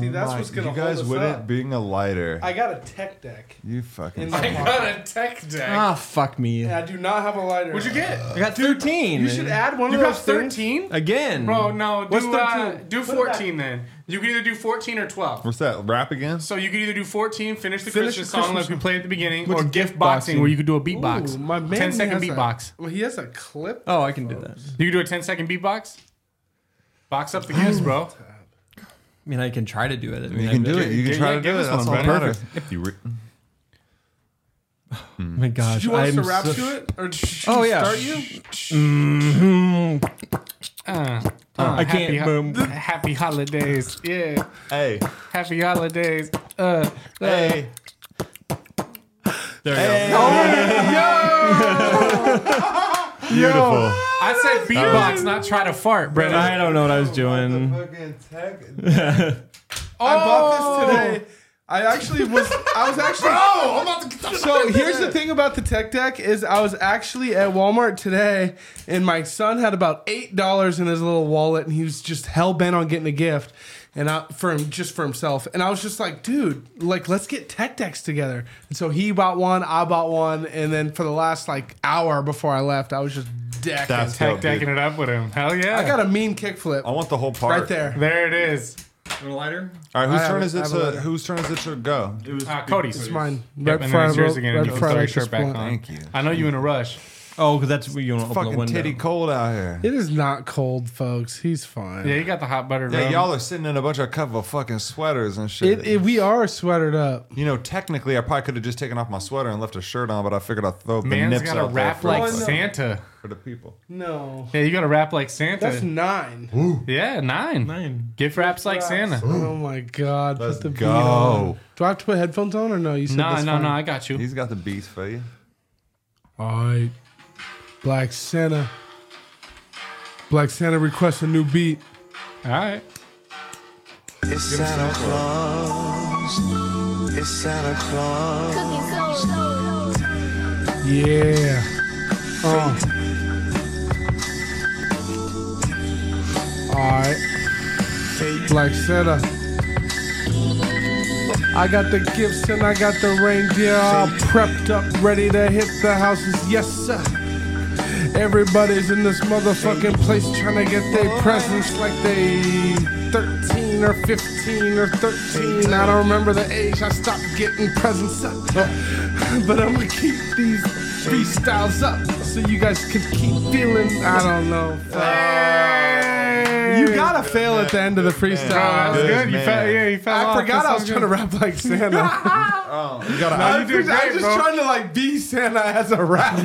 A: See, that's
C: My-
A: what's gonna
C: You guys
A: hold us
C: with
A: up.
C: it being a lighter.
A: I got a tech deck.
C: you fucking.
A: In my
C: suck.
A: pocket.
E: a tech deck.
I: Ah, fuck me.
A: And I do not have a lighter.
E: What'd you get?
I: I got 13.
A: You should add one
E: You
A: of
E: got
A: those things.
E: 13?
I: Again.
E: Bro, no.
A: What's
E: Do, uh,
A: 13?
E: do
A: Put it back.
E: 14 then. You can either do 14 or 12.
C: What's that rap again?
E: So you could either do 14, finish the
A: Finish
E: Christmas
A: the
E: song
A: Christmas
E: like we played at the beginning,
I: What's
E: or gift
I: gift
E: boxing
I: boxing?
E: where you could do a
A: Ooh,
E: beatbox.
A: my man
E: 10 second
A: has a-
E: beatbox.
A: well, he has a clip.
I: Oh, I can do that.
E: You could do a 10 second beatbox. Box up the gifts, bro.
I: I mean, I can try to do it. I mean,
C: You can
I: I-
C: do it. You
E: yeah,
C: can try
E: yeah,
C: to
E: give
C: do it.
E: us
C: That's
E: one,
C: all
E: Brennan.
C: perfect. If you re-
I: Oh my gosh.
A: Do you want us
I: I'm
A: to rap
I: so-
A: to it? Or
I: Oh, yeah.
A: start you?
I: I
E: Uh, Happy,
I: can't.
E: ho-
I: Boom.
E: happy holidays. Yeah.
C: Hey,
E: Happy holidays. Uh,
C: hey.
I: There we
A: Oh.
C: Beautiful.
E: I said beatbox, not try to fart,
I: go.
E: Brennan.
I: I don't know what I was
C: Mm.
I: doing.
C: Fucking tech.
A: I bought this today. I actually was. I was actually.
C: Oh, I'm about to get
A: So here's the thing about the tech deck is I was actually at Walmart today, and my son had about eight dollars in his little wallet, and he was just hell bent on getting a gift, and I, for him just for himself. And I was just like, dude, like let's get tech decks together. And so he bought one, I bought one, and then for the last like hour before I left, I was just decked.
C: That's
E: Tech
C: dope, dude.
E: decking it up with him. Hell yeah.
A: I got a mean kickflip
C: I want the whole part.
A: right there.
E: there it is.
I: lighter?
C: All right, whose
A: I
C: turn
A: have-
C: is
A: I
C: it
A: have a
C: to
A: letter.
C: whose turn is it to go?
E: Uh, Cody's. It's
A: Mine.
E: Yep, and then it's yours again, and you can throw your shirt back on.
C: Thank you.
E: I know you in a rush.
I: Oh, because that's you want to open the
C: Fucking
I: window.
C: titty cold out here.
A: It is not cold, folks. He's fine.
E: Yeah, you got the hot butter.
C: Yeah,
E: rum.
C: y'all are sitting in a bunch of couple of fucking sweaters and shit.
A: It, it, we are sweatered up.
C: you know, technically, I probably could have just taken off my sweater and left a shirt on, but I figured I'd throw the
E: Man's
C: nips
E: got to
C: out there
E: rap
C: for,
E: like
C: the-
E: Santa.
C: for the people.
A: No.
E: Yeah, you got to rap like Santa.
A: That's nine.
E: yeah, nine.
I: Nine.
E: Gift raps like Santa.
A: Oh my God!
C: Let's
A: put the beat
C: go.
A: on. Do I have to put headphones on or no? You said
E: No,
A: that's
E: no,
A: fine.
E: no. I got you.
C: He's got the beats for you.
A: All right, Black Santa. Black Santa requests a new beat.
E: All right.
D: Cooking cold.
A: Yeah. Uh. All right, Black Santa. I got the gifts and I got the reindeer all prepped up, ready to hit the houses. Yes, sir. Everybody's in this motherfucking place trying to get their presents like they 13 or 15 or 13. I don't remember the age I stopped getting presents up. But I'm gonna keep these freestyles up so you guys can keep feeling. I don't know. You gotta fail at the end of the freestyle.
E: That's good. You
C: man.
E: fell, yeah, you fell off.
A: I forgot
E: That's
A: I was
E: so
A: trying to rap like Santa.
C: Oh, You got to
A: I, was
E: did
A: just- I
E: great,
A: was just
E: bro.
A: trying to like be Santa as a rapper.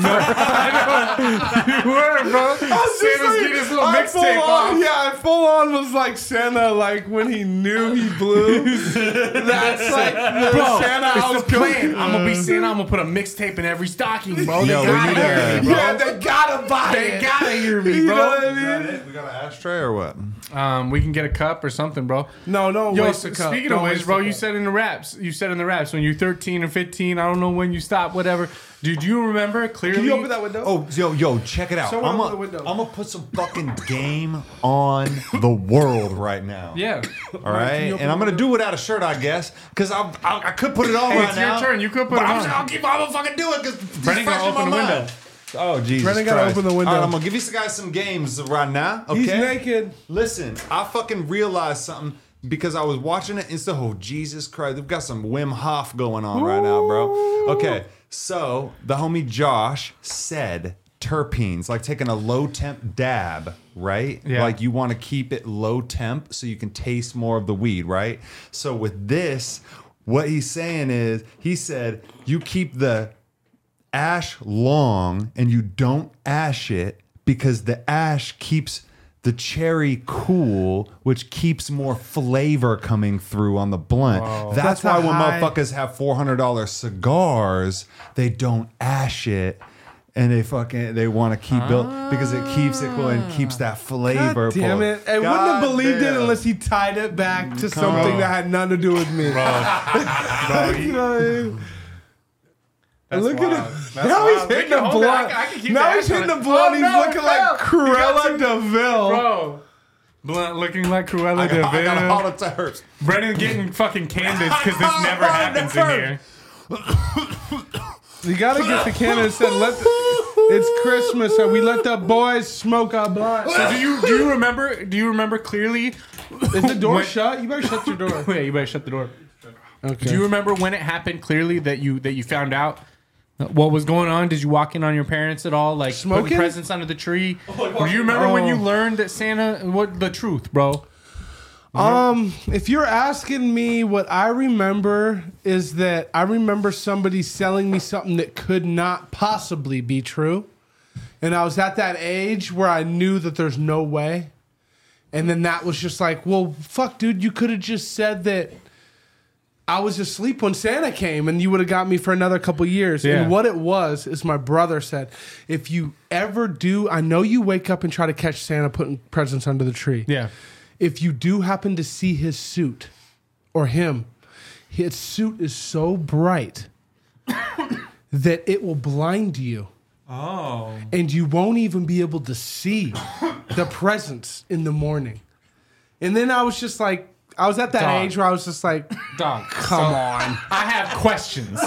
E: good. You were, bro.
A: was just
E: Santa's
A: like-
E: getting his little
A: I full
E: mixtape
A: on-
E: off.
A: Yeah, I full on was like Santa, like when he knew he blew. That's like the
E: Bro,
A: Santa I was
E: Oh, it's the plan.
A: playing.
E: I'm gonna be Santa. I'm gonna put a mixtape in every stocking, bro. They
C: Yo, we
E: gotta
C: need
E: hear
C: that,
E: me,
C: bro.
A: Yeah, they gotta buy
E: They
A: it.
E: gotta hear me,
A: You know
E: bro.
A: what I mean?
C: We got an ashtray or what?
E: Um, we can get a cup or something, bro.
A: No, no.
E: Yo,
A: waste
E: so
A: a cup.
E: speaking
A: Don't
E: of which,
A: waste
E: bro,
A: a
E: you
A: cup.
E: said in the raps, you said in the raps when you're 13 or 15, I don't know when you stop, whatever. Dude, you remember clearly?
A: Can you open that window?
C: Oh, yo, yo, check it out.
A: Someone
C: I'm
A: open the window.
C: gonna put some fucking game on the world right now.
E: Yeah.
C: All right, and I'm gonna do without a shirt, I guess, because I, I I could put it on
E: Hey,
C: right
E: it's your
C: now.
E: turn. You could put
C: but
E: it
C: I'm
E: on.
C: Just, I'll keep. I'm gonna fucking do it because
E: Brennan
C: fresh
E: gonna
C: in my
E: open the
C: mind.
E: window.
C: Oh Jesus!
A: Brennan gotta
C: Christ.
A: open the window.
C: All right, I'm gonna give you guys some games right now. Okay.
A: He's naked.
C: Listen, I fucking realized something because I was watching it. It's the whole Jesus Christ. They've got some Wim Hof going on right now, bro. Okay, so the homie Josh said terpenes, like taking a low temp dab, right?
E: Yeah.
C: Like you want to keep it low temp so you can taste more of the weed, right? So with this, what he's saying is, he said you keep the ash long and you don't ash it because the ash keeps the cherry cool, which keeps more flavor coming through on the blunt. That's,
A: That's
C: why
A: a
C: when
A: high-
C: motherfuckers have four hundred dollar cigars, they don't ash it. And they fucking they want to keep built because it keeps it cool and keeps that
A: Ah. God
C: flavor.
A: damn
C: pull.
A: it! I wouldn't
C: God
A: have believed
C: damn.
A: it unless he tied it back to something that had nothing to do with me. You know what I mean? Look at him. now he's
E: wild. We
A: hitting
E: can
A: the
E: hold it. I
A: blunt.
E: can- I can keep
A: now
E: the
A: he's
E: action
A: hitting the
E: on it.
A: blunt.
E: Oh,
A: he's
E: no,
A: looking
E: it
A: like
E: fell. You got
A: Cruella Deville.
E: Bro. Blunt looking like Cruella
C: I got, I got all
E: Deville.
C: the terps.
E: Brennan getting fucking candid because this
C: I
E: never
C: got
E: happens in
C: all the
E: here.
A: You gotta get the can and said, "Let it's Christmas and we let the boys smoke our blunt."
E: So do you do you remember do you remember clearly?
A: Is the door
E: When-
A: shut? You better shut your door.
E: Yeah, you better shut the door.
A: Okay.
E: Do you remember when it happened clearly that you that you found out what was going on? Did you walk in on your parents at all? Like
A: Smoking?
E: putting presents under the tree? Do you remember when you learned that Santa what the truth, bro?
A: Um, if you're asking me, what I remember is that I remember somebody selling me something that could not possibly be true, and I was at that age where I knew that there's no way, and then that was just like, well, fuck, dude, you could have just said that. I was asleep when Santa came, and you would have got me for another couple years.
E: Yeah.
A: And what it was is my brother said, "If you ever do, I know you wake up and try to catch Santa putting presents under the tree
E: Yeah.
A: if you do happen to see his suit or him, his suit is so bright that it will blind you. Oh. And you won't even be able to see the presence in the morning. And then I was just like, I was at that
E: Dog.
A: age where I was just like,
E: Dog.
A: come on.
E: I have questions.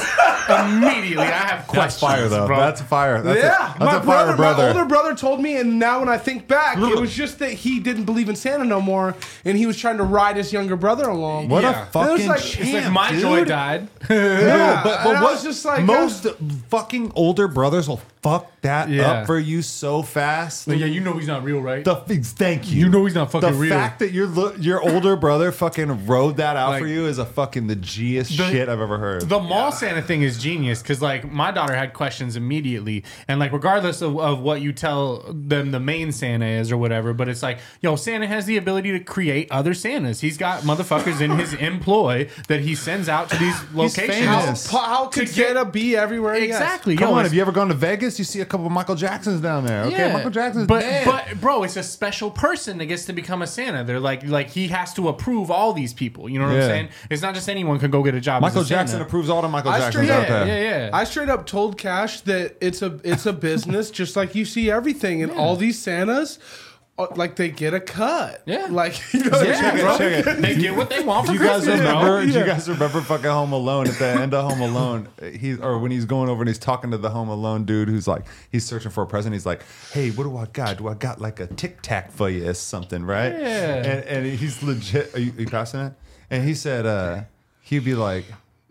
E: Immediately, I have
C: That's
E: questions.
C: fire though.
E: Bro.
C: That's fire. That's a-
A: yeah,
C: that's
A: my
C: a fire
A: brother,
C: brother.
A: my older brother told me, and now when I think back, it was just that he didn't believe in Santa no more, and he was trying to ride his younger brother along.
C: What
E: Yeah.
C: a
E: It
A: was
C: fucking
A: like- it's
C: champ,
A: like
E: it's like my
C: dude.
E: joy died.
C: No,
A: Yeah,
C: but,
A: and
C: but
A: I
C: what's
A: was just like,
C: most fucking older brothers will fuck that
E: Yeah.
C: up for you so fast.
E: yeah, you know he's not real, right?
C: The f- thank you.
E: You know he's not fucking
C: the
E: real.
C: fact that your lo- your older brother fucking rode that out for
E: Like-
C: you is a fucking the Gest shit I've ever heard.
E: The mall Santa thing is genius because like my daughter had questions immediately, and like regardless of, of what you tell them, the main Santa is or whatever. But it's like, yo, Santa has the ability to create other Santas. He's got motherfuckers in his employ that he sends out to these locations.
A: how,
C: famous.
A: how could
E: To get-
A: Santa be everywhere? he is?
E: Exactly.
C: Come
E: yo,
C: on,
E: it's-
C: have you ever gone to Vegas? You see a couple of Michael Jacksons down there. Okay,
E: Yeah.
C: Michael Jackson's
E: but
C: dead.
E: but bro, it's a special person that gets to become a Santa. They're like like he has to approve all these people. You know what
C: Yeah.
E: I'm saying? It's not just anyone can go get a job.
C: Michael
E: as a Santa.
C: Jackson approves all the Michael
A: I
C: Jacksons
A: straight-
C: out there.
E: Yeah, yeah, yeah.
A: I straight up told Cash that it's a it's a business, just like you see everything, and all these Santas, uh, like they get a cut.
E: Yeah.
A: like you know what
E: Yeah,
A: I mean?
E: bro.
C: check it.
E: They get what they want
C: Do
E: from
C: you guys
E: Christmas, bro.
C: remember? Do you guys remember fucking Home Alone at the end of Home Alone? He's or when he's going over and he's talking to the Home Alone dude who's like he's searching for a present. He's like, "Hey, what do I got? Do I got like a Tic Tac for you or something?" Right?
E: Yeah.
C: And, and he's legit. Are you, are you passing it? And he said, uh, he'd be like.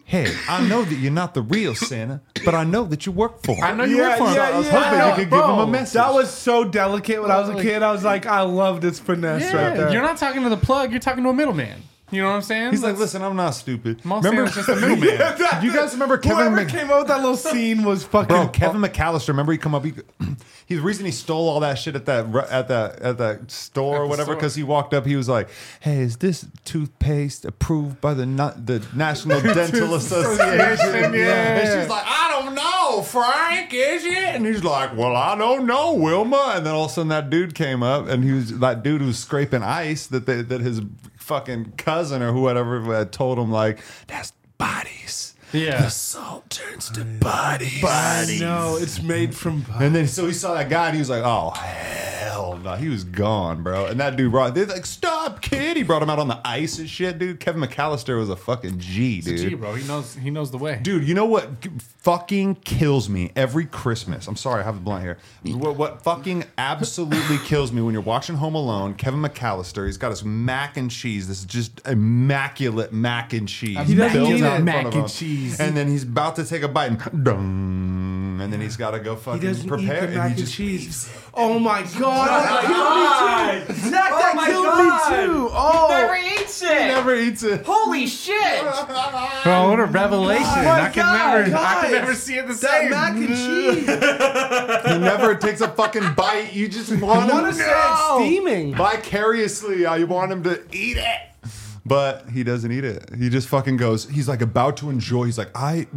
C: Hey, I know that you're not the real Santa, but I know that you work for him.
E: I know you work for him.
C: so I was
A: Yeah, yeah,
C: hoping
A: yeah.
C: you could give him a
E: Bro,
C: message.
A: That was so delicate when I was a
E: Like-
A: kid. I was like, I love this finesse right there.
E: You're not talking to the plug, you're talking to a middleman. You know what I'm saying?
C: He's like, listen, I'm not stupid.
E: Mall
C: Remember,
E: Santa's just a middleman.
C: you guys remember Kevin
A: Whoever
C: Mc-
A: came up with that little scene was fucking.
C: Bro, Kevin McAllister, remember he come up. He, he the reason he stole all that shit at that ru- at that at that store or whatever
E: store.
C: because he walked up. He was like, "Hey, is this toothpaste approved by the na- the National Dental Association?" And she was like, "I don't know, Frank, is it?" And he's like, "Well, I don't know, Wilma." And then all of a sudden, that dude came up, and he was that dude who was scraping ice that they, that his fucking cousin or whoever had told him like, "That's bodies."
E: Yeah.
C: The salt turns to bodies. Bodies.
A: no, it's made from.
C: And then so he saw that guy and he was like, oh, hell hell no, he was gone, bro. And that dude brought they're like, stop, kid. He brought him out on the ice and shit, dude. Kevin McAllister was a fucking G, dude.
E: Gee, bro, he knows he knows the way.
C: Dude, you know what g- fucking kills me every Christmas? I'm sorry, I have a blunt here. What, what fucking absolutely kills me when you're watching Home Alone, Kevin McAllister, he's got his mac and cheese. This is just immaculate mac and cheese.
A: He doesn't
C: built
A: need
C: out
A: it.
C: in front
E: Mac
C: of
E: and
C: him.
E: cheese.
C: And then he's about to take a bite and dung, and then he's got to go fucking
A: He doesn't
C: prepare and
A: eat the
C: he
A: mac and
C: just
A: cheese. Oh my god! that killed me too. Oh Zach, that
J: my
A: killed
J: God.
A: me too. Oh,
J: Never eats it.
C: never eats it.
J: Holy shit!
E: Bro,
C: "Oh
E: what a revelation! I can
A: God,
E: never, I
A: guys.
E: can never see it the
A: that
E: same.
A: mac and cheese.
C: He never takes a fucking bite. You just want
A: I
C: him
A: want to say it's steaming.
C: vicariously. I want him to eat it. But he doesn't eat it. He just fucking goes. He's like about to enjoy. He's like I.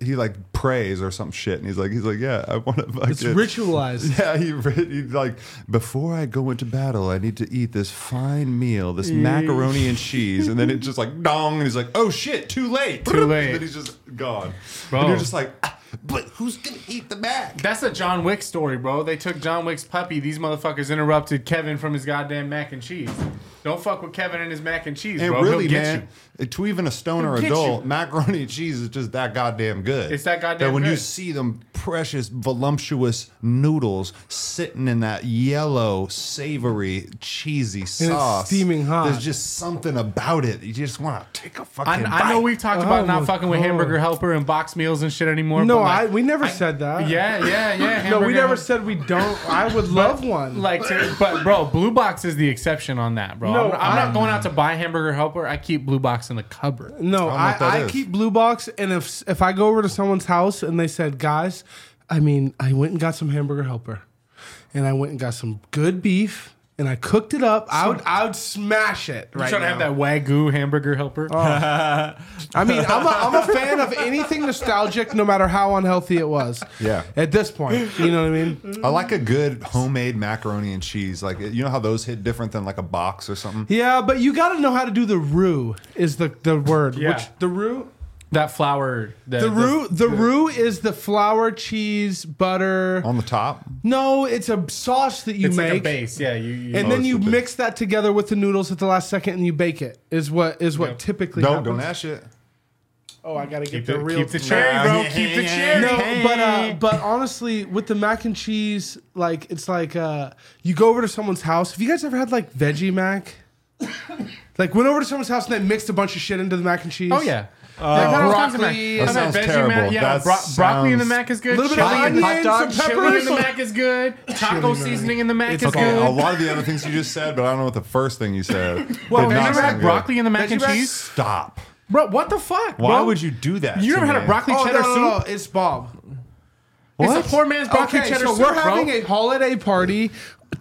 C: He like prays or some shit, and he's like he's like yeah. I want to fucking.
A: It's ritualized.
C: Yeah, he, he's like before I go into battle, I need to eat this fine meal, this macaroni and cheese, and then it just like dong, and he's like oh shit, too late,
E: Too late.
C: And then he's just gone.
E: Bro.
C: And you're just like, "Ah, but who's gonna eat the mac?
E: That's a John Wick story, bro. They took John Wick's puppy. These motherfuckers interrupted Kevin from his goddamn mac and cheese. Don't fuck with Kevin and his mac and cheese,
C: And
E: bro.
C: really,
E: He'll get
C: man, to even a stoner
E: He'll get
C: adult,
E: you.
C: macaroni and cheese is just that goddamn good.
E: It's that goddamn
C: That when you
E: good.
C: see them precious, voluptuous noodles sitting in that yellow, savory, cheesy sauce,
A: steaming hot.
C: There's just something about it. You just want to take a fucking.
E: I, I know
C: bite.
E: we've talked
A: Oh
E: about
A: my
E: not fucking with
A: God.
E: Hamburger Helper and box meals and shit anymore.
A: No,
E: but like,
A: I. We never said that.
E: Yeah, yeah, yeah.
A: No,
E: Hamburger
A: we never
E: Helper.
A: said we don't. I would love one.
E: Like, to, but bro, Blue Box is the exception on that, bro.
A: No,
E: I'm, I'm
A: I-
E: not going out to buy Hamburger Helper. I keep Blue Box in the cupboard.
A: No,
C: I
A: I,
C: don't know what
A: I,
C: that is.
A: keep Blue Box, and if if I go over to someone's house and they said, "Guys, I mean, I went and got some hamburger helper, and I went and got some good beef, and I cooked it up," I would I would smash it
E: You
A: right
E: trying
A: now.
E: to have that Wagyu Hamburger Helper?
A: Oh. I mean, I'm a, I'm a fan of anything nostalgic, no matter how unhealthy it was.
C: Yeah.
A: At this point, you know what I
E: Mm-hmm.
A: mean?
C: I like a good homemade macaroni and cheese. Like you know how those hit different than like a box or something.
A: Yeah, but you got to know how to do the roux. Is the the word?
E: Yeah.
A: Which the roux.
E: that flour.
A: The roux, the roux is the flour, cheese, butter.
C: On the top,
A: No, it's a sauce that you
E: It's
A: make,
E: like a base. Yeah, you. you
A: and then you
C: it's the
A: mix that together with the noodles at the last second, and you bake it. Is what is what typically
C: no,
A: happens.
C: don't ash it.
A: Oh, I gotta get
E: keep
A: the,
E: the,
A: real.
E: keep the cherry, bro. Keep the cherry.
A: no, but uh, but honestly, with the mac and cheese, like it's like uh, you go over to someone's house. Have you guys ever had like veggie mac? like went over to someone's house and they mixed a bunch of shit into the mac and cheese.
E: Oh yeah. Like, that was kinds of
C: That
E: mac. I've had
C: sounds
E: veggie
C: terrible.
E: mac- yeah,
C: That
E: bro- broccoli in the
C: sounds-
E: mac is good.
A: Little bit of
E: chili in the-
A: onions,
E: hot dog,
A: some
E: chili in the
A: peppers.
E: mac is good. Taco seasoning in the mac is
C: Okay, a
E: good.
C: lot of the other things you just said, but I don't know what the first thing you said.
E: Well,
C: did
E: have you
C: not
E: ever
C: sound
E: had
C: good.
E: broccoli in the mac
A: Veggie
E: and
A: mac?
E: cheese?
C: Stop.
E: Bro, what the fuck?
C: Why
E: bro?
C: would you do that?
E: You
C: to
E: ever had
C: me?
E: a broccoli
A: Oh,
E: cheddar
A: no, no, no,
E: soup?
A: it's Bob.
E: It's a poor man's broccoli
A: okay,
E: cheddar
A: so
E: soup.
A: we're having
E: bro.
A: a holiday party.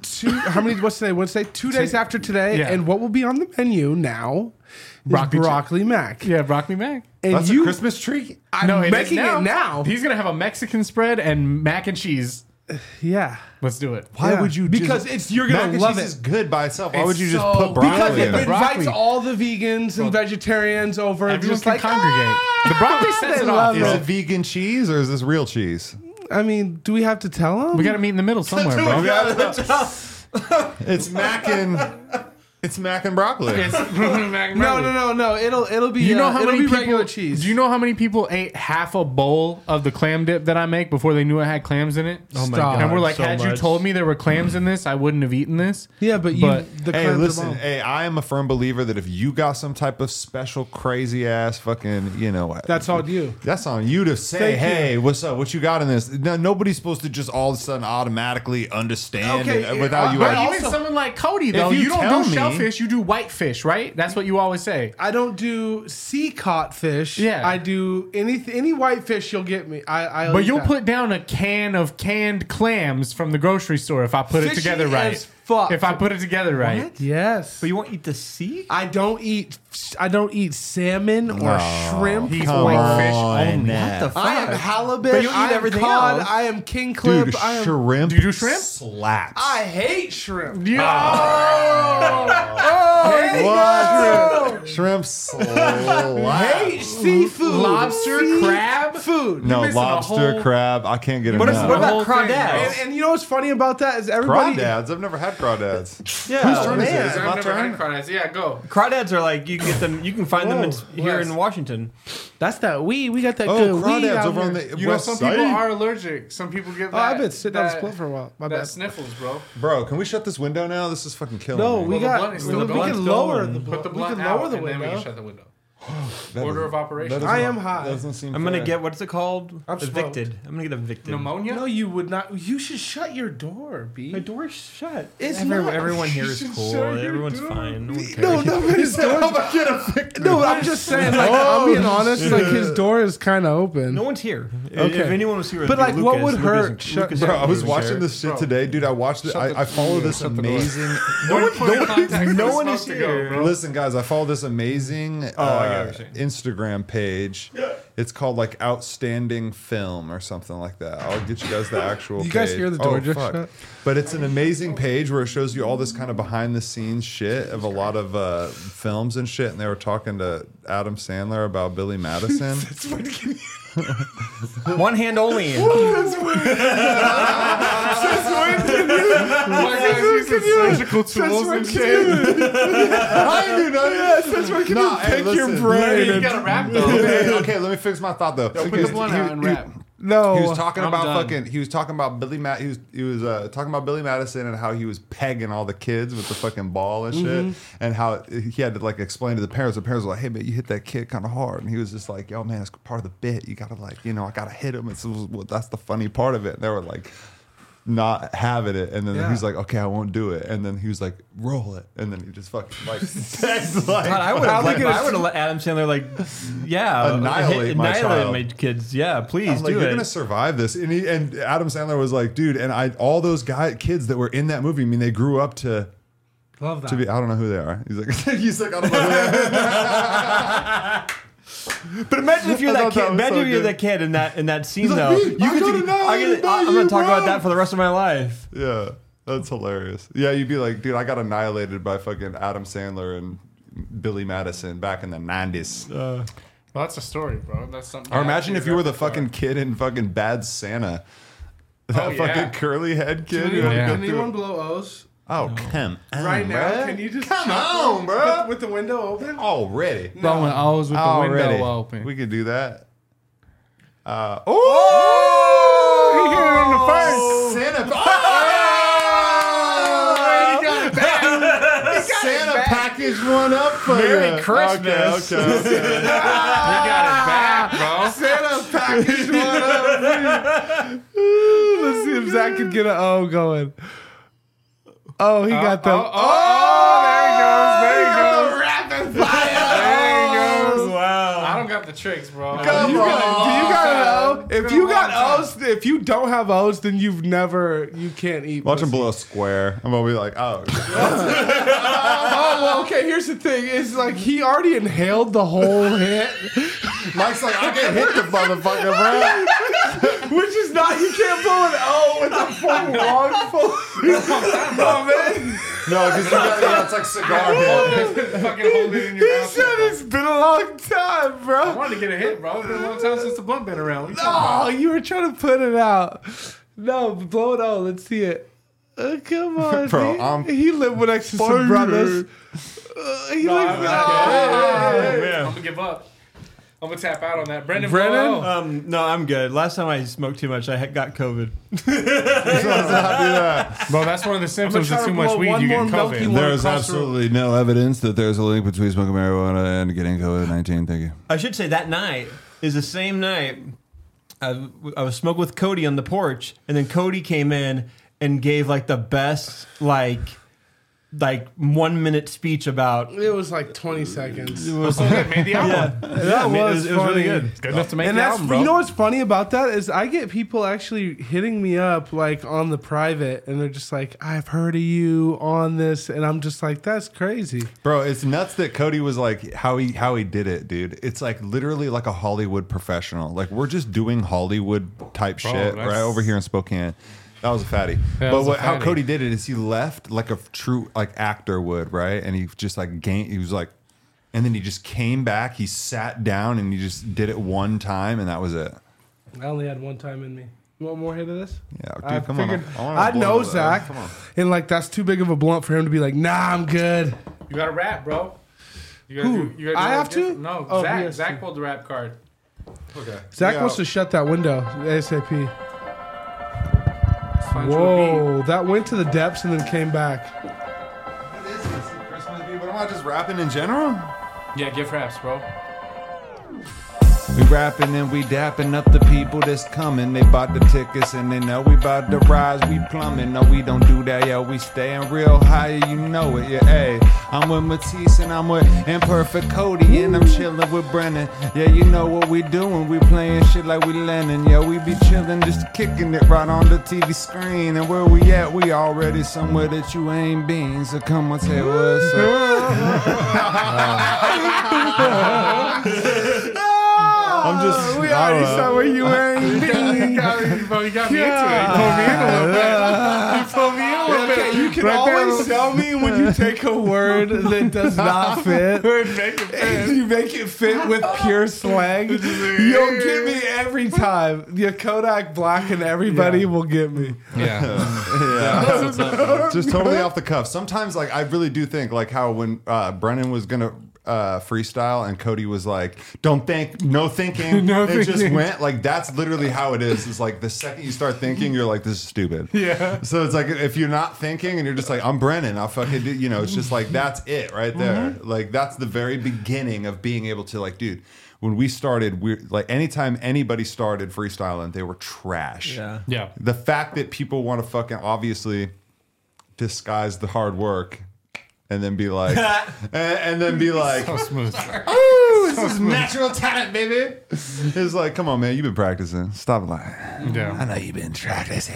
A: Two, how many? What's today? Wednesday. Two days after today,
E: Yeah.
A: and what will be on the menu now? Is
E: Broccoli
A: broccoli,
E: che-
A: mac.
E: yeah, broccoli mac.
A: and
C: That's
A: you,
C: a Christmas tree.
A: I'm
E: it is
A: making it now.
E: He's gonna have a Mexican spread and mac and cheese.
A: Yeah,
E: Let's do it.
C: Why
A: Yeah.
C: would you?
A: Because
C: just,
A: it's- you're gonna
C: mac and
A: love
C: cheese
A: it.
C: is good by itself. Why
E: It's
C: would you just
E: so-
C: put
A: because
C: broccoli
A: it
C: in it?
A: invites
E: Broccoli.
A: all the vegans and vegetarians over.
E: Everyone
A: just
E: can
A: like
E: congregate.
A: "Ah!"
E: The broccoli sets
A: They
E: it off,
A: love
C: Is
A: it.
C: it vegan cheese or is this real cheese?
A: I mean, do we have to tell them?
E: We gotta meet in the middle somewhere, bro.
C: It's mac and it's mac and broccoli.
A: no, no, no, no. It'll it'll be.
E: Do you know
A: uh,
E: how
A: it'll
E: many
A: be
E: people,
A: regular cheese?
E: Do you know how many people ate half a bowl of the clam dip that I make before they knew it had clams in it?
A: Oh my Stop.
E: And we're like,
I: so
E: had you
I: much.
E: told me there were clams in this, I wouldn't have eaten this.
A: Yeah, but you.
E: But-
A: the
C: Hey,
A: clams are
C: listen.
A: bomb.
C: Hey, I am a firm believer that if you got some type of special crazy ass fucking, you know,
A: That's all you.
C: That's on you to say,
A: Thank you.
C: hey, what's up? What you got in this? No, nobody's supposed to just all of a sudden automatically understand
A: Okay,
C: it without you.
A: I- I
C: asking.
E: But even
A: also-
E: someone like Cody, though,
C: you
E: you,
C: tell
E: don't do
C: me-
E: shellfish, you do whitefish, right? That's what you always say.
A: I don't do sea caught fish.
E: Yeah.
A: I do any any white fish you'll get me. I, I
E: But you'll put down a can of canned clams from the grocery store if I put it
A: Fishy
E: together right.
A: as fuck.
E: If I put it together right.
A: yes.
I: you won't eat the sea?
A: I don't eat I don't eat salmon or shrimp.
E: He's
C: Come
E: whitefish
C: on
E: only.
C: now.
A: I am halibut.
I: But you'll eat
A: I am
I: everything
A: cod.
I: else.
A: I am king clip.
C: Dude,
A: I am.
C: shrimp.
E: Do you do shrimp?
C: Slaps.
A: I hate shrimp.
E: Yo!
A: Hate
C: What?
A: shrimp.
C: Shrimp slaps.
A: Hate seafood.
E: Lobster, crab,
A: food.
C: No,
A: You're missing a
C: lobster,
A: whole-
C: crab. I can't get
I: What, is,
C: enough.
I: what about
E: whole thing,
A: And,
I: crawdads?
A: and you know what's funny about that is everybody.
C: crawdads? I've never had crawdads.
I: Yeah,
C: Whose turn is it?
I: man.
C: Is it
E: I've
C: my
E: never
C: turn?
E: had crawdads. Yeah, go.
I: Crawdads are like you can get them. You can find them in,
A: Whoa,
I: here
E: yes.
I: in Washington.
A: That's that we. We got that
C: Oh,
A: good weed
C: crawdads
A: out
C: over on
A: here.
C: the
E: You know,
C: west
E: some
C: side.
E: people are allergic. Some people get that.
A: Oh, I've been sitting down on
E: that-
A: the split for a while. My
E: that
A: bad.
E: sniffles, bro.
C: Bro, can we shut this window now? This is fucking killing
A: No,
C: me.
A: we
E: the
A: got.
E: blunt is
A: We,
E: still
A: we
E: going.
A: can
E: It's
A: lower the.
E: Put the
A: we
E: blunt
A: can
E: out,
A: lower the
E: and then we can
A: window.
E: shut the window.
C: That
E: Order
C: doesn't-
E: of operation.
C: that doesn't-
A: I am high.
C: that doesn't seem
I: I'm gonna
C: fair.
I: get what's it called?
A: I've smoked.
I: evicted. I'm gonna get evicted.
E: Pneumonia?
A: No, you would not. You should shut your door, B.
I: My door's shut.
A: It's
I: Every-
A: not-
I: Everyone here
A: You
I: is
A: should
I: cool.
A: shut your
I: Everyone's
A: door.
I: fine. No one cares.
A: No, no, his door. No, I'm just saying. Like, oh, I'm being honest. Like his door is kind of open.
I: No one's here.
A: Okay.
I: If anyone was here, it'd
A: But,
I: be
A: like, what
I: Lucas.
A: would
I: Lucas-
A: hurt?
I: Lucas-
A: Shut-
I: Lucas-
C: Bro, I was
I: Lucas-
C: watching this shit today, dude. I watched it. I, I follow this amazing.
E: No one, no one,
I: no one is here.
C: Listen, guys, I follow this amazing uh, Instagram page. It's called like Outstanding Film or something like that. I'll get you guys the actual.
A: You guys
C: page.
A: hear the door
C: Oh,
A: just
C: fuck.
A: shut?
C: But it's an amazing page where it shows you all this kind of behind the scenes shit of a lot of uh, films and shit. And they were talking to Adam Sandler about Billy Madison.
I: One hand only.
E: surgical tools and shit.
C: I do not. Yes, that's what can nah, pick your brain.
E: You gotta wrap though.
C: okay, let me fix my thought though.
E: Put the blunt out and wrap.
A: No.
C: He was talking
E: I'm
C: about
E: done.
C: fucking. He was talking about Billy Matt. He was he was uh, talking about Billy Madison and how he was pegging all the kids with the fucking ball and shit,
E: Mm-hmm.
C: and how he had to like explain to the parents. The parents were like, "Hey man, you hit that kid kind of hard," and he was just like, "Yo man, it's part of the bit. You gotta like, you know, I gotta hit him. It's well, that's the funny part of it." And they were like. Not having it, and then
A: Yeah.
C: he's like, "Okay, I won't do it," and then he was like, "Roll it," and then he just fucking like, pegged, like
I: God, I would have.
C: fucking-
I: Like, I would have let Adam Sandler like, yeah,
C: Annihilate my child.
I: my kids. Yeah, please
C: I'm like,
I: do
C: you're
I: it.
C: gonna survive this. And he, and Adam Sandler was like, dude, and I all those guy kids that were in that movie, I mean, they grew up to
A: Love that.
C: to be I don't know who they are. He's like he's like, I don't know who they are.
I: But imagine if you're
C: I
I: that
C: thought
I: kid.
C: that was
I: imagine
C: so
I: if you're
C: good.
I: that kid in that in that scene
C: like,
I: though.
C: "Me, I
I: could-
C: gotta know,
I: I could-
C: not
I: I'm gonna
C: you,
I: talk about
C: bro."
I: that for the rest of my life.
C: Yeah. That's hilarious. Yeah, you'd be like, dude, I got annihilated by fucking Adam Sandler and Billy Madison back in the nineties.
E: Uh, Well, that's a story, bro. That's something.
C: Or imagine if you were the fucking kid in fucking Bad Santa. That
E: Oh,
C: fucking
E: yeah.
C: curly head kid. who
A: Anyone,
C: had to
A: can
C: go through-
A: anyone blow O's
C: Oh, come on,
A: right now?
C: bruh.
A: Can you just
C: come
A: shut
C: on,
A: the-
C: bro?
A: With, with the window open?
C: Already.
E: blowing O's with the
C: Already.
E: window open.
C: We could do that. Uh, oh!
E: He hit it on the first.
C: Santa. Oh! Santa packaged one up for
I: Merry
C: you.
I: Christmas.
C: Okay, okay, okay.
E: We got it back, bro.
A: Santa package one up. Let's see if Zach can get an O going. Oh, he got the.
E: Oh, oh, there he goes. There he goes.
A: There he goes.
I: Wow.
E: I don't got the tricks, bro.
C: Come
A: You got, do you got an O? If
E: been
A: you
E: a long
A: got
E: time.
A: O's, if you don't have O's, then you've never, you can't eat.
C: Watch him
A: pussy.
C: blow a square. I'm gonna be like, oh,
A: Oh, well, okay, here's the thing. It's like he already inhaled the whole hit,
C: Mike's like, I can hit the motherfucker, bro.
A: which is not, you can't blow an O with a full lung full. No, man.
C: No, because you got, yeah, it's like cigar hit.
E: fucking hold it in your
A: He
E: mouth.
A: said it's been a long time,
E: I
A: bro.
E: wanted to get a hit, bro. It's been a long time since the blunt been around. What you talking
A: Oh, you were trying to put it out. No, blow it out. Let's see it. Uh, come on,
C: Bro,
A: he,
C: I'm
A: he lived with next to some brothers. Uh, he lived-
E: about? I'm gonna give up. I'm gonna tap out on that. Brendan,
A: Brendan?
E: Brendan?
I: Um, no, I'm good. Last time I smoked too much, I had- got COVID.
E: bro, that's one of the symptoms
A: try
E: of
A: to
E: too much
A: blow
E: weed.
A: one
E: You
A: more
E: get
A: Milky
E: COVID.
A: Way.
C: There is
A: Across the-
C: absolutely no evidence that there's a link between smoking marijuana and getting COVID 19. Thank you.
I: I should say that night is the same night I, I was smoking with Cody on the porch, and then Cody came in and gave like the best like like one minute speech about. oh,
A: It was like 20 seconds.
E: So good, made the album.
A: That
I: I mean,
A: was
I: it was really
A: funny.
I: good.
E: Good enough to make
A: and
E: the
A: that's
E: album, bro.
A: you know what's funny about that is I get people actually hitting me up like on the private, and they're just like, "I've heard of you on this," and I'm just like, "That's crazy."
C: Bro, it's nuts that Cody was like how he how he did it, dude. It's like literally like a Hollywood professional. Like we're just doing Hollywood type shit
E: that's-
C: right over here in Spokane. That was a fatty. but
E: was a
C: what, how
E: fatty.
C: Cody did it is he left like a f- true like actor would, right? And he just like gained. He was like, and then he just came back. He sat down and he just did it one time, and that was it.
A: I only had one time in me. You want more hit of this?
C: Yeah, dude,
A: I
C: come
A: figured,
C: on.
A: I,
C: want a
A: know
C: blow to that.
A: Zach,
C: Come on.
A: and like that's too big of a blunt for him to be like, "Nah, I'm good."
E: You got a rap, bro. You gotta
A: Who?
E: Do, you gotta do
A: I
E: it
A: have to?
E: different. No,
A: Oh, he
E: Zach.
A: has
E: Zach
A: to.
E: pulled the rap card.
A: Zach
C: Yeah.
A: wants to shut that window ASAP.
E: Let's find you a beat.
A: Whoa, that went to the depths and then came back.
C: What is this? Christmas beat? What am I just rapping in general?
E: Yeah, gift raps, bro.
G: We rapping and we dapping up the people that's coming. They bought the tickets and they know we bout to rise. We plumbing. No, we don't do that, yo. We staying real high, you know it, yeah. Hey, I'm with Matisse and I'm with Imperfect Cody and I'm chilling with Brennan. Yeah, you know what we doing. We playing shit like we Lennon, yo. We be chilling, just kicking it right on the TV screen. And where we at, we already somewhere that you ain't been. So come on, tell us.
C: I'm just.
A: Oh, We already saw where you ain't been.
E: Bro, you got me
A: Okay, you can always tell me when you take a word that does not fit. you make it fit with pure slang. You'll get me every time. Your Kodak Black and everybody will get me.
C: just totally off the cuff. Sometimes, like I really do think, like how when uh, Brennan was gonna uh, freestyle and Cody was like, "Don't think, no thinking."
A: No
C: it just
A: thinking.
C: went like that's literally how it is. It's like the second you start thinking, you're like, "This is stupid."
A: Yeah.
C: So it's like if you're not thinking and you're just like, "I'm Brennan," I'll fucking do. You know, it's just like that's it right there.
A: Mm-hmm.
C: Like that's the very beginning of being able to like, dude. When we started, we are like anytime anybody started freestyling, they were trash
I: Yeah.
E: Yeah.
C: the fact that people want to fucking obviously disguise the hard work and then be like and, and then be like
E: Smooth.
C: "Ooh, this is natural talent baby it's like come on man you've been practicing stop lying
E: Yeah.
C: i know you've been practicing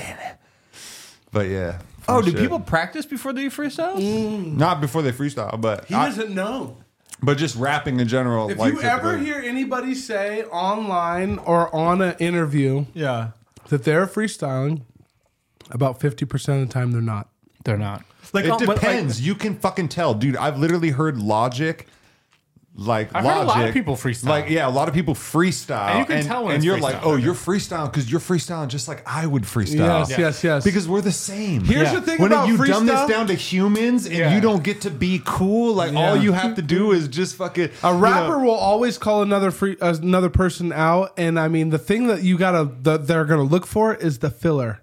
C: but yeah
I: Oh,
C: fun
I: do
C: shit.
I: people practice before they do freestyles?
C: not before they freestyle but
A: He
C: I-
A: doesn't know.
C: but just rapping in general
A: If
C: like
A: you ever
C: typically-
A: hear anybody say online or on an interview
I: Yeah.
A: that they're freestyling, about 50% of the time they're not.
E: They're not.
I: Like
C: it
I: um, but, like,
C: depends you can fucking tell dude i've literally heard logic like
E: I've heard a
C: logic
E: lot of people freestyle.
C: like yeah a lot of people freestyle
E: And you can tell when
C: and
E: it's
C: you're like
E: freestyle.
C: oh you're freestyling because you're freestyling just like i would freestyle
A: Yes, yes, yes.
C: because we're the same
A: Here's the thing
C: when
A: about
C: you dumb this
A: freestyle-
C: down to humans and
E: Yeah.
C: you don't get to be cool like all
A: Yeah.
C: you have to do is just fucking
A: A
C: you
A: rapper
C: know,
A: will always call another free another person out, and I mean the thing that you gotta that they're gonna look for is the filler.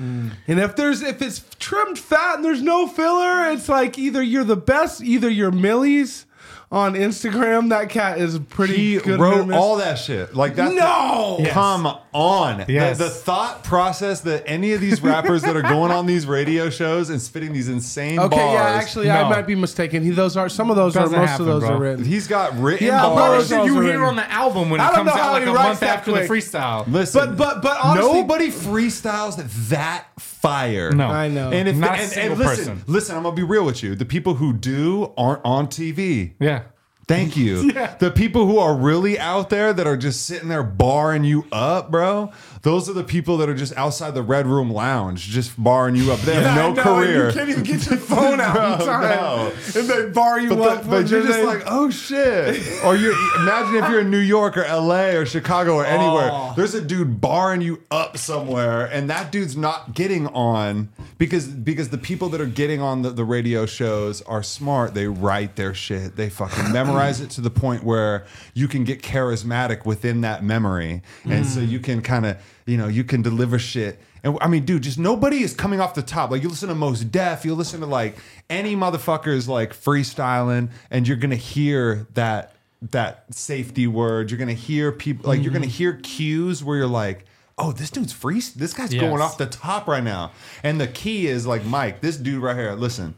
C: Mm.
A: And if there's if it's trimmed fat and there's no filler, it's like either you're the best, either you're Millie's on Instagram. That cat is pretty
C: he
A: good.
C: wrote all that shit like that's
A: No! Yes.
C: come on The-
E: Yes.
C: the, thought process that any of these rappers that are going on these radio shows and spitting these insane
A: Okay,
C: bars
A: yeah, actually, I
E: No.
A: might be mistaken. He, those are some of those
E: Doesn't
A: are most
E: happen,
A: of those
E: bro.
A: are written.
C: He's got written
A: Yeah, I'm
C: bars.
A: pretty sure
E: you
A: Freestyles are in.
E: hear on the album when
A: I
E: it
A: don't
E: comes
A: know how
E: out like
A: he
E: a
A: writes
E: month
A: that
E: after
A: quick.
E: the freestyle.
C: Listen,
A: But- but- but honestly-
C: nobody freestyles that fire.
E: No.
A: I know.
C: And if
E: Not a
C: and, and
E: single
C: listen,
E: person.
C: listen, I'm gonna be real with you. The people who do aren't on TV.
E: Yeah.
C: Thank you. The people who are really out there that are just sitting there barring you up, bro. Those are the people that are just outside the red room lounge, just barring you up. They have no career.
A: You can't even get your phone out
C: Bro,
A: in time.
C: no.
A: If they bar you
C: But,
A: up,
C: the, but you're
A: then
C: just
A: they-
C: like, oh shit. Or you imagine if you're in New York or LA or Chicago or anywhere. There's a dude barring you up somewhere, and that dude's not getting on because because the people that are getting on the, the radio shows are smart. They write their shit. They fucking memorize it to the point where you can get charismatic within that memory, and so you can kind of you know you can deliver shit. And I mean, dude, just nobody is coming off the top. Like you listen to Most Def, you listen to like any motherfuckers like freestyling, and you're gonna hear that that safety word. You're gonna hear people like you're gonna hear cues where you're like, oh, this dude's free. This guy's
E: Yes.
C: going off the top right now. And the key is like, Mike, this dude right here. Listen,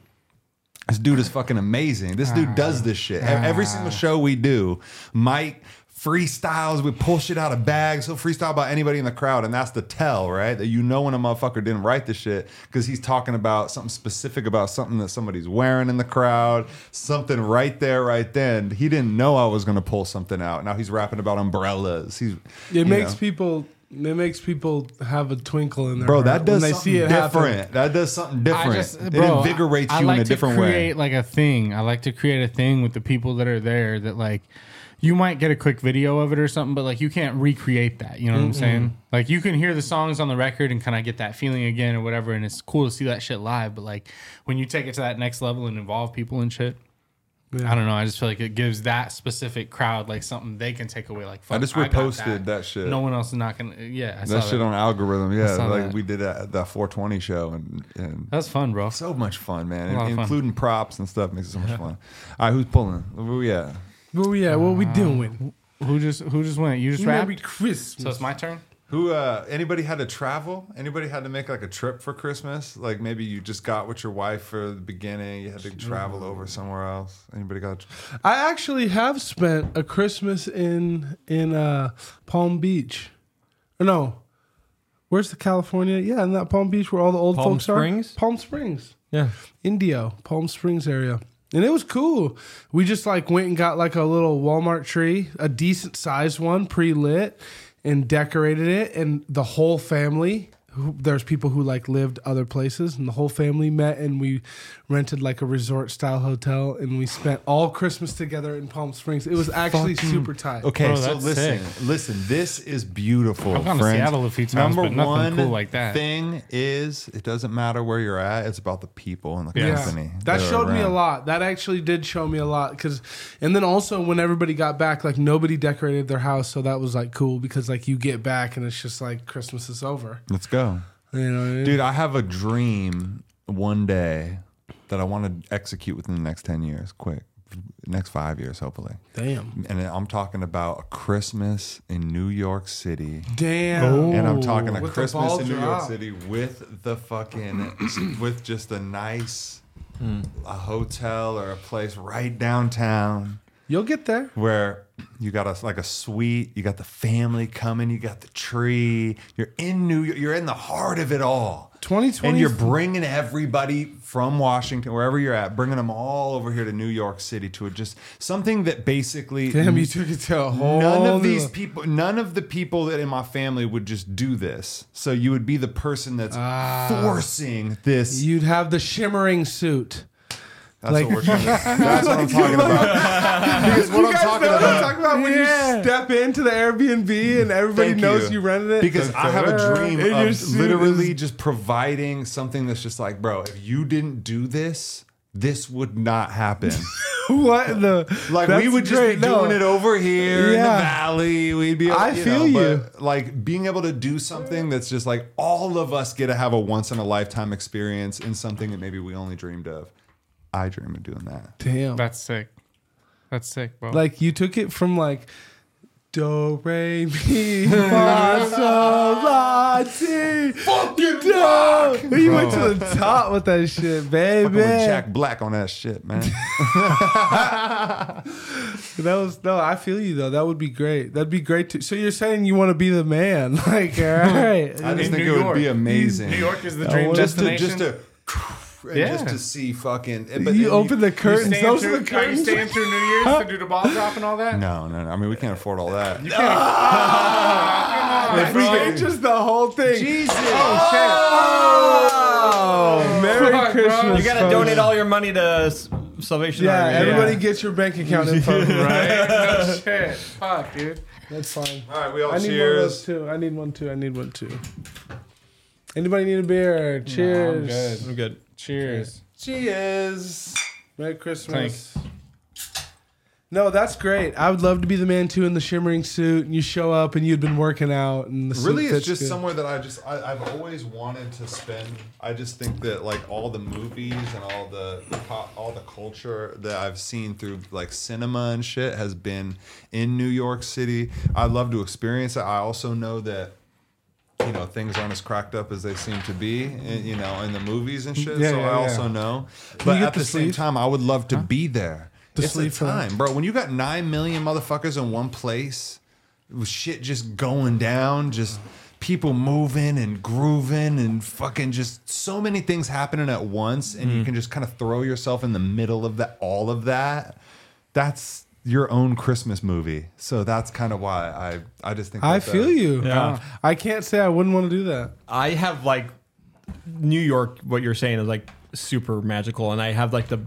C: this dude is fucking amazing. This dude does this shit. E- Every single show we do, Mike freestyles. We pull shit out of bags. He'll freestyle about anybody in the crowd, and that's the tell, right? That you know when a motherfucker didn't write this shit because he's talking about something specific about something that somebody's wearing in the crowd, something right there, right then. He didn't know I was gonna pull something out. Now he's rapping about umbrellas. He's you
A: It makes
C: know.
A: people. It makes people have a twinkle in their
C: Bro,
A: heart
C: that does
A: when they
C: something
A: see it
C: different.
A: happen.
C: That does something different.
E: I just,
C: it
E: bro,
C: invigorates
E: I- I
C: you
E: like
C: in a
E: to
C: different
E: create
C: way.
E: Like a thing, I like to create a thing with the people that are there. That like, you might get a quick video of it or something, but like you can't recreate that. You know what I'm saying? Like you can hear the songs on the record and kind of get that feeling again or whatever, and it's cool to see that shit live. But like when you take it to that next level and involve people and shit. I don't know. I just feel like it gives that specific crowd like something they can take away. Like, fuck,
C: I just
E: got
C: reposted that shit.
E: No one else is not gonna. Yeah, I saw
C: That shit on algorithm, yeah.
E: saw
C: Like
E: that.
C: we did at the 420 show, and, and
E: That was fun, bro.
C: so much fun, man.
E: lot of fun.
C: including props and stuff makes it so much fun. All right, who's pulling? Who we at?
A: Well, yeah, what we doing?
E: Who just who just went? You just
A: Merry
E: rapped.
A: Christmas.
E: So it's my turn.
C: Who? Uh, anybody had to travel? Anybody had to make like a trip for Christmas? Like maybe you just got with your wife for the beginning. You had to travel over somewhere else. Anybody got?
A: I actually have spent a Christmas in in uh, Palm Beach. Or no, where's the California? Yeah, in that Palm Beach where all the old
I: Palm
A: folks
I: Springs?
A: are. Palm Springs,
I: Yeah.
A: Indio, Palm Springs area, and it was cool. We just like went and got like a little Walmart tree, a decent sized one, pre lit, and decorated it, and the whole family. who- There's people who like lived other places, and the whole family met, and we rented like a resort style hotel, and we spent all Christmas together in Palm Springs. It was actually super tight.
C: Okay,
E: Bro,
C: so
E: that's
C: listen,
E: sick.
C: listen. This is beautiful.
E: I've gone to
C: friends.
E: Seattle a few times,
C: Number
E: but nothing
C: one
E: cool like that.
C: Thing is, it doesn't matter where you're at. It's about the people and the
E: Yeah.
C: company.
A: That
C: are
A: showed me a
C: around.
A: lot. That actually did show me a lot because, and then also when everybody got back, like nobody decorated their house, so that was like cool because like you get back and it's just like Christmas is over.
C: Let's go.
A: You know, what I mean?
C: Dude, I have a dream one day that I want to execute within the next 10 years, quick. Next five years, hopefully.
A: damn,
C: And I'm talking about a Christmas in New York City.
A: damn.
C: And I'm talking a
A: With the
C: Christmas
A: ball
C: in New York
A: drop.
C: City with the fucking, with just a nice, a hotel or a place right downtown
A: You'll get there.
C: where you got a, like a suite, you got the family coming, you got the tree, you're in New York, you're in the heart of it all.
A: 2020
C: And you're bringing everybody from Washington, wherever you're at, bringing them all over here to New York City to a, just something that basically
A: Damn, you took it to a whole.
C: none
A: new-
C: of these people none of the people that in my family would just do this so you would be the person that's
A: Ah.
C: forcing this
A: You'd have the shimmering suit.
C: that's
A: like-
C: what we're trying to, that's what i'm talking about because what i'm talking about
A: when you step into the Airbnb and everybody
C: Thank
A: knows you. rented it
C: because I have a dream
A: And your
C: of
A: suit
C: literally just providing something that's just like, bro, if you didn't do this, this would not happen.
A: What the?
C: Like we
A: That's
C: would just
A: great.
C: be
A: No.
C: doing it over here in
A: Yeah.
C: the valley. We'd be.
A: I feel you.
C: but, Like being able to do something that's just like all of us get to have a once in a lifetime experience in something that maybe we only dreamed of. I dream of doing that.
A: Damn.
E: That's sick. That's sick, bro.
A: Like you took it from like do re mi fa sol la ti.
C: Fucking
A: You went to the top with that shit, baby.
C: Jack Black on that shit, man.
A: That was no. I feel you though. That would be great. That'd be great too. So you're saying you want to be the man? Like, all
C: I
A: right.
C: just
E: In
C: think it
E: New
C: would
E: York.
C: be amazing.
E: New York is the dream
C: Oh, just to just
E: destination.
C: to and
E: Yeah.
C: just to see fucking. But then
A: you open the curtains.
E: Staying
A: Those
E: through-
A: are the
E: are you
A: curtains.
E: staying through New Year's to do the ball drop and all that?
C: No, no, no. I mean, we can't afford all that.
A: It changes the whole thing.
C: Jesus.
A: Oh, Merry
E: Fuck, bro.
A: Christmas.
I: You gotta
A: folks.
I: donate all your money to S- Salvation
A: Yeah,
I: Army.
A: everybody gets your bank account info.
E: Right? No shit. Fuck, dude.
A: That's fine.
C: All right, we all
A: I need one of those
C: Oh, cheers.
A: too. I need one too. I need one too. Anybody need a beer? Cheers.
E: good.
I: I'm good.
E: Cheers.
C: Cheers.
A: Merry Christmas. No, that's great. I would love to be the man too in the shimmering suit, and you show up and you'd been working out, and the suit
C: Really, it's
A: fits
C: just
A: good.
C: somewhere that I just I, I've always wanted to spend. I just think that like all the movies and all the pop, all the culture that I've seen through like cinema and shit has been in New York City. I love to experience it. I also know that you know things aren't as cracked up as they seem to be, in, you know, in the movies and shit.
E: Yeah,
C: so
E: yeah,
C: I
E: yeah.
C: also know, but
A: get
C: at the,
A: the
C: same
A: sleeve?
C: time, I would love to be there. it's the
A: sleeve for-
C: time, bro. When you got nine million motherfuckers in one place with shit just going down, just people moving and grooving and fucking just so many things happening at once, and
A: Mm-hmm.
C: you can just kind of throw yourself in the middle of that, all of that. That's your own Christmas movie, so that's kind of why I I just think
A: I
C: that-
A: feel you.
I: Yeah.
A: I can't say I wouldn't want to do that.
I: I have like New York. What you're saying is like super magical, and I have like the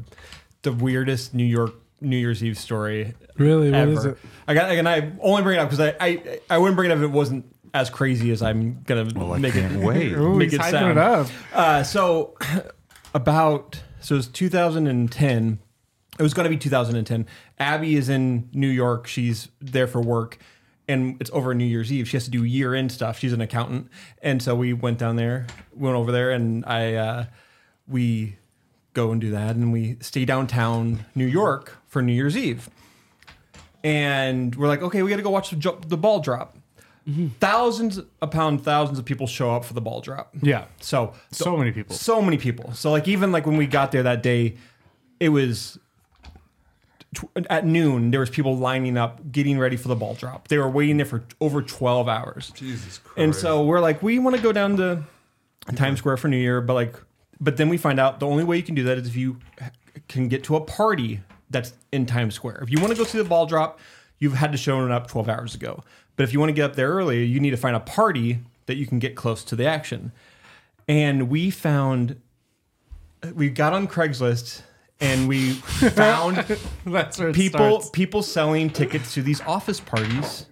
I: the weirdest New York New Year's Eve story.
A: Really? What
I: ever.
A: is it?
I: I got and I only bring it up because I, I I wouldn't bring it up if it wasn't as crazy as I'm gonna make it
C: Wait.
E: Ooh,
I: make
E: he's
I: it
E: hyping
I: sound.
E: it up.
I: Uh, so about so it's 2010. It was going to be 2010. Abby is in New York. She's there for work, and it's over New Year's Eve. She has to do year end stuff. She's an accountant, and so we went down there, went over there, and I uh, we go and do that, and we stay downtown New York for New Year's Eve and we're like, okay, we got to go watch the, jo- the ball drop. Thousands upon thousands of people show up for the ball drop.
E: Yeah.
I: So
E: So many people.
I: so many people. So like even like when we got there that day, it was tw- at noon. There was people lining up, getting ready for the ball drop. They were waiting there for over twelve hours.
C: Jesus Christ.
I: And so we're like, we want to go down to Times Square for New Year, but like, but then we find out the only way you can do that is if you can get to a party that's in Times Square. If you want to go see the ball drop, you've had to show up 12 hours ago. But if you want to get up there earlier, you need to find a party that you can get close to the action. And we found, we got on Craigslist and we found
E: That's where it
I: people
E: starts.
I: people selling tickets to these office parties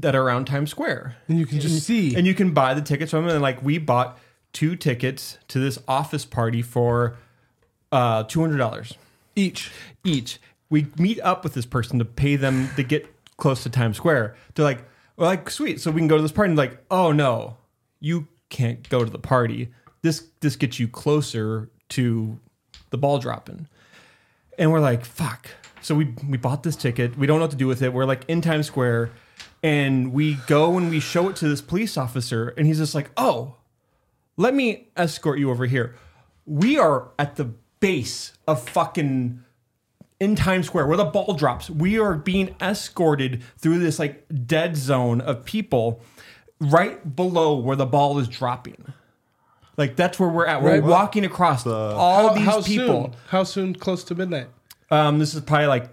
I: that are around Times Square
A: And you can just see.
I: and you can buy the tickets from them. And like we bought two tickets to this office party for uh, two hundred dollars each. Each. We meet up with this person to pay them to get close to Times Square. They're like, "Well, like sweet, so we can go to this party." And like, "Oh no, you can't go to the party. This this gets you closer to the ball dropping." and we're like, fuck. So we we bought this ticket. We don't know what to do with it. We're like in Times Square, and we go and we show it to this police officer, and he's just like, oh, let me escort you over here. We are at the base of fucking in Times Square where the ball drops. We are being escorted through this like dead zone of people right below where the ball is dropping. Like that's where we're at. We're
A: Right.
I: walking across all
A: How-
I: these
A: how
I: people.
A: Soon? How soon? Close to midnight.
I: Um, this is probably like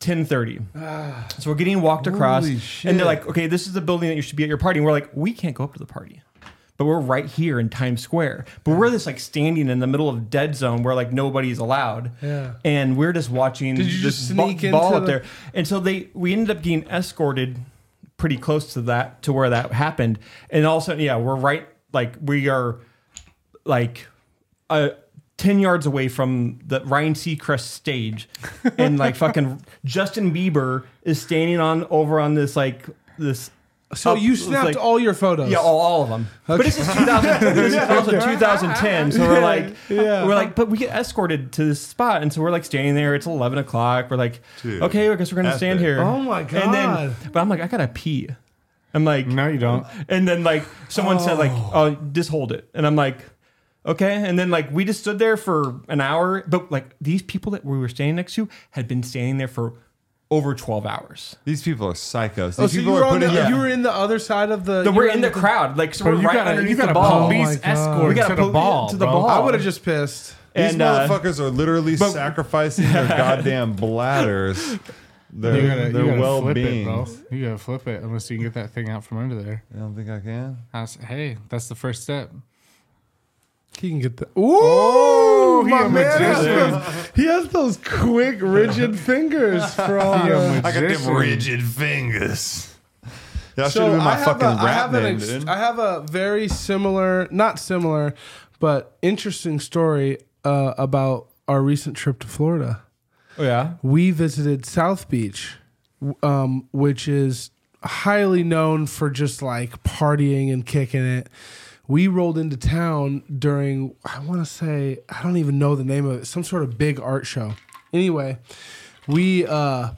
I: ten thirty. so we're getting walked across,
C: shit.
I: and they're like, "Okay, this is the building that you should be at your party." And we're like, "We can't go up to the party, but we're right here in Times Square." But we're just like standing in the middle of dead zone where like nobody's allowed,
A: Yeah.
I: and we're just watching
A: Did you
I: this
A: just
I: ba-
A: sneak
I: ball
A: into
I: up
A: the-
I: there. And so they we ended up getting escorted pretty close to that to where that happened, and all of a sudden, yeah, we're right like we are like uh, 10 yards away from the Ryan Seacrest stage. And like fucking Justin Bieber is standing on over on this, like, this.
A: So
I: up-
A: you
I: it's
A: snapped
I: like-
A: all your photos.
I: Yeah, all, all of them. But this is 2000, this is also 2010. So we're like, uh,
A: Yeah.
I: we're like, but we get escorted to this spot. And so we're like standing there. It's 11 o'clock. We're like,
C: Dude,
I: okay, I guess we're going to stand
C: epic.
I: here.
A: Oh my
I: And
A: God.
I: then, but I'm like, I got to pee. I'm like,
E: No, you don't.
I: and then like someone said like, "Oh, just hold it," and I'm like, "Okay." And then like we just stood there for an hour, but like these people that we were standing next to had been standing there for over 12 hours.
C: These people are psychos. These
A: Oh, so you
C: people
A: were,
C: are
A: on the,
C: putting
A: you were in the other side of the.
I: So
A: you
I: we're
A: were
I: in the crowd, like so we're
E: you
I: right
E: got a, you
I: underneath
E: got
I: the
E: a
I: ball.
A: Oh my
E: police
A: God.
E: escort
A: We
I: got a
E: to the
I: poli-
E: ball.
I: to the
E: bro.
I: ball.
A: I would have just pissed.
C: These
I: And uh,
C: motherfuckers are literally sacrificing their goddamn bladders,
E: You
C: their,
E: gotta, you
C: their
E: gotta
C: well
E: flip it,
C: being.
E: bro.
C: I
E: You gotta flip it unless you can get that thing out from under there.
C: don't think I can.
E: I was- hey, that's the first step.
A: He can get the. Ooh,
E: he
A: my
E: a
A: man has
E: magician.
A: those, He has those quick, rigid fingers for all. the-
C: I got
E: Magician.
C: them rigid fingers. Yeah, I should
A: So
C: have been my
A: I have, a,
C: fucking
A: I,
C: rap
A: have an
C: name,
A: ex-
C: dude.
A: I have a very similar, not similar, but interesting story uh, about our recent trip to Florida.
I: oh yeah,
A: we visited South Beach, w- um, which is highly known for just like partying and kicking it. We rolled into town during, I want to say, I don't even know the name of it, some sort of big art show. Anyway, we uh,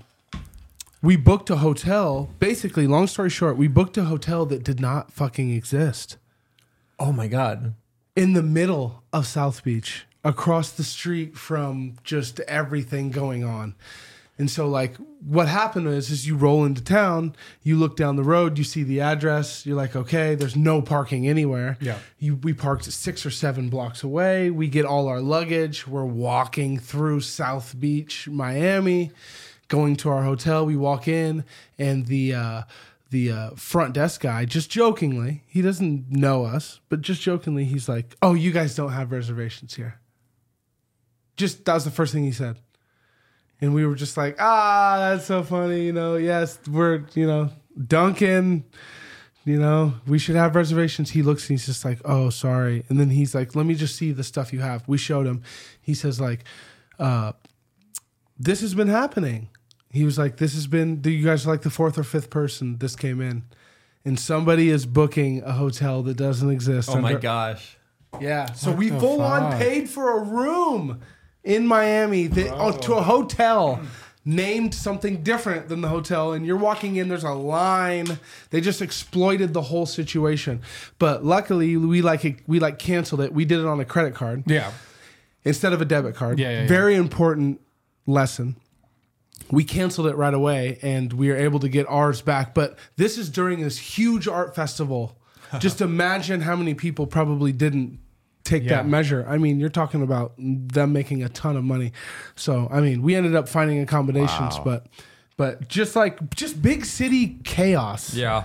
A: we booked a hotel. Basically, long story short, we booked a hotel that did not fucking exist
I: oh my god,
A: in the middle of South Beach, across the street from just everything going on. And so like what happened is is you roll into town, you look down the road, you see the address, you're like, okay, there's no parking anywhere.
E: Yeah.
A: You we parked six or seven blocks away. We get all our luggage. We're walking through South Beach, Miami, going to our hotel. We walk in and the uh the uh, front desk guy just jokingly he doesn't know us but just jokingly he's like oh you guys don't have reservations here just that was the first thing he said and we were just like, ah, that's so funny. You know, yes, we're you know Duncan. You know, we should have reservations. He looks and he's just like, oh, sorry. And then he's like, let me just see the stuff you have. We showed him. He says like, uh, this has been happening. He was like, this has been. Do you guys are like the fourth or fifth person this came in? And somebody is booking a hotel that doesn't exist.
I: Oh my
A: under-
I: gosh.
A: yeah. So we full on paid for a room in Miami that, oh, to a hotel named something different than the hotel. And you're walking in, there's a line. They just exploited the whole situation. But luckily, we like it, we like canceled it. We did it on a credit card
E: Yeah.
A: instead of a debit card.
E: Yeah, yeah, yeah.
A: Very important lesson. We canceled it right away and we are able to get ours back. But this is during this huge art festival. Just imagine how many people probably didn't take
E: Yeah.
A: that measure. I mean, you're talking about them making a ton of money. So, I mean, we ended up finding accommodations, but but just like just big city chaos.
L: Yeah.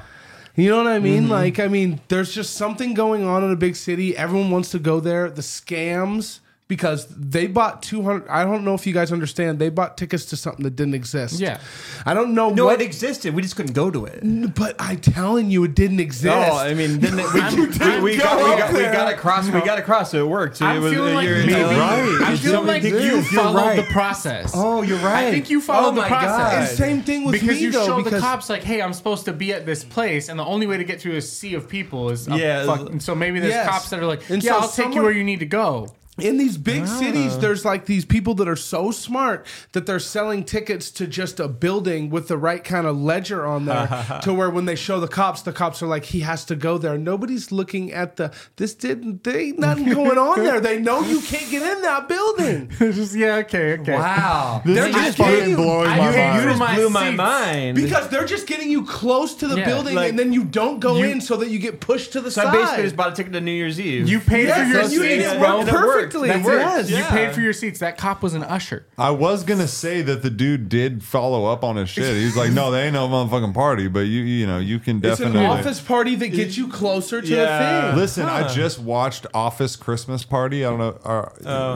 A: You know what I
E: Mm-hmm.
A: mean? Like, I mean, there's just something going on in a big city. Everyone wants to go there. The scams because they bought 200 I don't know if you guys understand. They bought tickets to something that didn't exist.
E: Yeah.
A: I don't know
I: No,
A: what
I: it existed. We just couldn't go to it.
A: but I'm telling you it didn't exist.
I: No, I mean, then it- we, we, we, got, we, got, we got across. We got across. So it worked. So it
E: I'm
I: was,
E: feeling like
I: you're-
E: maybe,
C: right.
E: I'm
I: It's
E: feeling
I: something
E: like
I: to do.
E: you
I: You're
E: followed
I: right.
E: the process.
I: Oh, you're right.
E: I think you followed
I: Oh
E: the
I: my
E: process.
A: And same thing with
E: because
A: me
E: you
A: though
E: show
A: because
E: the cops like, hey, I'm supposed to be at this place, and the only way to get through a sea of people is up
I: Yeah.
E: fuck- and so maybe there's
A: Yes.
E: cops that are like,
A: And
E: yeah,
A: so
E: I'll take you
A: someone-
E: where you need to go.
A: in these big
I: Ah.
A: cities there's like these people that are so smart that they're selling tickets to just a building with the right kind of ledger on there to where when they show the cops the cops are like he has to go there nobody's looking at the this didn't they ain't nothing going on there they know you can't get in that building
E: just yeah, okay, okay.
L: Wow.
A: they're just getting you,
E: I
I: You,
E: came
I: you
E: through
I: just
E: my
I: blew my
E: seats.
I: mind.
A: because they're just getting you close to the
E: Yeah,
A: building
I: like,
A: and then you don't go
E: you-
A: in so that you get pushed to the
I: so I
A: side
I: basically just bought a ticket to New Year's Eve.
E: You paid
A: Yes,
E: for your
A: and you-
E: seats,
A: it
E: bro.
A: worked
I: That worked.
A: perfectly.
I: That worked.
A: Yes.
E: You
I: Yeah.
E: paid for your seats. That cop was an usher.
C: I was gonna say that the dude did follow up on his shit. He's like, "No, they ain't no motherfucking party, but you, you know, you can
A: It's an
C: definitely."
A: office party that gets you closer to
I: Yeah.
A: the thing.
C: Listen, I just watched Office Christmas Party. I don't know.
A: Oh.
C: Or, right,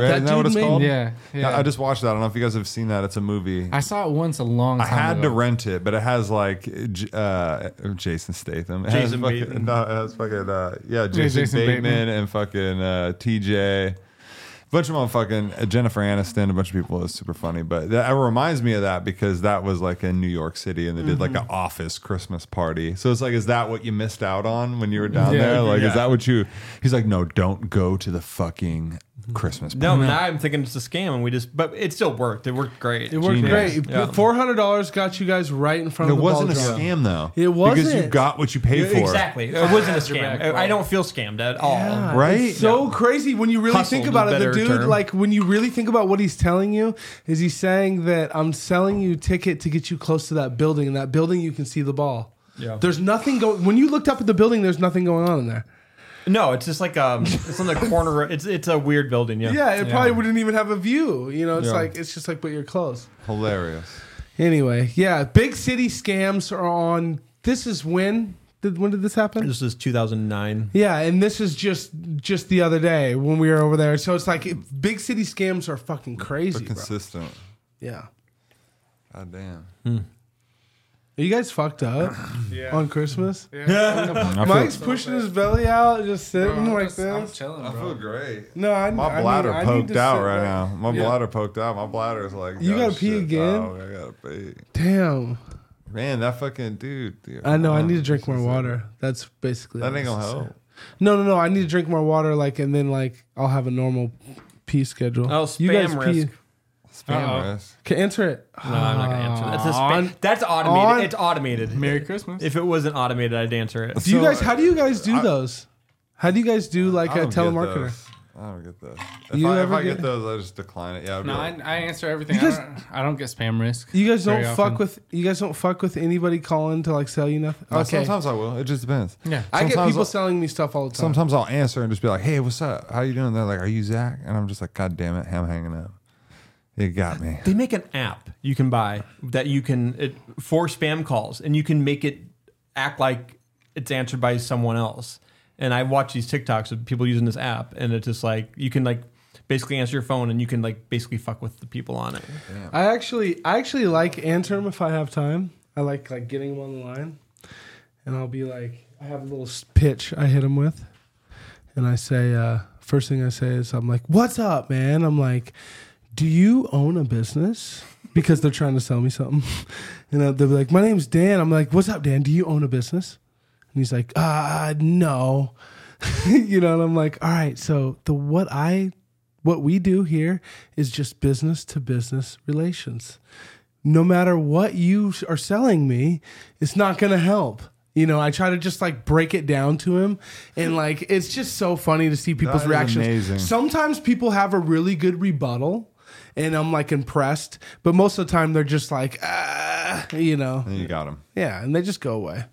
A: That
C: isn't that what
A: dude
C: it's
A: made-
C: called?
E: Yeah, yeah.
C: I just watched that. I don't know if you guys have seen that. It's a movie.
E: I saw it once a long
C: I
E: time
C: had
E: ago.
C: to rent it, but it has like J- uh, Jason Statham. It has
I: Jason
C: fucking-
I: Bateman.
C: No, it has fucking uh, yeah, Jason,
E: Jason
C: Bateman,
E: Bateman.
C: and fucking uh, TJ. Bunch of motherfucking uh, Jennifer Aniston, a bunch of people is super funny, but that it reminds me of that because that was like in New York City and they did like an office Christmas party. So it's like, is that what you missed out on when you were down
E: Yeah.
C: there? Like,
I: Yeah.
C: is that what you? He's like, no, don't go to the fucking Christmas party.
I: No, now I'm thinking it's a scam, and we just. But it still worked. It worked great.
A: It worked
C: Genius.
A: great.
I: Yeah.
A: Four hundred dollars got you guys right in front
C: It
A: of the
C: wasn't a
A: ball drop.
C: scam though.
A: It
C: because you
A: wasn't.
C: got what you paid for.
I: Exactly. It wasn't a scam. I I don't feel scammed at all.
A: Yeah,
C: Right?
A: It's so crazy when you really
I: Hustled
A: think about
I: is
A: it. The
I: better
A: dude,
I: term.
A: like when you really think about what he's telling you, is he's saying that I'm selling you ticket to get you close to that building, and that building you can see the ball.
I: Yeah.
A: There's nothing going. When you looked up at the building, there's nothing going on in there.
I: No, it's just like um, it's on the corner. It's it's a weird building. Yeah.
A: Yeah, it probably wouldn't even have a view. You know, it's
C: Yeah.
A: like it's just like, but you're close.
C: Hilarious.
A: Anyway, yeah, big city scams are on. This is when did when did this happen?
I: This is 2009.
A: Yeah, and this is just just the other day when we were over there. So it's like it- big city scams are fucking crazy, bro.
C: Consistent.
A: Yeah.
C: God damn.
A: Are you guys fucked up on Christmas?
C: I
A: Mike's pushing his belly out, just sitting like this.
E: chilling,
C: I feel great.
A: no, I, I
C: My
A: need-
C: bladder
A: I need
C: poked
A: to
C: out
A: sit
C: right
A: back.
C: now. My
A: Yeah.
C: bladder poked out. My bladder is like,
A: You
C: "Oh,
A: gotta pee
C: shit,
A: again?
C: dog, I gotta pee.
A: Damn.
C: Man, that fucking dude. dude.
A: I know. I
C: Oh,
A: need to drink more
C: this is it.
A: water. That's basically.
C: That
A: what
C: ain't
A: this
C: gonna
A: is.
C: help.
A: No, no, no. I need to drink more water, like, and then like I'll have a normal pee schedule.
I: Oh,
A: you guys
I: spam risk.
A: pee?
C: Spam
E: Uh-oh.
C: risk.
A: Can answer it.
I: No, I'm not gonna answer. That's a
E: On-
I: spa- That's automated.
A: on-
I: it's automated.
E: Merry Christmas.
I: If it wasn't automated, I'd answer it.
A: Do you
C: So,
A: guys? How do you guys do
C: I-
A: those? How do you guys do like
C: I
A: a
C: don't get
A: telemarketer?
C: those. I don't get those. If
A: You
C: I, if
A: ever
C: I get,
A: get-
C: those, I just decline it. Yeah. I'd be
E: No, I,
C: like,
E: I answer everything.
A: You guys-
E: I, don't, I don't get spam risk.
A: You guys don't
E: very often.
A: fuck with you guys don't fuck with anybody calling to like sell you nothing. Oh,
C: no,
A: Okay,
C: "Oh, Sometimes I will. It just depends.
E: Yeah.
A: I get
C: sometimes
A: people
C: I'll-
A: selling me stuff all the time.
C: Sometimes I'll answer and just be like, "Hey, what's up? How you doing?" They're like, "Are you Zach?" And I'm just like, "God damn it, I'm hanging up. It got me."
I: They make an app you can buy that you can it, for spam calls, and you can make it act like it's answered by someone else. And I watch these TikToks of people using this app, and it's just like you can like basically answer your phone and you can like basically fuck with the people on it.
A: I actually, I actually like answer them if I have time. I like like getting them on the line, and I'll be like, I have a little s- pitch I hit them with, and I say, uh, first thing I say is, I'm like, "What's up, man?" I'm like, "Do you own a business?" Because they're trying to sell me something, and uh, they'll be like, "My name's Dan." I'm like, "What's up, Dan? Do you own a business?" And he's like, "Uh, no." you know, and I'm like, "All right, so the what I what we do here is just business to business relations. No matter what you are selling me, it's not going to help. You know, I try to just like break it down to him, and like it's just so funny to see people's
C: That is
A: reactions.
C: amazing.
A: Sometimes people have a really good rebuttal, and I'm like impressed, but most of the time they're just like, ah, you know,
C: And you got him.
A: yeah, and they just go away.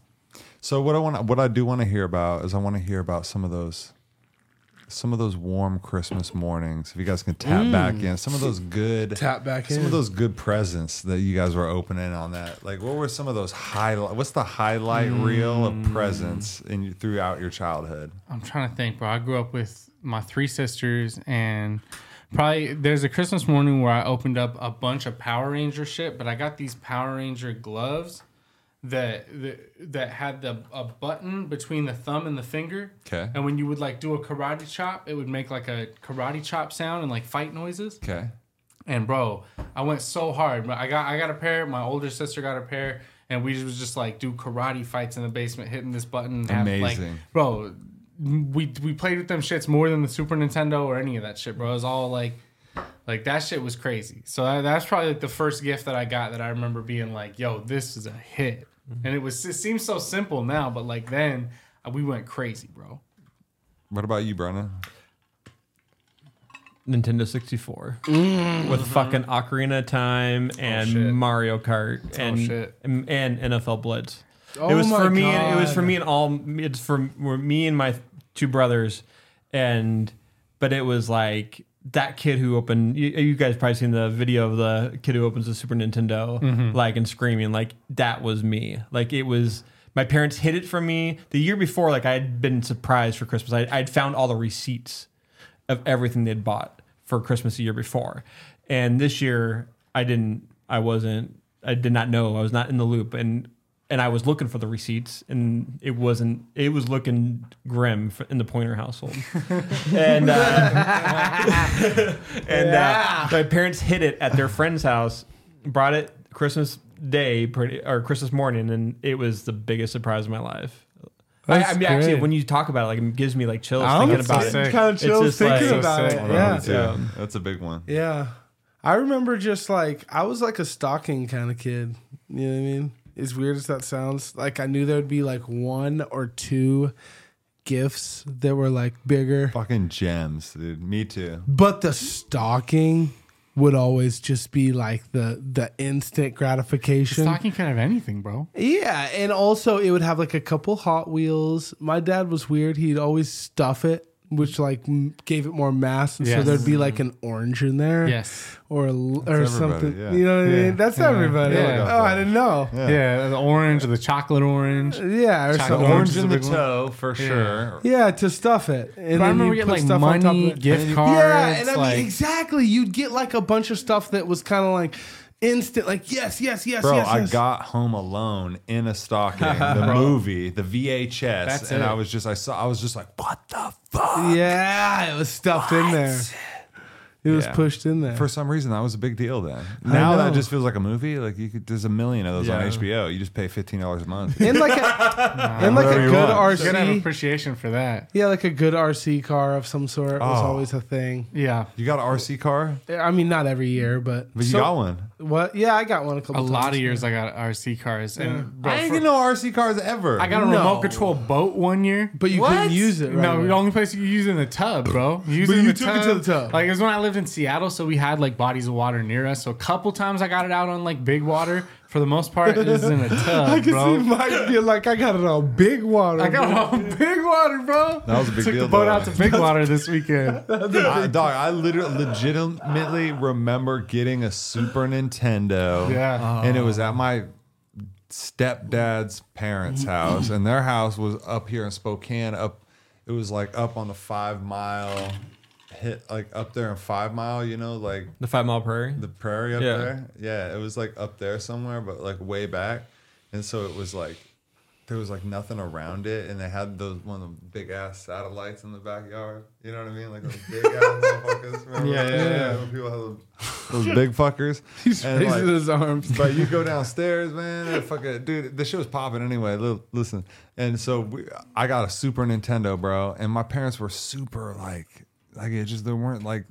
C: So what I want, what I do want to hear about is I want to hear about some of those, some of those warm Christmas mornings. If you guys can tap back in, some of those good
A: Mm. Tap back
C: some
A: in.
C: of those good presents that you guys were opening on that. Like, what were some of those highlight? What's the highlight reel
A: Mm.
C: of presents in you- throughout your childhood?
E: I'm trying to think, bro. I grew up with my three sisters, and probably there's a Christmas morning where I opened up a bunch of Power Ranger shit, but I got these Power Ranger gloves that that, that had the a button between the thumb and the finger.
C: 'Kay.
E: And when you would like do a karate chop, it would make like a karate chop sound and like fight noises.
C: Okay,
E: And bro, I went so hard. But I got I got a pair. My older sister got a pair, and we just was just like do karate fights in the basement, hitting this button. have, like,
C: Amazing.
E: bro. We we played with them shits more than the Super Nintendo or any of that shit, bro. It was all like, like that shit was crazy. So that, that's probably like the first gift that I got that I remember being like, "Yo, this is a hit," and it was. It seems so simple now, but like then uh, we went crazy, bro.
C: what about you, Brennan?
I: Nintendo 64
A: Mm.
I: with
A: Mm-hmm.
I: fucking Ocarina of Time
A: Oh,
I: and
E: shit.
I: Mario Kart and,
E: shit.
I: and NFL Blitz.
A: Oh
I: it was
A: my
I: for me. And, it was
A: God.
I: for me and all. It's for were me and my two brothers, and but it was like that kid who opened. You, you guys probably seen the video of the kid who opens the Super Nintendo, like and screaming. Like that was me. Like it was. My parents hid it from me the year before. Like I had been surprised for Christmas. I, I'd found all the receipts of everything they'd bought for Christmas the year before. And this year I didn't I wasn't I did not know. I was not in the loop and and I was looking for the receipts and it wasn't it was looking grim for, in the Pointer household. and uh, and uh, my parents hid it at their friend's house, brought it Christmas day pretty, or Christmas morning and it was the biggest surprise of my life. I, I
A: That's
I: mean, actually,
A: great.
I: when you talk about it, like it gives me like chills
A: I'm
I: thinking about it.
E: sick.
A: kind of
I: It's
A: chills
I: just
A: thinking
I: like-
A: about
E: So
A: it.
E: sick.
A: Yeah,
C: yeah. that's a big one.
A: Yeah. I remember just like I was like a stocking kind of kid. You know what I mean? As weird as that sounds, like I knew there'd be like one or two gifts that were like bigger.
C: Fucking gems, dude. Me too.
A: But the stocking would always just be like the the instant gratification.
E: Stocking can have anything, bro.
A: Yeah, and also it would have like a couple Hot Wheels. My dad was weird; he'd always stuff it, which like m- gave it more mass, and so
E: Yes.
A: there'd be like an orange in there,
E: Yes.
A: or a l- or
C: everybody,
A: something.
C: yeah.
A: You know what I
E: Yeah.
A: mean? That's
E: Yeah.
A: everybody.
E: Yeah.
A: Like, oh, I didn't know. Yeah,
C: Yeah.
E: Yeah, the orange or the chocolate orange.
A: or
E: Chocolate
A: something.
E: orange.
C: Orange
E: is a
C: in the
E: big one.
C: toe for sure.
A: Yeah, to stuff it, and
E: But I
A: then
E: remember
A: you
E: getting
A: put
E: like
A: stuff on top
E: money,
A: of it.
E: gift cards.
A: yeah, and I mean
E: like,
A: exactly. You'd get like a bunch of stuff that was kind of like instant, like yes, yes, yes,
C: Bro,
A: yes,
C: I
A: yes.
C: got home alone in a stocking, the movie, the VHS,
E: That's
C: and
E: it.
C: I was just I saw I was just like, what the fuck?
A: Yeah, it was stuffed in there. It was
C: Yeah.
A: pushed in there.
C: For some reason, that was a big deal then. Now that
A: know.
C: just feels like a movie. Like you could, there's a million of those on
I: Yeah.
C: HBO. You just pay fifteen dollars a month.
A: and like a, and like
C: Whatever
A: a
C: you
A: good
C: want.
E: You gotta have
A: RC.
E: appreciation for that.
A: Yeah, like a good RC car of some sort was
C: Oh.
A: always a thing.
E: Yeah.
C: You got an RC car,
A: I mean, not every year, but,
C: but you
A: So-
C: got one.
A: What? Yeah, I got one a couple.
E: A lot
A: times.
E: of years I got RC cars. And bro,
C: I didn't
E: for-
C: get no RC cars ever.
E: I got a
A: No.
E: remote control boat one year.
A: but you couldn't use it. Right
E: no,
A: away.
E: the only place you could use it in the tub, bro. You use
A: But
E: it in
A: you
E: the
A: took it
E: tub.
A: to the tub.
E: Like it was when I lived in Seattle, so we had like bodies of water near us. So a couple times I got it out on like big water. For the most part, it was in a tub,
A: I can
E: bro.
A: see Mike being like, I got it all big water.
E: I got on big water, bro.
C: That was a big
E: Took
C: deal,
E: the boat
C: though.
E: out to big water this weekend.
C: I, dog, I literally legitimately remember getting a Super Nintendo.
E: Yeah.
C: And it was at my stepdad's parents' house. And their house was up here in Spokane, up it was like up on the five mile hit like up there in Five Mile, you know, like
I: The Five Mile Prairie.
C: the prairie up
I: Yeah.
C: there. Yeah, it was like up there somewhere, but like way back. And so it was like there was like nothing around it, and they had those one of the big ass satellites in the backyard. You know what I mean? Like those big ass motherfuckers. Remember?
A: Yeah, yeah, yeah.
C: when people have those, those big fuckers.
A: He's
C: And,
A: raising
C: like,
A: his arms.
C: but you go downstairs, man. and Fucking dude, the show's popping anyway. li- Listen, and so we, I got a Super Nintendo, bro, and my parents were super like, like it just there weren't like,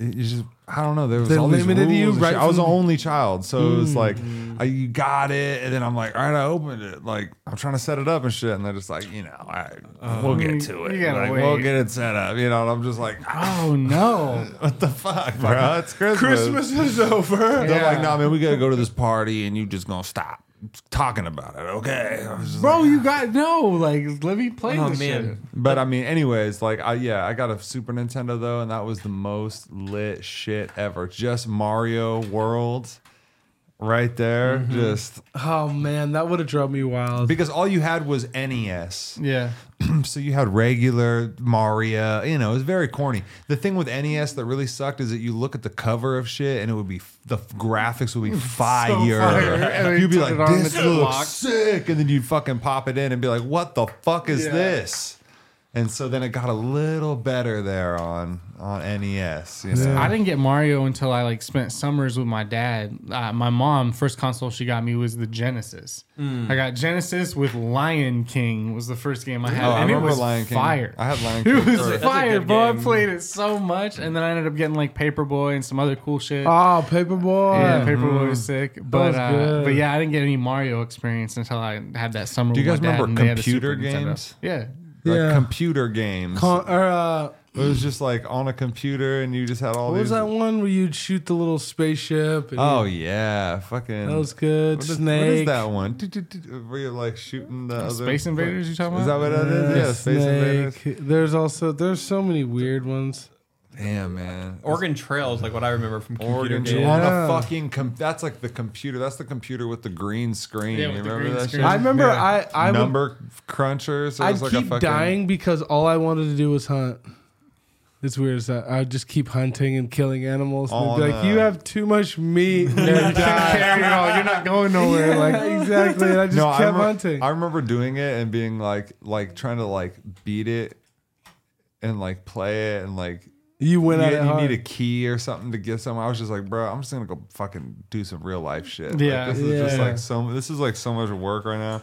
C: it, it's just I don't know. There was
A: They
C: all these
A: limited
C: rules
A: you
C: and shit.
A: right
C: I was the
A: from- Mm.
C: only child, so it was like I, you got it, and then I'm like, all right, I opened it. Like I'm trying to set it up and shit, and they're just like, you know, all right,
A: Uh,
C: we'll get to it.
E: you gotta
C: Like, we'll
E: wait.
C: get it set up. You know, and I'm just like,
E: Oh no!
C: what the fuck, bro? It's Christmas.
A: Christmas is over.
C: They're like,
E: Yeah.
C: nah, man, we gotta go to this party, and you just gonna stop talking about it, okay? I was just
E: Bro,
C: like-
E: you got no. Like, let me play
I: Oh,
E: this
I: man.
C: but I mean, anyways, like, I yeah, I got a Super Nintendo though, and that was the most lit shit ever. Just Mario World, right there, just
A: Oh man, that would have drove me wild.
C: because all you had was E NES.
E: shit. Yeah.
C: so you had regular Mario. You know, it was very corny. The thing with NES that really sucked is that you look at the cover of shit and it would be the graphics would be fire.
E: fire. And then
C: You'd be
E: you
C: like,
E: turn it on and
C: this
E: it's
C: looks
E: locked.
C: sick, and then you'd fucking pop it in and be like, what the fuck is
E: Yeah.
C: this? And so then it got a little better there on on NES. You know?
E: I didn't get Mario until I like spent summers with my dad. Uh, my mom first console she got me was the Genesis.
I: Hmm.
E: I got Genesis with Lion King was the first game I had,
C: Oh, I
E: and it
C: remember
E: was
C: Lion King.
E: fire.
C: I had Lion King.
E: It was
C: first.
E: fire,
I: good
E: bro. I
I: game.
E: played it so much, and then I ended up getting like Paperboy and some other cool shit.
A: Oh, Paperboy.
C: Uh-huh.
E: yeah, Paperboy was sick, but
A: was
E: uh,
A: good.
E: but yeah, I didn't get any Mario experience until I had that summer.
C: Do you guys
E: with my dad
C: remember
E: and they had a
C: computer
E: Super Nintendo.
C: games?
E: Yeah,
C: Like
A: Yeah.
C: computer games.
A: Con- or, uh,
C: it was just like on a computer, and you just had all
A: what
C: these.
A: was that one where you'd shoot the little spaceship? And
C: Oh yeah, fucking.
A: that was good.
C: What is-
A: Snake.
C: What is that one? Do, do, do, do, Where you're like shooting the other
E: Space Invaders you talking
C: Is that
E: about?
C: what that is? Yeah, Space Invaders.
A: Snake. There's also there's so many weird ones.
C: Damn man,
I: Oregon Trails, like what I remember from computer
C: Oregon
I: games.
C: on
A: Yeah.
C: a fucking. Com- that's like the computer. That's the computer with the green screen.
E: Yeah,
C: you
E: with the
C: remember
E: green
C: that
E: screen.
C: shit?
A: I remember
C: Yeah.
A: I I would,
C: number crunchers. There
A: I'd
C: was like a
A: keep
C: fucking-
A: dying because all I wanted to do was hunt. It's weird as that. I would just keep hunting and killing animals.
C: All
A: And they'd be like,
C: the-
A: you have too much meat. And
E: You can't
A: die.
E: carry it all. You're not going nowhere.
A: Yeah,
E: Like
A: exactly. And I just
C: No,
A: kept
C: I remember,
A: hunting.
C: I remember doing it and being like, like trying to like beat it, and like play it and like
A: you went
C: you,
A: out.
C: you need a key or something to get somewhere. I was just like, bro, I'm just gonna go fucking do some real life shit. Like,
E: Yeah.
C: this is just
A: Yeah.
C: like so. This is like so much work right now.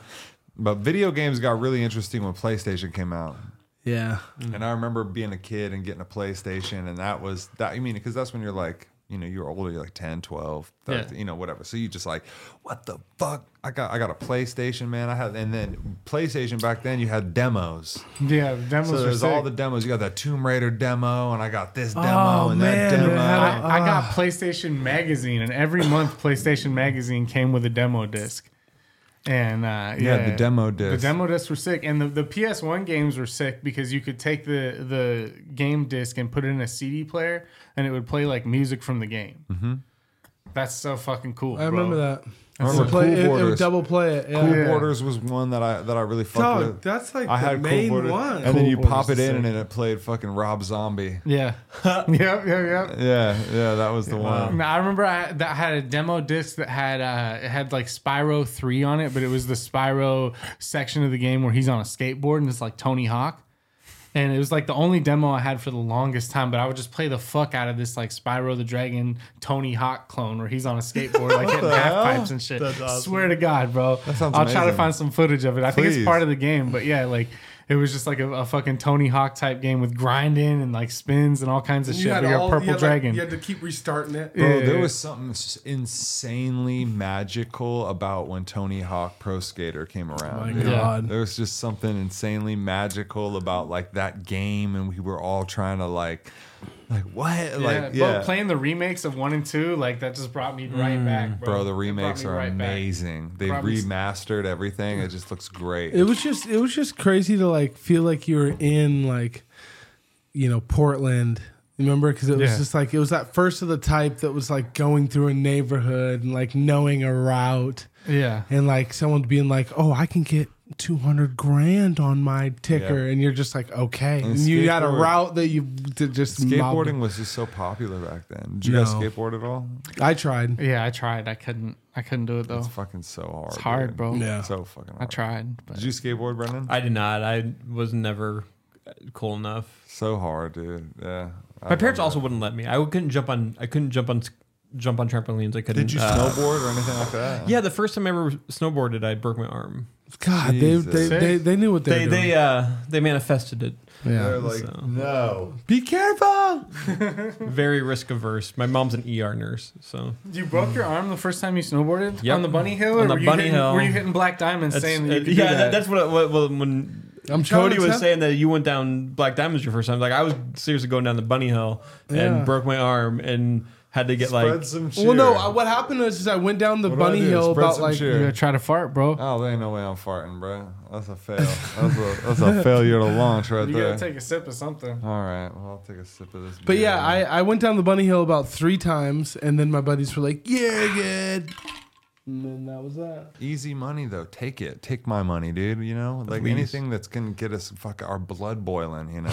C: But video games got really interesting when PlayStation came out,
A: yeah.
C: and I remember being a kid and getting a PlayStation, and that was that. I mean, because that's when you're like. You know, you're older. You're like 10, 12, 13,
E: Yeah.
C: you know, whatever. So you just like, what the fuck? I got, I got a PlayStation, man. I had, and then PlayStation back then, you had demos.
E: yeah, the demos
C: So
E: were
C: there's
E: sick.
C: all the demos. You got that Tomb Raider demo, and I got this demo
A: Oh,
C: and that
A: man,
C: demo.
A: they had
C: Ah.
E: I, I got PlayStation Magazine, and every month PlayStation Magazine came with a demo disc. And uh, yeah,
C: Yeah, the demo disc.
E: The demo discs were sick, and the, the PS1 games were sick because you could take the the game disc and put it in a CD player, and it would play like music from the game. Mm-hmm. That's so fucking cool.
C: Uh,
A: I remember that.
C: I remember
A: It play-
C: Cool
A: it- it, would
C: Borders.
A: double play it. Yeah.
C: Cool
E: Yeah.
C: Borders was one that I that I really fucked
A: Dog,
C: with.
A: that's like
C: I
A: the
C: had
A: main
C: Cool Borders,
A: one.
C: and
A: Cool
C: then you pop it
E: Borders is
C: in,
E: sick.
C: and it played fucking Rob Zombie.
E: Yeah, yep, yep, yep.
C: Yeah, yeah, that was the one.
E: Now, I remember I, that I had a demo disc that had uh, it had like Spyro three on it, but it was the Spyro section of the game where he's on a skateboard and it's like Tony Hawk, and it was like the only demo I had for the longest time. But I would just play the fuck out of this like Spyro the Dragon Tony Hawk clone where he's on a skateboard like hitting half pipes and shit. Swear to God, bro,
C: sounds
E: I'll try to
C: amazing.
E: find some footage of it. I think
C: Please.
E: it's part of the game, but yeah, like. It was just like a, a fucking Tony Hawk type game with grinding and like spins and all kinds of shit. We got Purple Dragon.
A: you had to keep restarting it.
C: Bro, there was something s- insanely magical about when Tony Hawk Pro Skater
E: Oh
C: came around.
A: my
C: dude.
A: God.
C: There was just something insanely magical about like that game, and we were all trying to like, like what, like
E: yeah,
C: yeah.
E: Bro, playing the remakes of one and two, like that just brought me right back, bro.
C: Bro, the
E: It
C: remakes
E: brought
C: are
E: me right back.
C: amazing. They
E: Brought me-
C: remastered everything. It just looks great.
A: It was just it was just crazy to like feel like you were in like you know Portland. Remember, because it was
E: Yeah.
A: just like it was that first of the type that was like going through a neighborhood and like knowing a route
E: Yeah,
A: and like someone being like, "Oh, I can get 200 grand on my ticker
C: Yeah.
A: and you're just like okay and,
C: And
A: you got a
C: skateboard-
A: route that you to just mob-
C: Skateboarding was just so popular back then. Did you guys
A: No.
C: skateboard at all?
A: i tried
E: Yeah, I tried. I couldn't. I couldn't do it though.
C: It's fucking so hard. It's
E: hard, bro.
A: Yeah.
C: So fucking hard.
E: I tried. But
C: Did you skateboard, Brendan?
I: I did not. I was never cool enough.
C: so hard, dude. Yeah. I
I: My parents
C: remember.
I: also wouldn't let me. I couldn't jump on. I couldn't jump on s- jump on trampolines. I couldn't.
C: Did you
I: uh,
C: snowboard or anything like that?
I: Yeah, the first time I ever snowboarded, I broke my arm.
A: god they, they,
C: Jesus.
A: they, they knew what
I: They
A: they, were
I: they
A: doing.
I: uh they manifested it.
C: They're
A: yeah
C: like,
I: So.
C: no.
A: be careful
I: Very risk averse. My mom's an ER nurse, so
E: you broke your arm the first time you snowboarded
I: Yep.
E: on the bunny hill,
I: On
E: or
I: the
E: were you
I: bunny
E: hitting,
I: hill.
E: Were you hitting black diamonds
I: that's, uh,
E: saying that you could
I: yeah.
E: do
I: that-
E: that?
I: That's what, it- what, what when
A: i'm
I: Cody
A: trying to
I: was
A: tell-
I: saying that you went down Black Diamonds your first time. Like I was seriously going down the bunny hill
A: Yeah.
I: and broke my arm and had to get
C: Spread
I: like
C: some cheer.
A: well no I, what happened is, is i went down the
C: What do I
A: bunny
C: do?
A: hill
C: Spread
A: about
C: some
A: like
C: cheer.
E: You're gonna try to fart, bro.
C: Oh, there ain't no way I'm farting, bro. That's a fail. That's a, that's a failure to launch right
E: you
C: there.
E: gotta take a sip of something.
C: All right. Well, I'll take a sip of this.
A: But yeah, I, I went down the bunny hill about three times, and then my buddies were like, "Yeah, good." And then that was that.
C: easy money though. Take it. Take my money, dude. You know, like anything that's gonna get us fuck our blood boiling. You know,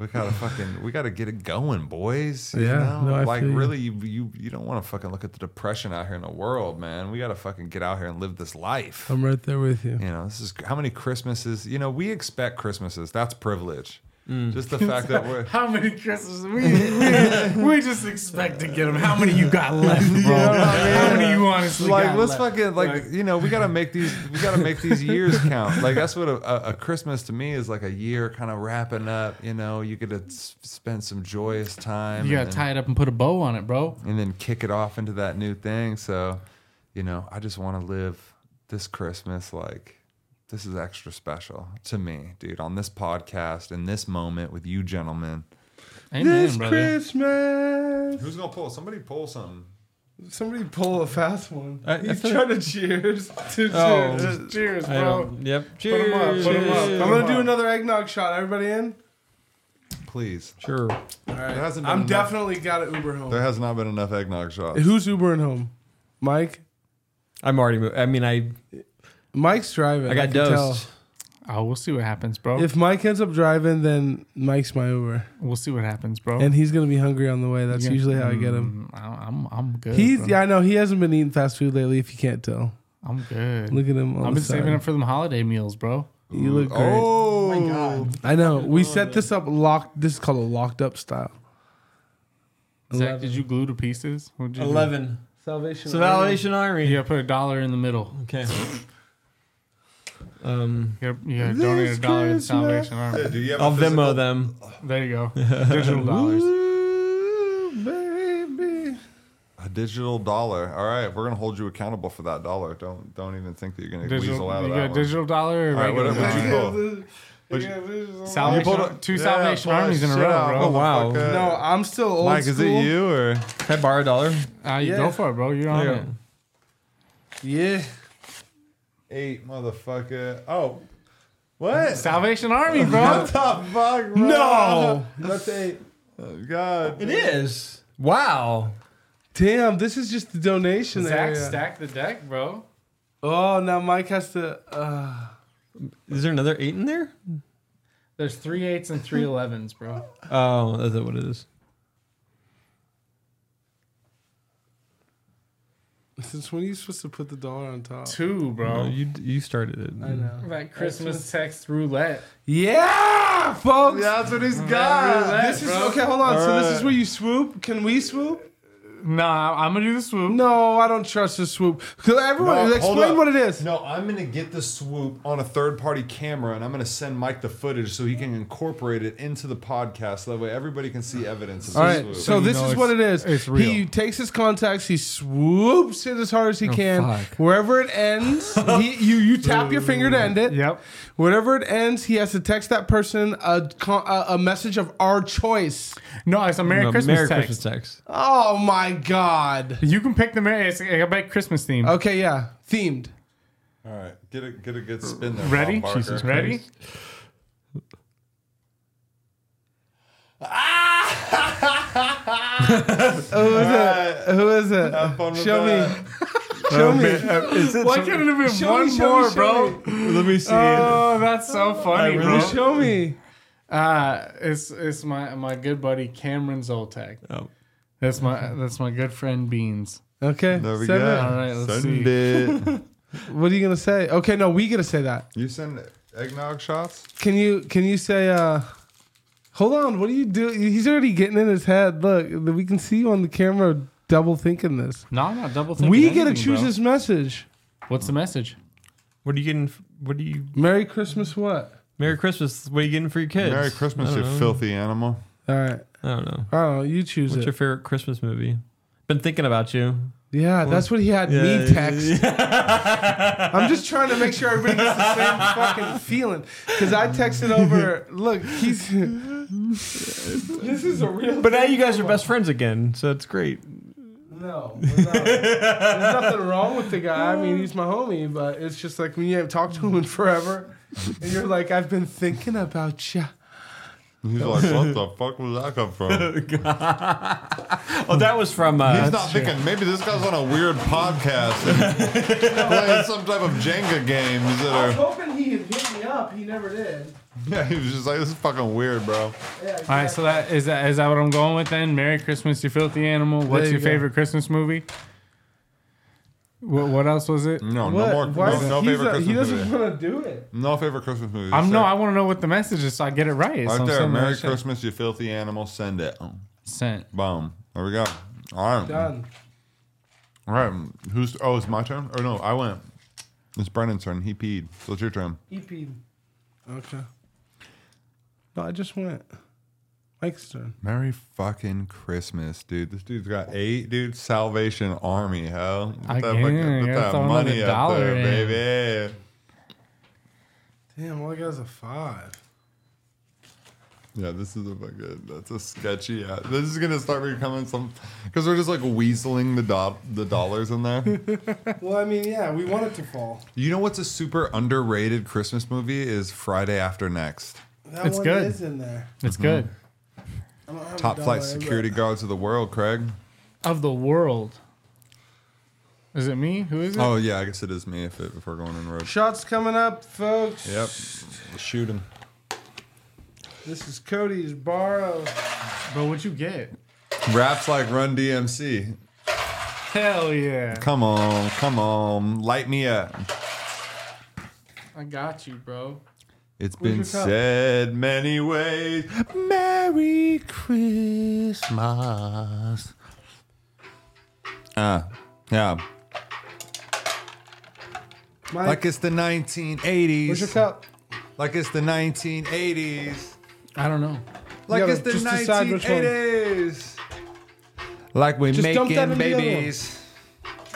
C: we gotta fucking we gotta get it going, boys. You
A: Yeah,
C: know?
A: no, I
C: like
A: feel you.
C: really, you you, you don't want to fucking look at the depression out here in the world, man. We gotta fucking get out here and live this life.
A: I'm right there with you.
C: You know, this is how many Christmases. You know, we expect Christmases. That's privilege.
A: Mm.
C: Just the fact that we're.
E: How many Christmases? We, we, we just expect to get them. How many you got left, bro? How many you honestly
C: like
E: got
C: let's
E: left?
C: fucking like, you know we gotta make these we gotta make these years count like that's what a, a, a christmas to me is like a year kind of wrapping up you know you get to s- spend some joyous time
E: You
C: and,
E: gotta
C: then-
E: tie it up and put a bow on it, bro.
C: and then kick it off into that new thing so you know i just want to live this christmas like this is extra special to me dude on this podcast in this moment with you gentlemen
E: Amen, brother.
A: Christmas,
C: who's gonna pull somebody pull something
A: somebody pull a fast one.
I: I- I
A: He's
I: feel-
A: trying to cheers. To
I: Oh.
A: cheers.
E: Just cheers,
I: I
E: bro.
I: don't, yep.
E: Put
I: Cheers.
E: 'em up, put 'em up.
A: I'm
E: Put 'em
A: gonna
E: up.
A: do another eggnog shot. Everybody in?
C: please
I: Sure.
A: All right.
C: There hasn't been
A: I'm
C: enough-
A: definitely got to Uber home.
C: there has not been enough eggnog shots
A: Who's Ubering home? Mike.
I: I'm already. mo- I mean, I
A: Mike's driving.
I: I got
A: can
I: dosed.
E: Oh, we'll see what happens, bro.
A: tell. If Mike ends up driving, then Mike's my Uber,
E: we'll see what happens, bro.
A: and he's gonna be hungry on the way. That's
E: Yeah.
A: usually how I get him.
E: Mm, I- I'm I'm good.
A: He's
E: bro.
A: yeah, I know he hasn't been eating fast food lately. If you can't tell,
E: I'm good.
A: look at him. On
E: I've
A: the
E: been saving
A: side.
E: up for them holiday meals, bro.
A: You look great.
C: oh my god
A: I know. We set this up locked. This is called a locked up style.
E: Zach, did you glue to pieces? What'd you do?
I: Eleven.
A: Salvation.
I: Salvation Army.
E: You gotta put a dollar in the middle.
I: Okay. um,
E: You gotta, you gotta donate a dollar to the Salvation Army.
C: do you have a
I: I'll
C: physical-
I: Venmo them. uh,
E: There you go. Digital dollars.
C: Ooh, baby. A digital dollar. All right, we're gonna hold you accountable for that dollar. Don't don't even think that you're gonna weasel out
E: Digital,
C: of
E: you
C: that
E: got
C: one.
E: digital dollar or
C: All right, what
E: regular
C: what
E: dollar?
C: you pull? What'd you- You
E: Salvation,
C: pulled
E: Ar-
C: a-
E: two
C: yeah,
E: Salvation
C: pull that
E: Armies in a
C: shit out,
E: row, bro. Oh,
I: wow.
C: motherfucker.
A: No, I'm still old
C: Mike, is
A: school.
C: it you or
I: Can I borrow a dollar?
E: Uh, you
A: Yeah.
E: Go for it, bro. You're on
I: There you
E: it.
I: go.
A: Yeah.
C: eight, motherfucker? Oh, what?
E: Salvation Army, bro.
C: What the fuck? Bro?
A: No. That's eight.
C: Oh, God.
I: It is. Wow.
A: Damn, this is just the donation
E: Zach,
A: area.
E: stack the deck, bro.
A: Oh, now Mike has to. Uh,
I: Is there another eight in there?
E: There's three eights and three elevens, bro.
I: Oh, that's what it is.
A: since when are you supposed to put the dollar on top?
E: Two,
I: Oh,
E: bro.
I: you you started it.
A: I know.
E: Like Christmas text roulette.
A: Yeah, folks.
C: Yeah, that's what he's got.
A: This is okay. Hold on. so this
C: right.
A: is where you swoop. Can we swoop?
E: Nah, I'm gonna do the swoop.
A: No, I don't trust the swoop. 'Cause
C: No,
A: Everyone,
C: hold
A: explain
C: up.
A: what it is.
C: No, I'm gonna get the swoop on a third party camera and I'm gonna send Mike the footage so he can incorporate it into the podcast. That way everybody can see evidence of
A: All
C: the
A: right, so,
C: swoop.
E: you
A: this
E: know
A: is
E: it's-
A: what it is.
E: it's real. Oh,
A: He takes his contacts, he swoops it as hard as he can.
E: fuck.
A: Wherever it ends, he, you you tap your finger to end it.
E: Yep.
A: Wherever it ends, he has to text that person a con- a, a message of our choice.
E: No, it's a Merry
I: No,
E: Christmas
I: Merry
E: text.
I: Christmas text.
A: Oh my god.
E: You can pick the Merry. It's I bet Christmas theme.
A: Okay, yeah, themed.
C: All right, get a get a good spin there.
E: Ready?
C: Bob Barker.
E: Jesus Ready?
A: Who is it? Who is it?
C: Have fun with
A: Show
C: that.
A: me. Show me.
I: Is it
E: Why couldn't it have been
A: Show me,
E: one
A: show me,
E: more,
A: show
E: bro?
I: Let me see.
E: Oh, that's so funny,
I: really
E: bro.
A: Show me.
E: Uh, it's it's my my good buddy Cameron Zoltek.
I: Oh.
E: That's my that's my good friend Beans.
A: Okay.
C: There we
A: send
C: go.
E: All right, let's
C: Send
E: see.
C: it.
A: it. What are you gonna say? Okay, no, we gotta say that.
C: You send eggnog shots?
A: Can you can you say uh Hold on, what are you doing? He's already getting in his head. Look, we can see you on the camera double thinking this.
E: No, I'm not double thinking.
A: we
E: anything,
A: gotta choose
E: bro.
A: this message.
E: What's the message?
I: What are you getting? f- What are you?
A: Merry Christmas what?
I: Merry Christmas. What are you getting for your kids?
C: Merry Christmas,
I: I
C: you
I: don't know.
C: filthy animal.
A: All right.
I: I don't know.
A: I don't know, you choose
I: What's
A: it.
I: your favorite Christmas movie? Been thinking about you.
A: yeah, that's what he had me text. I'm just trying to make sure everybody gets the same fucking feeling. Because I texted over, look, he's. this is a real.
I: But now you guys are best friends again, so it's great.
A: No, we're not. there's nothing wrong with the guy. I mean, he's my homie, but it's just like when you haven't talked to him in forever, and you're like, I've been thinking about you.
C: He's like, what the fuck was that come from?
I: Oh, that was from. Uh,
C: He's not thinking, maybe this guy's on a weird podcast and playing some type of Jenga games that
A: I was
C: are.
A: hoping he had hit me up. He never did.
C: Yeah, he was just like, this is fucking weird, bro.
E: All right, so that is that is that what I'm going with then? Merry Christmas, you filthy animal. What's
A: you
E: your
A: go.
E: favorite Christmas movie? What, what else was it?
C: No,
A: What?
C: no more.
A: Why is-
C: No, no
A: he's
C: favorite
A: a- he
C: Christmas
A: doesn't
C: movie.
A: want to do it.
C: No favorite Christmas movie.
E: I'm no,
C: Say-
E: I want to know what the message is so I get it right. so
C: Right
E: I'm
C: there,
E: sending
C: Merry
E: that shit.
C: Christmas, you filthy animal. Send it.
E: Sent.
C: Boom. There we go. All right.
A: Done.
C: All right. Who's? Oh, it's my turn. Or no, I went. It's Brennan's turn. He peed. So it's your turn.
A: He peed. Okay. No, I just went. Mike's turn.
C: Merry fucking Christmas, dude. This dude's got eight, dude. Salvation Army, hell. Put
E: I
C: that,
E: can-
C: fucking-
E: I
C: put
E: gotta
C: that
E: throw another
C: money up
E: dollar
C: there,
E: in.
C: baby.
A: Damn, all I got is a five.
C: Yeah, this is a fucking. That's a sketchy. ad. This is gonna start becoming some because we're just like weaseling the do- the dollars in there.
A: Well, I mean, yeah, we want it to fall.
C: you know what's a super underrated Christmas movie is Friday After Next.
A: That
E: It's
A: one
E: good.
A: is in there.
E: It's good.
A: I don't have a
C: Top flight
A: dollar,
C: security guards of the world, Craig.
E: Of the world. Is it me? Who is it?
C: Oh yeah, I guess it is me if, it, if we're going in road.
A: but- Shots coming up, folks.
C: Yep, shoot him.
A: This is Cody's bar. of-
E: Oh, Bro, what'd you get?
C: Raps like Run DMC.
E: Hell yeah.
C: Come on, come on, light me up.
E: I got you, bro.
C: It's been
A: your cup?
C: said many ways. Merry Christmas. Ah, yeah.
A: Mike,
C: Like it's the 1980s.
A: where's your cup?
C: Like it's the 1980s.
E: I don't know.
C: Like
A: Yeah,
C: it's the
A: just decide which one.
C: 1980s. Like we're
A: Just dump that
C: making
A: into the other
C: babies.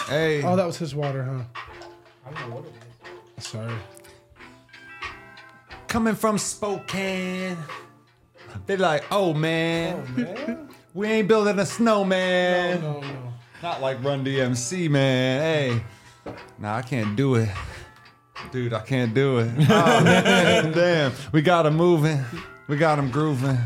C: Hey.
A: Oh, that was his water, huh? Sorry.
C: coming from Spokane. They're like, oh man,
A: Man?
C: we ain't building a snowman.
A: No, Oh, no.
C: Not like Run DMC, man. Hey, nah, I can't do it. Dude, I can't do it. Oh, man, damn, we got him moving. We got him grooving.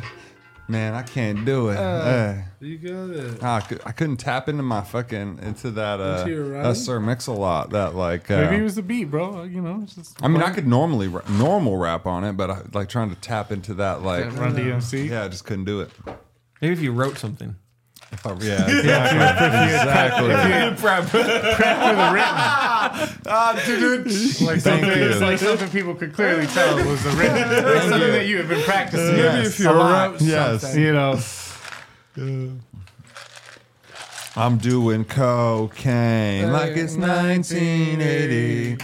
C: Man, I can't do it.
E: Uh,
C: Hey.
A: You good?
C: Ah, I, cou- I couldn't tap into my fucking, into that, uh,
A: Into your rhyme?
C: that Sir Mix-a-Lot, that like. Uh,
E: Maybe it was the beat, bro. You know, it's just
C: I mean, I could normally, ra- normal rap on it, but I like trying to tap into that, like.
E: Run DMC.
C: Yeah, I just couldn't do it.
I: Maybe if you wrote something.
C: If I- Oh, yeah, exactly. exactly.
E: Like
C: Thank
E: something,
C: you.
E: it's like something people could clearly tell was the written. It's something
C: you.
E: that you have been practicing.
C: Yes.
E: a lot.
C: Yes.
E: You know,
C: I'm doing cocaine like it's 1980.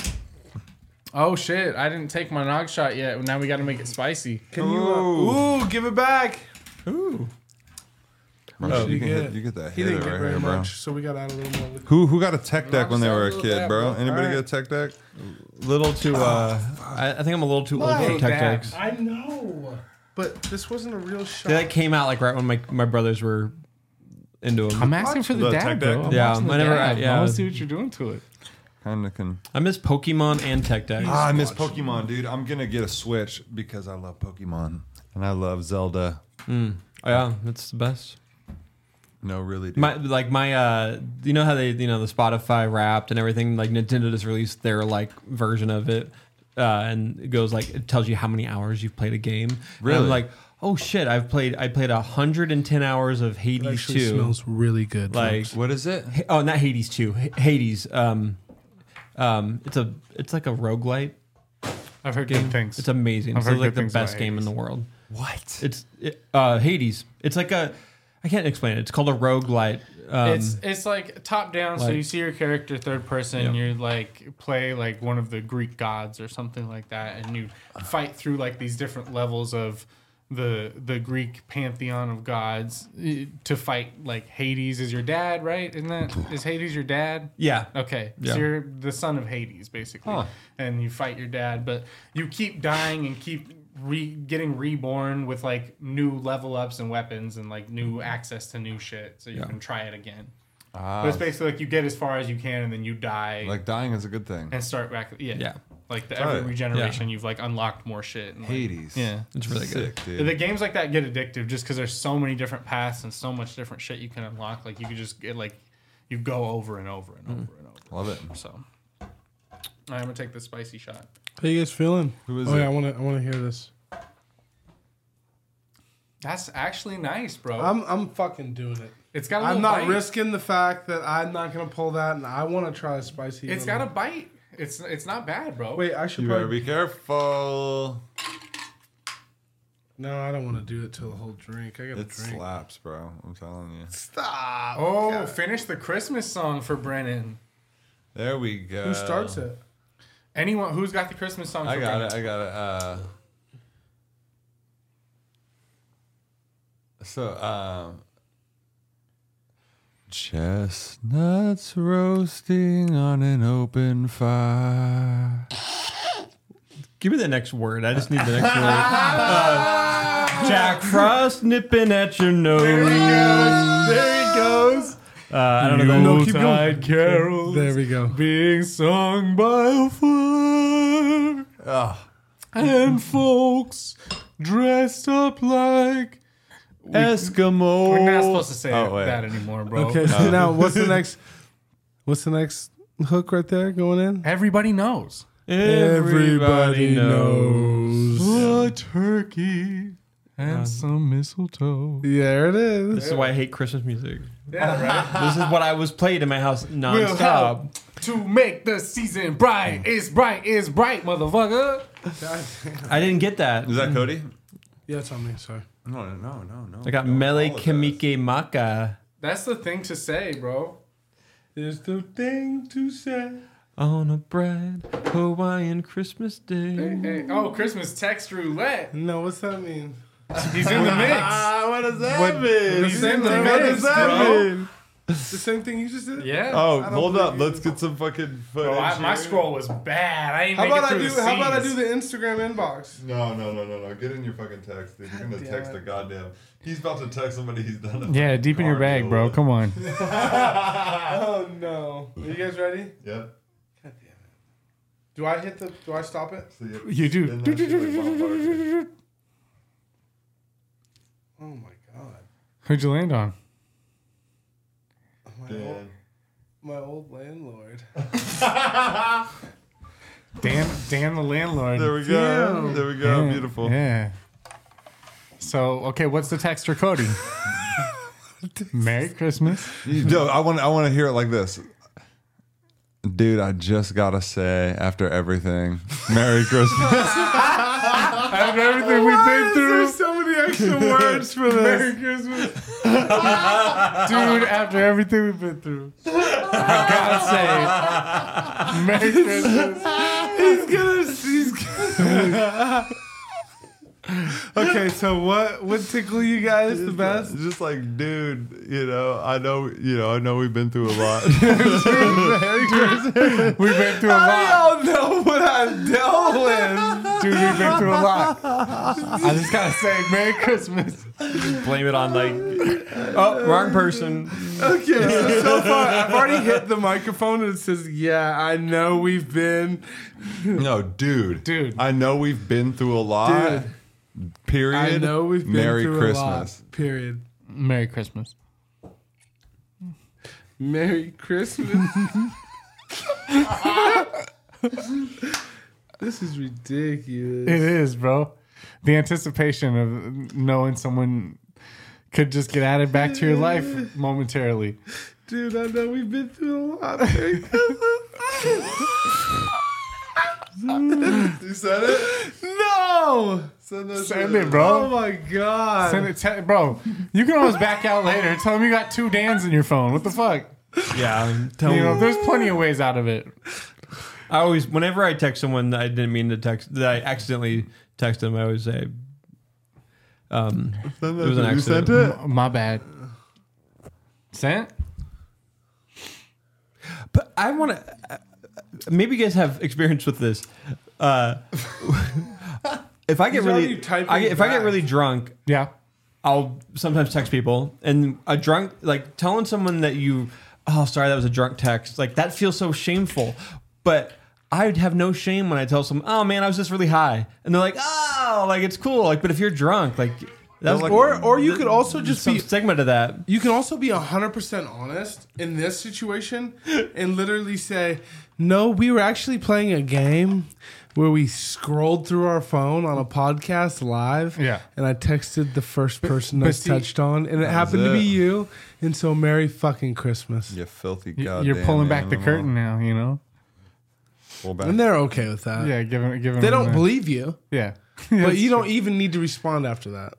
E: oh shit! I didn't take my nog shot yet. Now we got to make it spicy.
A: Can you? Uh, ooh, give it back.
C: Bro, Oh, you, can hit, you get that
A: He
C: hit
A: didn't
C: right
A: get
C: here,
A: very
C: bro.
A: much, so we got out a little more. liquid.
C: Who who got a tech deck when they were a
A: Knock
C: kid,
A: that
C: bro?
A: out.
C: Anybody
A: Alright.
C: get a tech deck?
I: Little too. Uh, I, I think I'm a little too old for
A: Like
I: Tech
E: that.
I: Decks.
A: I know, but this wasn't a real shot.
I: That came out like right when my my brothers were into them.
E: I'm asking for the,
C: The
E: dad,
C: tech
E: bro.
C: deck?
E: I'm
I: Yeah,
E: watching the
I: I never-
E: dab.
I: I- yeah.
E: I want to see what you're doing to it.
C: Kinda can.
I: I miss Pokemon and Tech Decks.
C: Ah, I miss Pokemon, dude. I'm gonna get a Switch because I
I: Oh,
C: love Pokemon and I love Zelda.
I: yeah, it's the best.
C: No, really. Dude.
I: My like my uh, you know how they you know the Spotify Wrapped and everything. Like Nintendo just released their like version of it, uh, and it goes like it tells you how many hours you've played a game. And
C: Really?
I: I'm like, oh shit, I've played I played hundred and ten hours of Hades
A: Actually,
I: two.
A: smells really good.
I: Like
C: what is it?
I: H- oh, not Hades two, H- Hades. Um, um, it's a it's like a roguelite.
K: I've heard good things.
I: It's amazing.
K: I've
I: It's
K: heard
I: like
K: good
I: the
K: things about
I: best game in
K: Hades.
I: the world.
C: What?
I: It's it, uh, Hades. It's like a I can't explain it. It's called a roguelite. Um,
K: it's it's like top down, so
I: like-
K: you see your character third person. You like play like one of the Greek gods or something like that, and you fight through like these different levels of the the Greek pantheon of gods eh, to fight like Hades is your dad, right? Isn't that is Hades your dad?
I: yeah.
K: Okay,
I: Yeah.
K: so you're the son of Hades, basically, and you fight your dad, but you keep dying and keep re- getting reborn with like new level ups and weapons and like new access to new shit, so you
I: Yeah.
K: can try it again. but it's basically like you get as far as you can and then you die
C: Like dying is a good thing.
K: and start back. Yeah,
I: Yeah.
K: Like the, every
C: Right.
K: regeneration, you've like unlocked more shit. And, like-
C: Hades.
K: yeah.
I: It's really good.
C: Sick, dude.
K: The games like that get addictive just because there's so many different paths and so much different shit you can unlock. Like you could just get like you go over and over and over and over.
C: Love it.
K: So All right, I'm gonna take the spicy shot.
A: How you guys feeling?
C: Who is
A: oh, yeah,
C: it?
A: I want to. I want to hear this.
K: That's actually nice, bro.
A: I'm I'm fucking doing it.
K: it's got a little
A: I'm not
K: bite.
A: risking the fact that I'm not gonna pull that, and I want to try a spicy.
K: It's
A: one.
K: got a bite. It's it's not bad, bro.
A: Wait, I should
C: You better
A: probably.
C: be careful.
A: No, I don't want to do it till the whole drink. I got to
C: It
A: drink.
C: slaps, bro. I'm telling you.
A: Stop.
K: oh, finish the Christmas song for Brennan.
C: There we go.
A: Who starts it?
K: Anyone who's got the Christmas song?
C: I
K: for
C: got
K: Brennan?
C: it. I got it. Uh, so, um, chestnuts roasting on an open fire.
I: Give me the next word. I just need the next word. Uh, Jack Frost nipping at your nose. There he goes. There he goes. Uh, I don't know.
A: No,
I: that-
A: keep going.
I: Yuletide carols
A: There we go.
I: being sung by a fire Ah.
C: Oh,
I: and folks dressed up like Eskimos.
K: We're not supposed to say
C: Oh, wait.
K: that anymore, bro.
A: Okay, so now what's the next? What's the next hook right there going in?
K: Everybody knows.
I: Everybody
A: knows.
K: A turkey and some mistletoe.
A: There it
I: This
A: is.
I: is why I hate Christmas music.
K: Yeah, right.
I: This is what I was played in my house
K: We'll
I: nonstop.
K: help to make the season bright. It's bright. It's bright, motherfucker.
I: I didn't get that.
C: is that Cody?
A: Yeah, it's on me. Sorry.
C: No, no, no, no, no.
I: I got
C: No,
I: Mele
C: all of that.
I: Kamike Maka.
K: That's the thing to say, bro.
A: It's the thing to say.
I: on a bright Hawaiian Christmas
K: Hey,
I: day.
K: hey. Oh, Christmas text roulette.
A: No, what's that mean?
K: He's in the mix.
C: Ah, what does that mean?
A: The
K: He's
A: same
K: in the
A: thing. What
K: mix,
A: does that
K: bro.
A: mean? The same thing you just did.
K: Yeah.
C: Oh, hold up. Let's get some fucking footage.
K: Bro, I, my
C: here.
K: scroll was bad. I didn't
A: How
K: make
A: about
K: it
A: I
K: through
A: do?
K: the
A: How about I
K: Cs.
A: do the Instagram inbox?
C: No, no, no, no, no. Get in your fucking text, dude. You're gonna
A: damn
C: text
A: it.
C: a goddamn. He's about to text somebody he's done. A
K: Yeah, deep in your
C: Car
K: bag,
C: deal
K: bro.
C: with.
K: Come on.
A: Oh no! Are you guys ready?
C: Yep.
A: Do I hit the? Do I stop it?
C: See it.
K: You do.
C: Then that shit like motherfucker.
A: Oh my god!
K: Who'd you land on?
A: My, old,
C: Damn.
A: my old landlord.
K: Dan, Dan the landlord.
C: There we go. There we go.
K: Yeah,
C: Beautiful.
K: Yeah. So, okay, what's the text for Cody? Merry Christmas.
C: You- No, I want. I want to hear it like this. Dude, I just gotta say, after everything, Merry Christmas.
K: After everything we've been through,
A: so many extra words for this. Merry Christmas.
K: dude, after everything we've been through, I gotta say, Merry Christmas.
A: He's gonna. He's gonna. okay, so what would tickle you guys the best?
C: just like, dude, you know, I know, you know, I know we've been through a lot.
K: We've been through a lot.
A: I don't know what I've dealt with.
K: Dude, we've been through a lot. I just gotta say, Merry Christmas.
I: Blame it on like, oh, wrong person.
A: Okay, so, so far I've already hit the microphone and it says, "Yeah, I know we've been."
C: no, dude,
K: Dude.
C: I know we've been through a lot. Period.
A: I know we've been
C: Merry
A: through
C: Christmas.
A: a lot. Period.
K: Merry Christmas.
A: Merry Christmas. this is ridiculous.
K: It is, bro. The anticipation of knowing someone could just get added back to your life momentarily.
A: Dude, I know we've been through a lot. Merry Christmas.
C: You said it?
A: no!
C: Send that
K: Send
C: shit.
K: it,
A: Oh
K: bro.
A: my god.
K: Send it, te- bro. You can always back out later. and Tell them you got two Dans in your phone. What the fuck?
I: Yeah, um, tell
K: You
I: me.
K: know, there's plenty of ways out of it.
I: I always, whenever I text someone that I didn't mean to text, that I accidentally text them, I always say, um,
C: Send that
I: It was an
C: shit. You
I: accident.
C: sent it?
K: My bad. Sent?
I: but I want to. Maybe you guys have experience with this. Uh, if I get
A: He's
I: really,
A: already typing
I: I, if I get
A: back.
I: really drunk,
K: Yeah.
I: I'll sometimes text people, and a drunk like telling someone that you, oh sorry that was a drunk text, like that feels so shameful. But I would have no shame when I tell someone, oh man, I was just really high, and they're like, oh, like it's cool, like but if you're drunk, like that's
C: like-
A: or or you could also just
I: some
A: be
I: stigma to that.
A: you can also be 100% honest in this situation and literally say no we were actually playing a game where we scrolled through our phone on a podcast live
K: Yeah.
A: and i texted the first person
K: but
A: i
K: see-
A: touched on and it happened to
C: it.
A: be you and so merry fucking christmas
C: You filthy
K: Y-
I: Mm-hmm.
C: goddamn.
K: You're pulling back the
C: animal.
K: curtain now, you know?
C: Pull back.
A: and they're okay with that
K: Yeah, give them. Give 'em
A: they don't
K: the-
A: believe you
K: Yeah.
A: but you don't even need to respond after that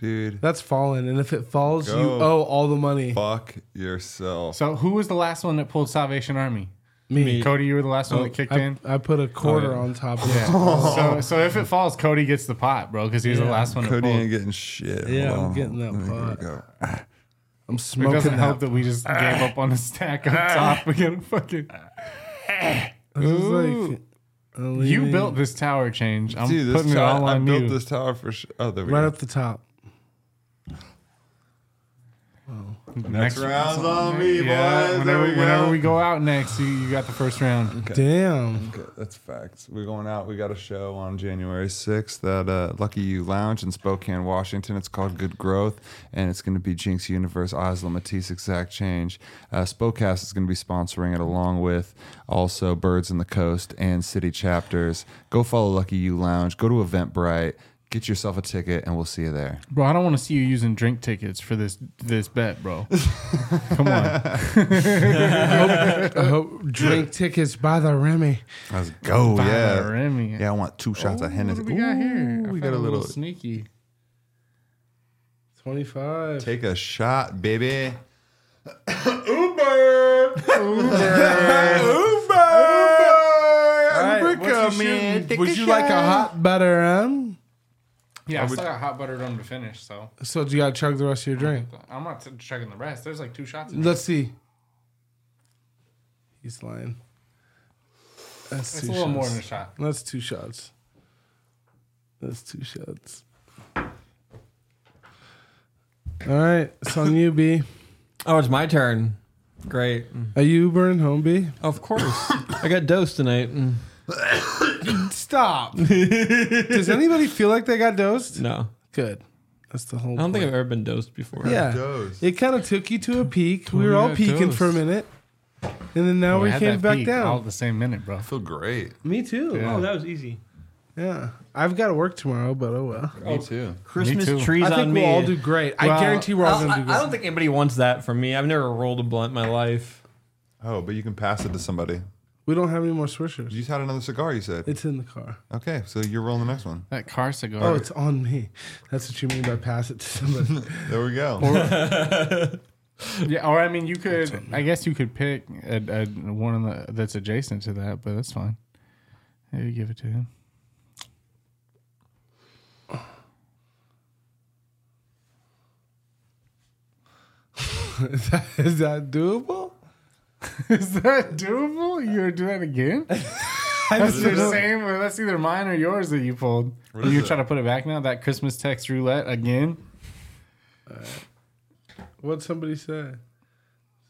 C: Dude,
A: that's fallen and if it falls you
C: Go.
A: owe all the money
C: fuck yourself.
K: So who was the last one that pulled Salvation Army?
A: me Oh,
K: Cody, you were the last one that kicked
A: I,
K: in.
A: I put a quarter
C: Oh,
A: on top of it
K: So, so if it falls, Cody gets the pot, bro, because he was the last one.
C: Cody
K: to pull.
C: ain't getting shit.
A: Yeah,
C: Hold
A: I'm
C: on.
A: getting that
C: Let me
A: pot.
C: go.
A: i'm
K: It
A: smoking
K: doesn't
A: that
K: help that we just gave up on a stack on top. We got a fucking.
A: This is
K: Ooh.
A: like- I'll
K: You
A: leave it
K: built this tower change. I'm
C: Dude,
K: putting
C: this
K: it all
C: tower, I
K: on
C: built
K: you.
C: this tower for sure. Oh, there we
A: right
C: go.
A: up the top.
K: next
C: round's on me,
K: Yeah,
C: boys. There
K: Whenever,
C: we go.
K: whenever we go out next, you, you got the first round.
A: Damn.
C: Okay, that's facts. We're going out. We got a show on January 6th at uh, Lucky You Lounge in Spokane, Washington. It's called Good Growth, and it's going to be Jinx Universe, Isla Matisse, Exact Change. Uh, Spocast is going to be sponsoring it along with also Birds in the Coast and City Chapters. Go follow Lucky You Lounge. Go to Eventbrite. Get yourself a ticket, and we'll see you there.
K: Bro, I don't want to see you using drink tickets for this this bet, bro. Come on.
A: Oh, drink tickets by the Remy.
C: Let's go.
K: Fire,
C: Yeah.
K: Remy.
C: Yeah, I want two shots of
K: What
C: Hennessy.
K: do we got here?
C: Ooh,
K: I
C: we got
K: found
C: a little.
K: sneaky.
A: 25.
C: Take a shot, baby. Uber. Uber. Uber.
A: Would you like a hot butter rum?
K: Yeah, I still got hot butter rum to finish, so
A: So you gotta chug the rest of your drink.
K: I'm not chugging the rest. There's like two shots.
A: Let's see. He's lying. That's
K: It's
A: two
K: a little
A: shots.
K: more than a shot.
A: That's two shots. That's two shots. All right, it's on you, B.
I: Oh, it's my turn. Great.
A: Are you Ubering home, B?
I: Of course. I got dosed tonight. Mm.
A: Stop. Does anybody feel like they got dosed?
I: No.
A: Good. That's the whole.
I: I don't think I've ever been dosed before.
A: Yeah.
C: Dosed.
A: It kind of took you to a peak. We were all
K: yeah,
A: peeking for a
K: dosed.
A: minute, and then now we, Oh, came back down.
K: all at the same minute, bro.
C: feel great.
A: Me too.
K: Yeah.
A: Yeah.
I: Oh, that was easy.
A: I've got to work tomorrow, but oh well.
C: Me too.
I: Christmas
K: too.
I: trees
A: I think
I: on
A: we'll
I: me.
A: all do great. I
K: Well,
A: guarantee we're all
I: I,
A: gonna do
I: I-
A: great.
I: I don't think anybody wants that from me. I've never rolled a blunt in my life.
C: Oh, but you can pass it to somebody.
A: we don't have any more swishers.
C: You just had another cigar, you said.
A: It's in the car.
C: Okay, so you're rolling the next one.
K: That car cigar.
A: Oh, it's on me. That's what you mean by pass it to somebody.
C: There we go.
K: yeah, or I mean, you could. I guess you could pick a, a, one on the, that's adjacent to that, but that's fine. Maybe give it to him.
A: is, that, is that doable?
K: Is that doable? You gonna do that again? that's your same. That's either mine or yours that you pulled.
C: What
K: Are
C: is
K: you
C: it?
K: trying to put it back now? That Christmas text roulette again?
A: What somebody said.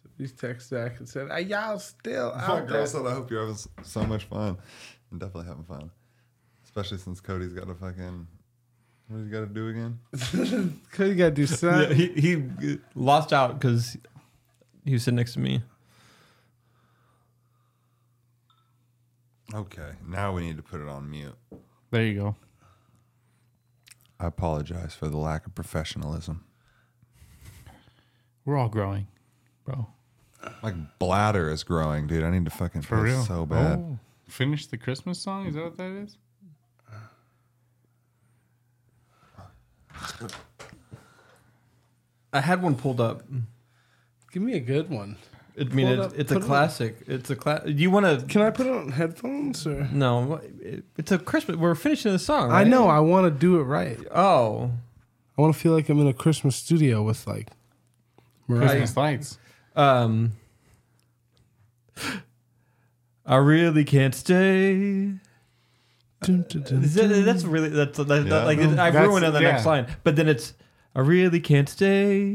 A: Somebody texted Zach and said, "Are y'all still
C: My
A: out
C: girl
A: there?"
C: said, I hope you're having s- so much fun. I'm definitely having fun. Especially since Cody's got a fucking. What does he got to do again?
A: Cody got to do
I: Yeah,
A: something.
I: he, he lost out because he was sitting next to me.
C: Okay, now we need to put it on mute.
K: There you go.
C: I apologize for the lack of professionalism.
K: We're all growing, bro.
C: Like bladder is growing, dude. I need to fucking piss so bad.
K: Oh, finish the Christmas song. Is that what that is?
I: I had one pulled up.
A: Give me a good one.
I: I mean,
A: Pulled
I: it,
A: up,
I: it's a
A: put it on.
I: classic. It's a class. Do you want to?
A: Can I put it on headphones or?
I: No, it- it's a Christmas. We're finishing the song.
A: I
I: right?
A: know. I want to do it right.
I: Oh,
A: I want to feel like I'm in a Christmas studio with like. Mariah.
K: Christmas lights.
I: um, I really can't stay.
A: Dun, dun, dun.
I: Is that- that's really that's that, that-
C: Yeah.
I: like I
K: That's-
I: ruined it on the next
K: yeah.
I: line, but then it's I really can't stay,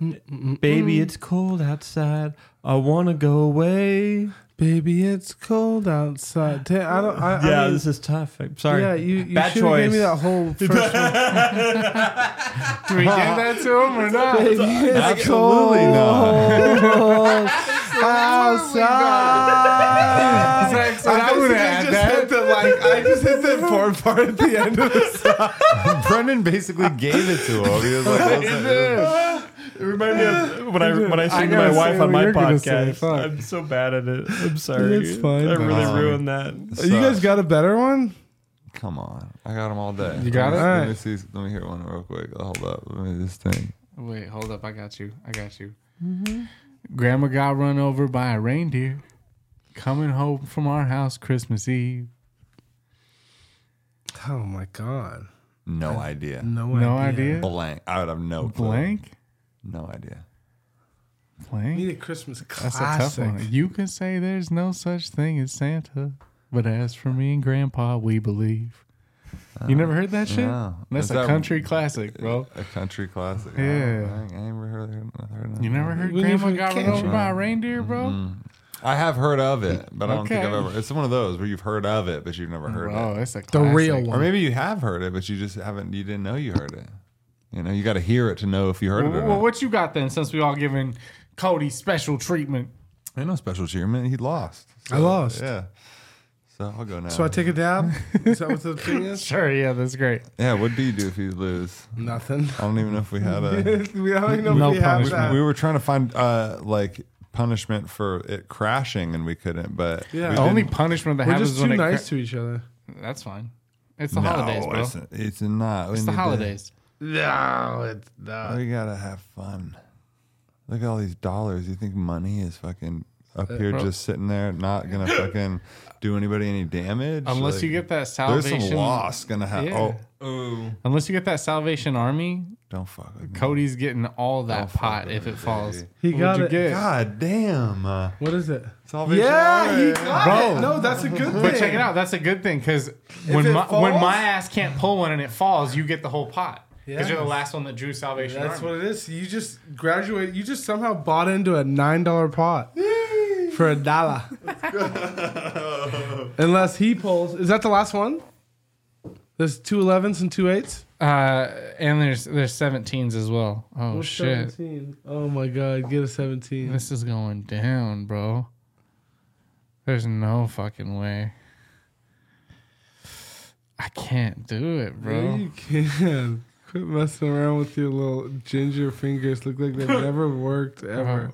A: Mm,
I: baby. It's cold outside. I wanna go away.
A: Baby, it's cold outside. Ta- I don't. I,
I: yeah,
A: I mean,
I: this is tough. I'm sorry.
A: yeah, you, you
I: Bad
A: should have gave
I: choice.
A: me that whole first one.
K: Do we give that to him or not?
A: Baby, it's
C: Absolutely not.
A: cold outside.
K: Zach, I would add that.
C: the like. I just hit the porn part at the end of the song. Brendan basically gave it to him. He was like, "What's that?"
I: It reminded me of when I when I sing to
A: gotta
I: my
A: say
I: wife
A: what
I: on my
A: you're gonna say,
I: podcast.
A: fuck.
I: I'm so bad at it. I'm sorry.
A: That's fine.
I: I really
C: Um,
I: ruined that.
A: You guys got a better one?
C: Come on, I got them all day.
K: You got
C: let Me,
A: it?
C: Let me see. Let me hear one real quick. Hold up. Let me this thing.
K: Wait, hold up. I got you. I got you. Grandma got run over by a reindeer coming home from our house Christmas Eve.
A: Oh my god!
C: No idea.
A: No,
K: No
A: idea.
K: idea.
C: Blank. I would have no clue.
K: Blank?
C: No idea.
A: Need
K: Blank?
A: a Christmas
K: That's
A: classic.
K: a tough one. You can say there's no such thing as Santa, but as for me and Grandpa, we believe. You never heard that shit?
C: no.
K: That's
C: Is
K: a
C: that-
K: country classic, bro.
C: A country classic.
K: Yeah.
C: I, ain't heard, heard, heard
K: You never heard
A: We need
K: Grandma
A: some
K: got run
A: catchy-
K: over by a reindeer, bro?
C: I have heard of it, but I don't think I've
K: Mm, Okay.
C: ever. It's one of those where you've heard of it, but you've never heard
K: Bro,
C: it.
K: that's a classic.
A: The real
C: Or
A: one.
C: maybe you have heard it, but you just haven't. You didn't know you heard it. You know, you got to hear it to know if you heard it or
K: Well,
C: not.
K: what you got then? Since we all giving Cody special treatment,
C: Ain't no special treatment. He lost.
A: I lost.
C: Yeah. So I'll go now.
A: So I take a dab. Is that what the thing is?
K: sure, yeah, that's great.
C: yeah. What do you do if you lose?
A: Nothing.
C: I don't even know if we had a.
A: we don't even know
K: No
A: if we have
K: punishment.
A: that.
C: we were trying to find uh like punishment for it crashing, and we couldn't. But
A: Yeah.
C: we
K: The only
C: didn't-
K: punishment that
A: We're
K: happens
A: just
K: when
A: too
K: it cra-
A: nice to each other.
K: that's fine. It's the holidays,
C: No,
K: bro. It's,
C: It's, it's not. We
K: the
C: need to-
K: holidays.
A: No, it's not.
C: We gotta have fun. Look at all these dollars. You think money is fucking up here
K: Uh, bro.
C: just sitting there, not gonna fucking do anybody any damage?
K: Unless
C: Like,
K: you get that
C: there's
K: salvation,
C: some loss gonna happen.
K: Yeah.
C: Oh,
K: unless you get that Salvation Army,
C: don't fuck with me.
K: Cody's getting all that
C: fuck
K: pot
C: with
K: if
C: me,
K: it falls.
C: baby.
A: He got
K: you
A: it.
K: get?
C: God damn. uh,
A: What is it?
C: Salvation
A: yeah, he
C: Army.
A: got
K: Bro.
A: it. No, that's a good thing.
K: But check it out. That's a good thing because when
A: it
K: my, when
A: falls-
K: my ass can't pull one and it falls, you get the whole pot because you're the
A: Yes.
K: last one that drew Salvation
A: That's
K: Army.
A: what it is. You just graduated. You just somehow bought into a nine dollar pot for a dollar. Unless he pulls. Is that the last one? There's two elevens and two eights.
K: uh, and there's there's 17s as well. Oh shit.
A: Seventeen. Oh my god, get a seventeen.
K: This is going down, bro. There's no fucking way. I can't do it,
A: Yeah,
K: bro.
A: you can. Quit messing around with your little ginger fingers. Look like they've never worked ever.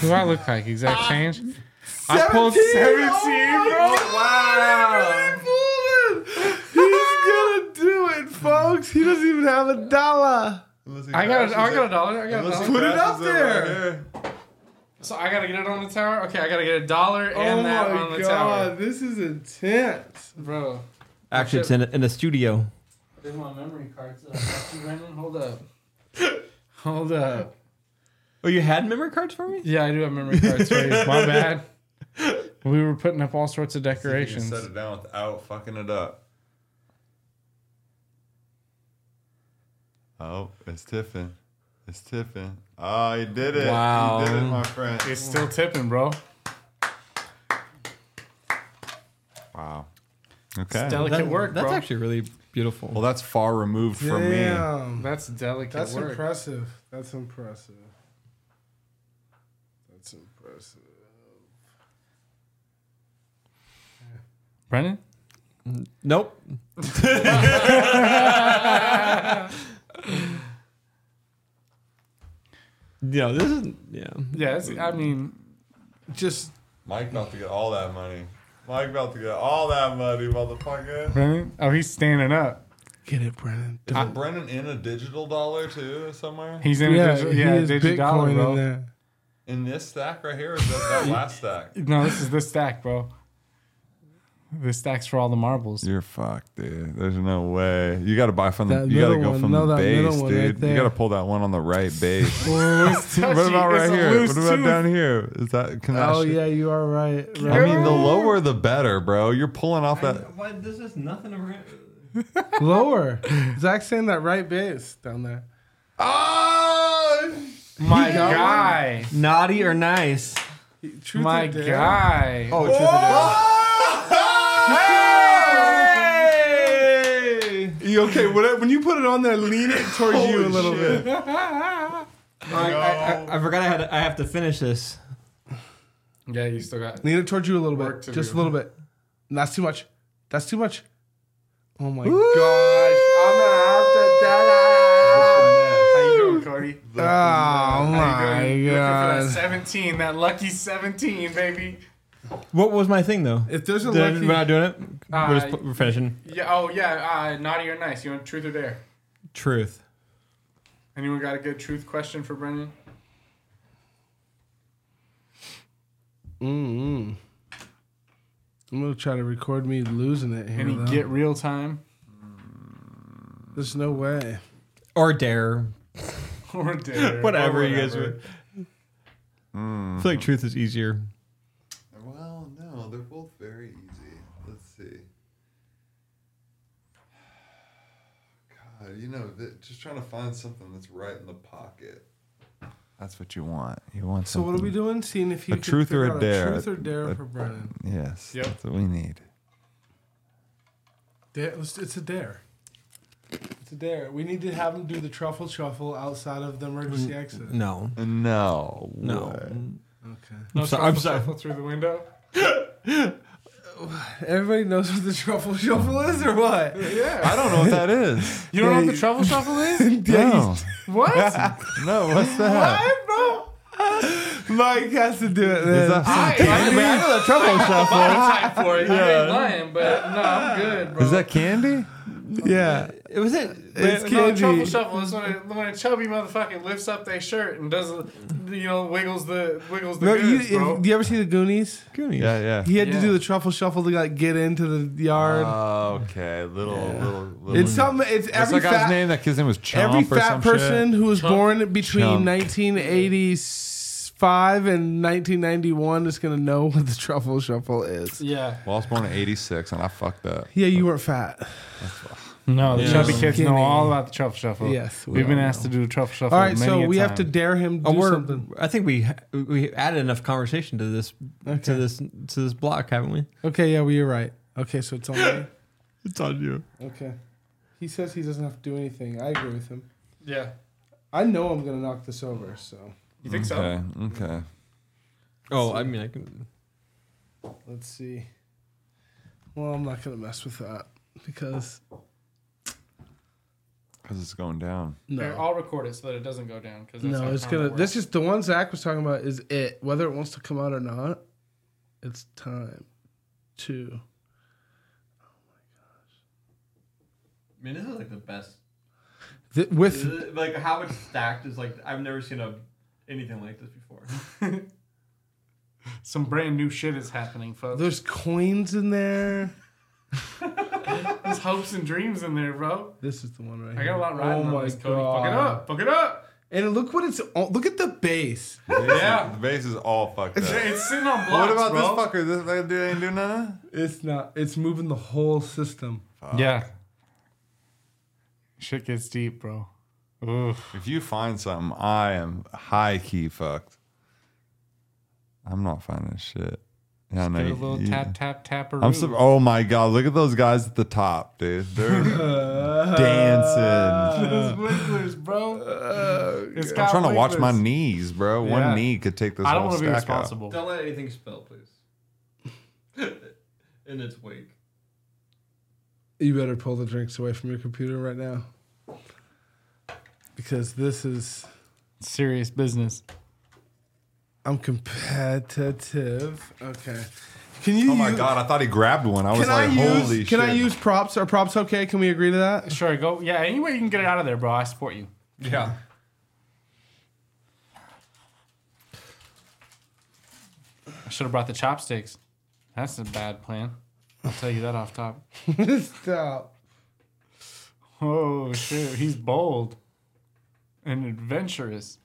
K: Who I look like?
A: Ah,
K: Exact change? I pulled 17, bro.
A: Oh, Wow. He's gonna do it, folks. He doesn't even have a dollar.
C: Unless he
K: I got, a, I
C: crashes
K: got
C: it.
K: a dollar. I got a
C: Unless he
K: dollar.
A: it up
C: crashes
A: there.
C: right here.
K: So I gotta get it on the tower. Okay, I gotta get a dollar and
A: oh
K: that
A: my
K: on the
A: god,
K: tower,
A: this is intense.
K: bro.
I: Actually, it's in a, in a studio.
K: There's my memory cards. Up. Brandon, hold up. Hold up.
I: Oh, you had memory cards for me?
K: Yeah, I do have memory cards for you. My bad. We were putting up all sorts of
C: You can
K: decorations.
C: set it down without fucking it up. Oh, it's Tiffin. It's Tiffin. Oh, you did it. You did it,
I: Wow.
C: my friend.
K: It's still tipping, bro.
C: Wow. Okay.
K: Delicate work,
I: That's
K: bro.
I: actually really beautiful.
C: well, that's far removed from me.
A: Damn.
K: That's delicate
A: That's
K: work.
A: impressive. That's impressive. That's impressive.
K: Brendan?
I: Nope.
M: Yeah, this is yeah.
K: Yeah, I mean,
A: Just
C: Mike about to get all that money. Mike about to get all that money, motherfucker.
K: Brendan? Oh, he's standing up.
A: get it, Brennan.
C: Is Brennan in a digital dollar too somewhere?
K: He's in a
A: yeah,
K: digital,
A: he
K: yeah,
A: is Bitcoin
K: digital dollar, bro.
A: in there.
C: In this stack right here, or is that, that last stack?
K: No, this is the stack, bro. This stack's for all the marbles.
C: You're fucked, dude. There's no way. You got to buy from the.
A: That
C: you got to
A: middle
C: go
A: one.
C: from
A: No,
C: the
A: that middle
C: base,
A: one right
C: dude. you
A: there.
C: got to pull that one on the right base. what
K: Touchy,
C: about right
K: it's a
C: here?
K: loose
C: What about
K: tooth.
C: down here? Is that? Can that
A: Oh
C: shit-
A: yeah, you are right.
C: I
A: right.
C: mean, the lower the better, bro. You're pulling off that.
I: Why, this is nothing.
A: Lower. Zach's saying that right base down there.
C: Oh,
K: My guy.
I: Naughty or nice?
A: Truth
K: My
A: or dare?
K: guy. Oh,
C: You okay? What, when you put it on there, lean it towards
A: you a little
C: bit.
I: I, I, I forgot I had. I have to finish this.
K: yeah, you still got
A: Lean it towards you a little
K: Work
A: bit.
K: to
A: Just a
K: do.
A: little bit. That's too much. That's too much. Oh my
K: How you doing, Cody?
A: god. Oh
K: How you doing?
A: my
K: You Looking for that
A: god.
K: 17, that lucky 17, baby.
I: What was my thing though?
A: If there's a
I: Did I- we're
A: lucky
I: not doing it. we're,
K: Uh,
I: just, we're finishing.
K: Yeah. Oh, yeah. Uh, naughty or nice? You want truth or dare?
I: Truth.
K: Anyone got a good truth question for Brendan?
A: Mm-mm. I'm gonna try to record me losing it here.
K: Any
A: though.
K: get real time
A: There's no way.
I: Or dare.
K: or dare?
I: Whatever,
K: or
I: you guys were. I feel like truth is easier.
C: Well, no, they're both very easy. Let's see. God, you know, th- just trying to find something that's right in the pocket. That's what you want. You want
A: So what are we doing? Seeing if you
C: A
A: can
C: truth or
A: figure
C: a
A: out
C: dare?
A: Truth or dare
C: A-
A: for Brennan.
C: Yes,
K: Yep.
C: that's what we need.
A: Dare, let's- it's a dare. It's a dare. We need to have him do the truffle shuffle outside of the
C: Mm,
A: emergency exit.
I: No.
C: No,
I: No.
A: Okay.
K: No
I: sorry- I'm
K: shuffle,
I: sorry.
K: shuffle through the window.
A: Everybody knows what the truffle shuffle is, or what?
C: I don't know what that is.
K: You don't know what the truffle shuffle is?
C: no.
K: What?
C: no, what's that?
A: Mike has to do it. Man.
C: Is that some-
K: I mean, I
C: know the trouble shuffle.
K: type for it. You ain't lying, but no, I'm good, bro.
C: Is that candy?
A: yeah,
I: It was it.
A: it's
K: no,
A: candy.
K: truffle shuffle is when a, when a chubby motherfucker lifts up their shirt and does, a- you know, wiggles the wiggles the
A: No, you,
K: goods,
A: if,
K: bro.
A: you ever see the Goonies?
C: Yeah, yeah.
A: He had
K: Yeah.
A: to do the truffle shuffle to like get into the yard.
C: Oh, okay. Little, little, little.
A: it's some. It's
C: What's
A: every
C: that guy's
A: fat,
C: name? That kid's name was Chomp
A: every
C: or some
A: fat person
C: Shit.
A: who was born between
C: Chump.
A: 1985 and 1991 is gonna know what the truffle shuffle is.
K: yeah.
C: Well, I was born in '86, and I fucked up.
A: Yeah, you weren't fat.
K: No, the chubby kids know
A: Skinny.
K: all about the truffle shuffle.
A: Yes, we
K: we have been
A: all
K: asked to do the truffle shuffle.
A: All right, so
K: many a
A: we have to
K: time.
A: dare him to
I: Oh,
A: do
I: we're,
A: something.
I: I think we we added enough conversation to this to
A: Okay.
I: this to this block, haven't we?
A: Okay, yeah, well, you're right. Okay, so it's on me.
I: It's on you.
A: Okay. He says he doesn't have to do anything. I agree with him.
K: Yeah.
A: I know I'm going to knock this over, so
K: You think so?
C: Okay. Okay.
I: Oh, I mean, I can.
A: let's see. Well, I'm not going to mess with that because
C: Because it's going down.
K: Here,
A: no.
K: I'll record it so that it doesn't go down. Cause that's
A: No,
K: how
A: it's
K: karma
A: going to.
K: works.
A: This is the one Zach was talking about is it. Whether it wants to come out or not, it's time to.
I: I mean, this is like the best.
A: Th- with.
I: Like how it's stacked is like I've never seen a anything like this before.
K: some brand new shit is happening, folks.
A: There's coins in there.
K: There's hopes and dreams in there, bro.
A: This is the one right here.
K: I got a lot riding
A: Oh
K: on
A: my
K: this, Cody. Fuck it
A: God.
K: up. Fuck it up.
A: And look what it's. on- Look at the base.
K: Yeah.
C: The base is all fucked up.
K: It's sitting on blocks,
C: what about
K: bro.
C: this fucker? This like, dude ain't doing nothing.
A: It's not. It's moving the whole system.
K: Yeah. Shit gets deep, bro. Oof.
C: If you find something, I am high key fucked. I'm not finding shit. Yeah, no,
E: Did a
C: you-
E: little
C: you-
E: tap tap tap.
C: I'm so, oh my god, look at those guys at the top, dude. They're dancing.
E: Wigglers, bro. It's
C: I'm
E: got
C: trying to watch my
E: wigglers.
C: knees, bro. One
E: Yeah.
C: knee could take this
E: I don't
C: whole
E: want to
C: stack
E: be
C: out.
E: responsible.
I: Don't let anything spill, please. In its wake.
A: You better pull the drinks away from your computer right now. Because this is
E: Serious business.
A: I'm competitive. Okay. Can you
C: Oh my
A: use-
C: god, I thought he grabbed one. I was
A: Can I
C: like,
A: use
C: holy shit.
A: Can I use props? Are props okay? Can we agree to that?
E: Sure, go. Yeah, any way you can get it out of there, bro. I support you.
I: Yeah.
E: I should have brought the chopsticks. That's a bad plan. I'll tell you that off top.
A: Stop.
E: Oh shit, he's bold and adventurous.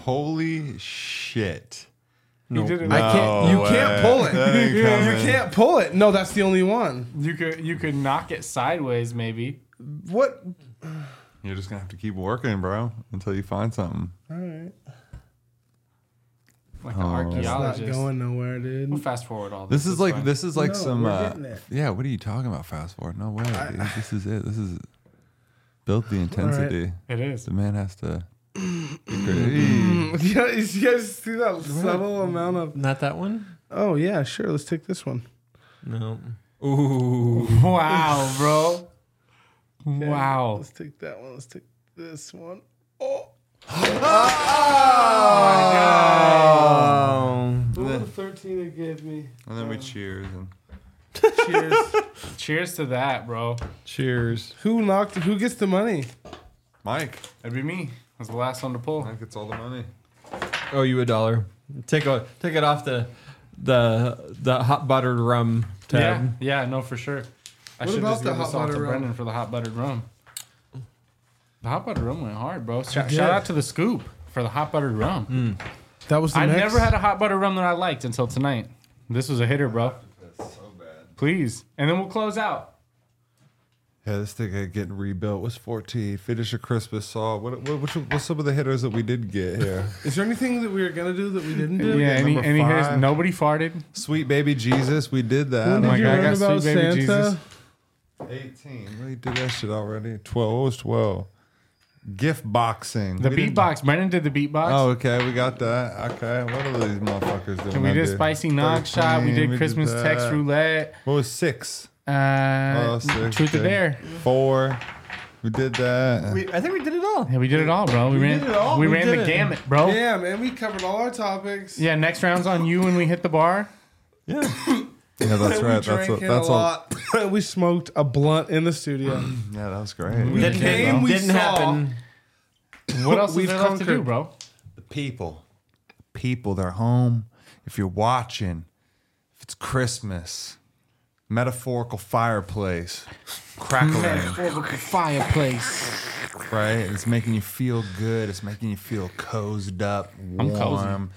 C: holy shit.
E: He did it.
A: I can't you
C: No
A: can't
C: way.
A: pull it.
C: Oh, That ain't
A: You
C: coming.
A: can't pull it. No, that's the only one.
E: You could you could knock it sideways, maybe.
A: What
C: You're just gonna have to keep working, bro, until you find something.
E: Like an
A: Oh, not
E: archaeologist.
A: going nowhere, dude.
E: We'll fast forward all this.
C: This is
E: It's
C: like
E: fine.
C: this is like
A: No,
C: some
A: we're
C: uh,
A: getting it.
C: yeah. What are you talking about? Fast forward? No way. dude. this is it. This is built the intensity.
E: It is.
C: The man has to. be creative.
A: Yeah, you guys see that subtle amount of
I: Not that one?
A: Oh yeah, sure. Let's take this one.
I: No.
E: Wow, bro. Wow.
A: Let's take that one. Let's take this one. Oh, Ooh, 13 it gave me.
C: and then we cheers. And
E: Cheers. Cheers to that, bro.
I: Cheers.
A: Who knocked who gets the money?
C: Mike,
E: That'd be me. I was the last one to pull.
C: Mike gets all the money.
I: Owe you a dollar. Take a take it off the the the hot buttered rum tab.
E: Yeah, yeah, no, for sure. I
A: What
E: should
A: about
E: just
A: the
E: give this
A: hot
E: off to
A: buttered rum?
E: Brendan for the hot buttered rum. The hot buttered rum went hard, bro. Shout,
A: did.
E: shout out to the scoop for the hot buttered rum.
A: That was the
E: I
A: next.
E: never had a hot buttered rum that I liked until tonight. This was a hitter, bro. Please, and then we'll close out.
C: Yeah, this thing could get rebuilt. What's 14? Finisher Crispus Saw. What, what, which, what's some of the hitters that we did get here?
A: Is there anything that we were gonna do that we didn't do?
E: Yeah, any,
C: number
E: any hitters?
C: five.
E: Nobody farted.
C: Sweet Baby Jesus. We did that.
A: When did
E: Oh my
A: you
E: God, I
A: learn
E: got
A: about
E: Sweet Baby
A: Santa?
E: Jesus.
C: 18. We did that shit already. 12. What was 12? Gift boxing.
E: The
C: We did-
E: beatbox. Brendan did the beatbox.
C: Oh, okay. We got that. Okay. What are these motherfuckers doing?
E: And we
C: I
E: did
C: do?
E: spicy knock shot. We
C: 13,
E: did Christmas text
C: that.
E: roulette.
C: What was six?
E: Uh,
C: Oh, six,
E: truth or
C: okay.
E: dare.
C: Four. We did that.
I: We, I think we did it all.
E: Yeah, we did it all, bro. We, ran.
I: did it all.
E: We,
I: We
E: ran
I: did
E: the
I: it.
E: gamut, bro.
A: Yeah, man, we covered all our topics.
E: Yeah, next round's on you when we hit the bar.
C: yeah, that's right.
A: we
C: That's
A: drank
C: what,
A: it
C: that's
A: a
C: all.
A: lot. we smoked a blunt in the studio.
C: Yeah, that was great.
I: Didn't,
A: game we
I: didn't
A: saw.
I: happen.
E: What else
A: We've
E: is there left to do,
A: conquered.
E: bro?
C: the people, people, they're home. If you're watching, if it's Christmas, metaphorical fireplace, crackling,
E: Fireplace.
C: right? It's making you feel good. It's making you feel cozied up, warm.
E: cozy.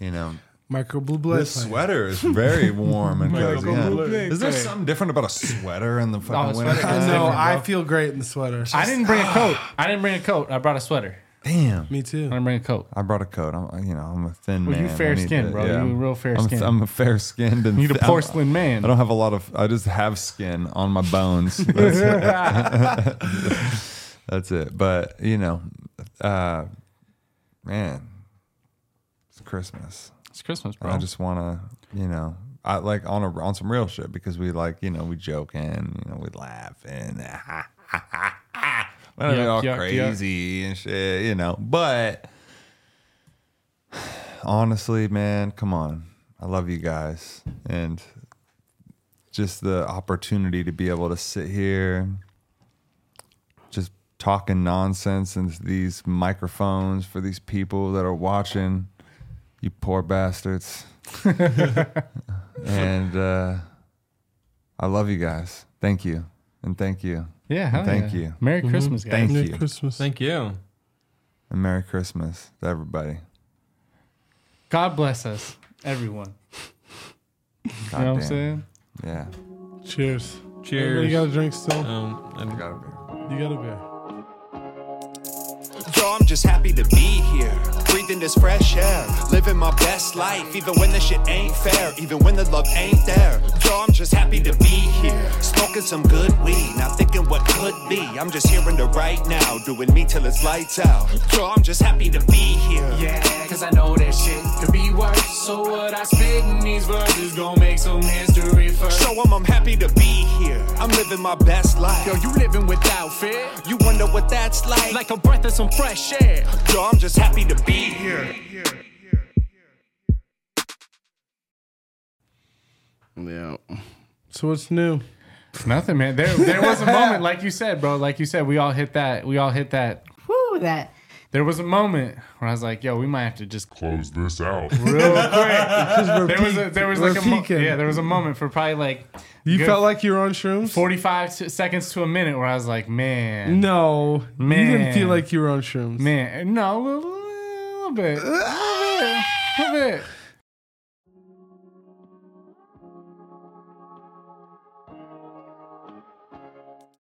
C: You know,
A: Micro blue blood.
C: this sweater is very warm and cozy. yeah.
A: Blue
C: Is there something different about a sweater in the fucking
E: Oh, a
C: winter?
E: sweater.
C: time?
A: No, I feel great in the sweater.
E: I didn't bring a coat. I didn't bring a coat. I brought a sweater.
C: Damn.
A: Me
E: I
A: too.
E: didn't bring a coat.
C: I brought a coat. I'm, you know, I'm a thin
E: Well,
C: man.
E: you
C: I need
E: fair-skinned,
C: to-
E: bro. You a real fair-skinned.
C: I'm, I'm a fair skinned and
E: You the
C: thi- I'm-
E: porcelain man.
C: I don't have a lot of. I just have skin on my bones. That's it. That's it. But you know, uh, man, it's Christmas.
E: It's Christmas,
C: And
E: bro.
C: I just want to, you know, I like on a on some real shit because we like, you know, we joking, you know, we laughing, we're
E: Yuck,
C: all
E: yuck, yuck.
C: crazy and shit, you know. But honestly, man, come on, I love you guys, and just the opportunity to be able to sit here just talking nonsense into these microphones for these people that are watching you poor bastards and uh, i love you guys thank you and thank you
E: yeah, hell
C: Thank
E: Oh, yeah.
C: you.
E: Merry Christmas, guys.
C: thank
A: Merry
C: you
A: Christmas.
I: Thank you.
C: and merry christmas to everybody
E: God bless us, everyone.
C: God
E: You know what I'm
C: damn.
E: saying?
C: yeah
A: Cheers. You
I: Cheers.
A: got a drink still?
I: Um, I'm-
C: Gotta be.
A: You got a beer.
N: Yo, I'm just happy to be here.
C: breathing this fresh air. Living my best life, even when the shit ain't fair, even when the love ain't there. Yo, I'm just happy to be here. Smoking some good weed, not thinking what could be. I'm just here in the right now, doing me till it's lights out. Yo, I'm just happy to be here.
F: Yeah, cause I know that shit could be worse. So what I spit in these verses gon' make some history first.
C: Show 'em I'm happy to be here. I'm living my best life.
F: Yo, you living without fear?
C: You wonder what that's like?
F: Like a breath of some fresh air.
C: Yo, I'm just happy to be here.
A: Yeah. So what's new?
E: Nothing, man. There, there was a moment, like you said, bro. Like you said, we all hit that. We all hit that.
D: Whoo, that.
E: There was a moment where I was like, "Yo, we might have to just close this out real quick."
A: we're
E: there was a,
A: peak-
E: there was
A: we're
E: like a mo-
A: peaking.
E: yeah, there was a moment for probably like
A: You felt like you were on shrooms.
E: forty-five se- seconds to a minute where I was like, "Man,
A: No, you didn't
E: Man.
A: feel like you were on shrooms.
E: man, no, a little, a little bit, a little bit, a little bit."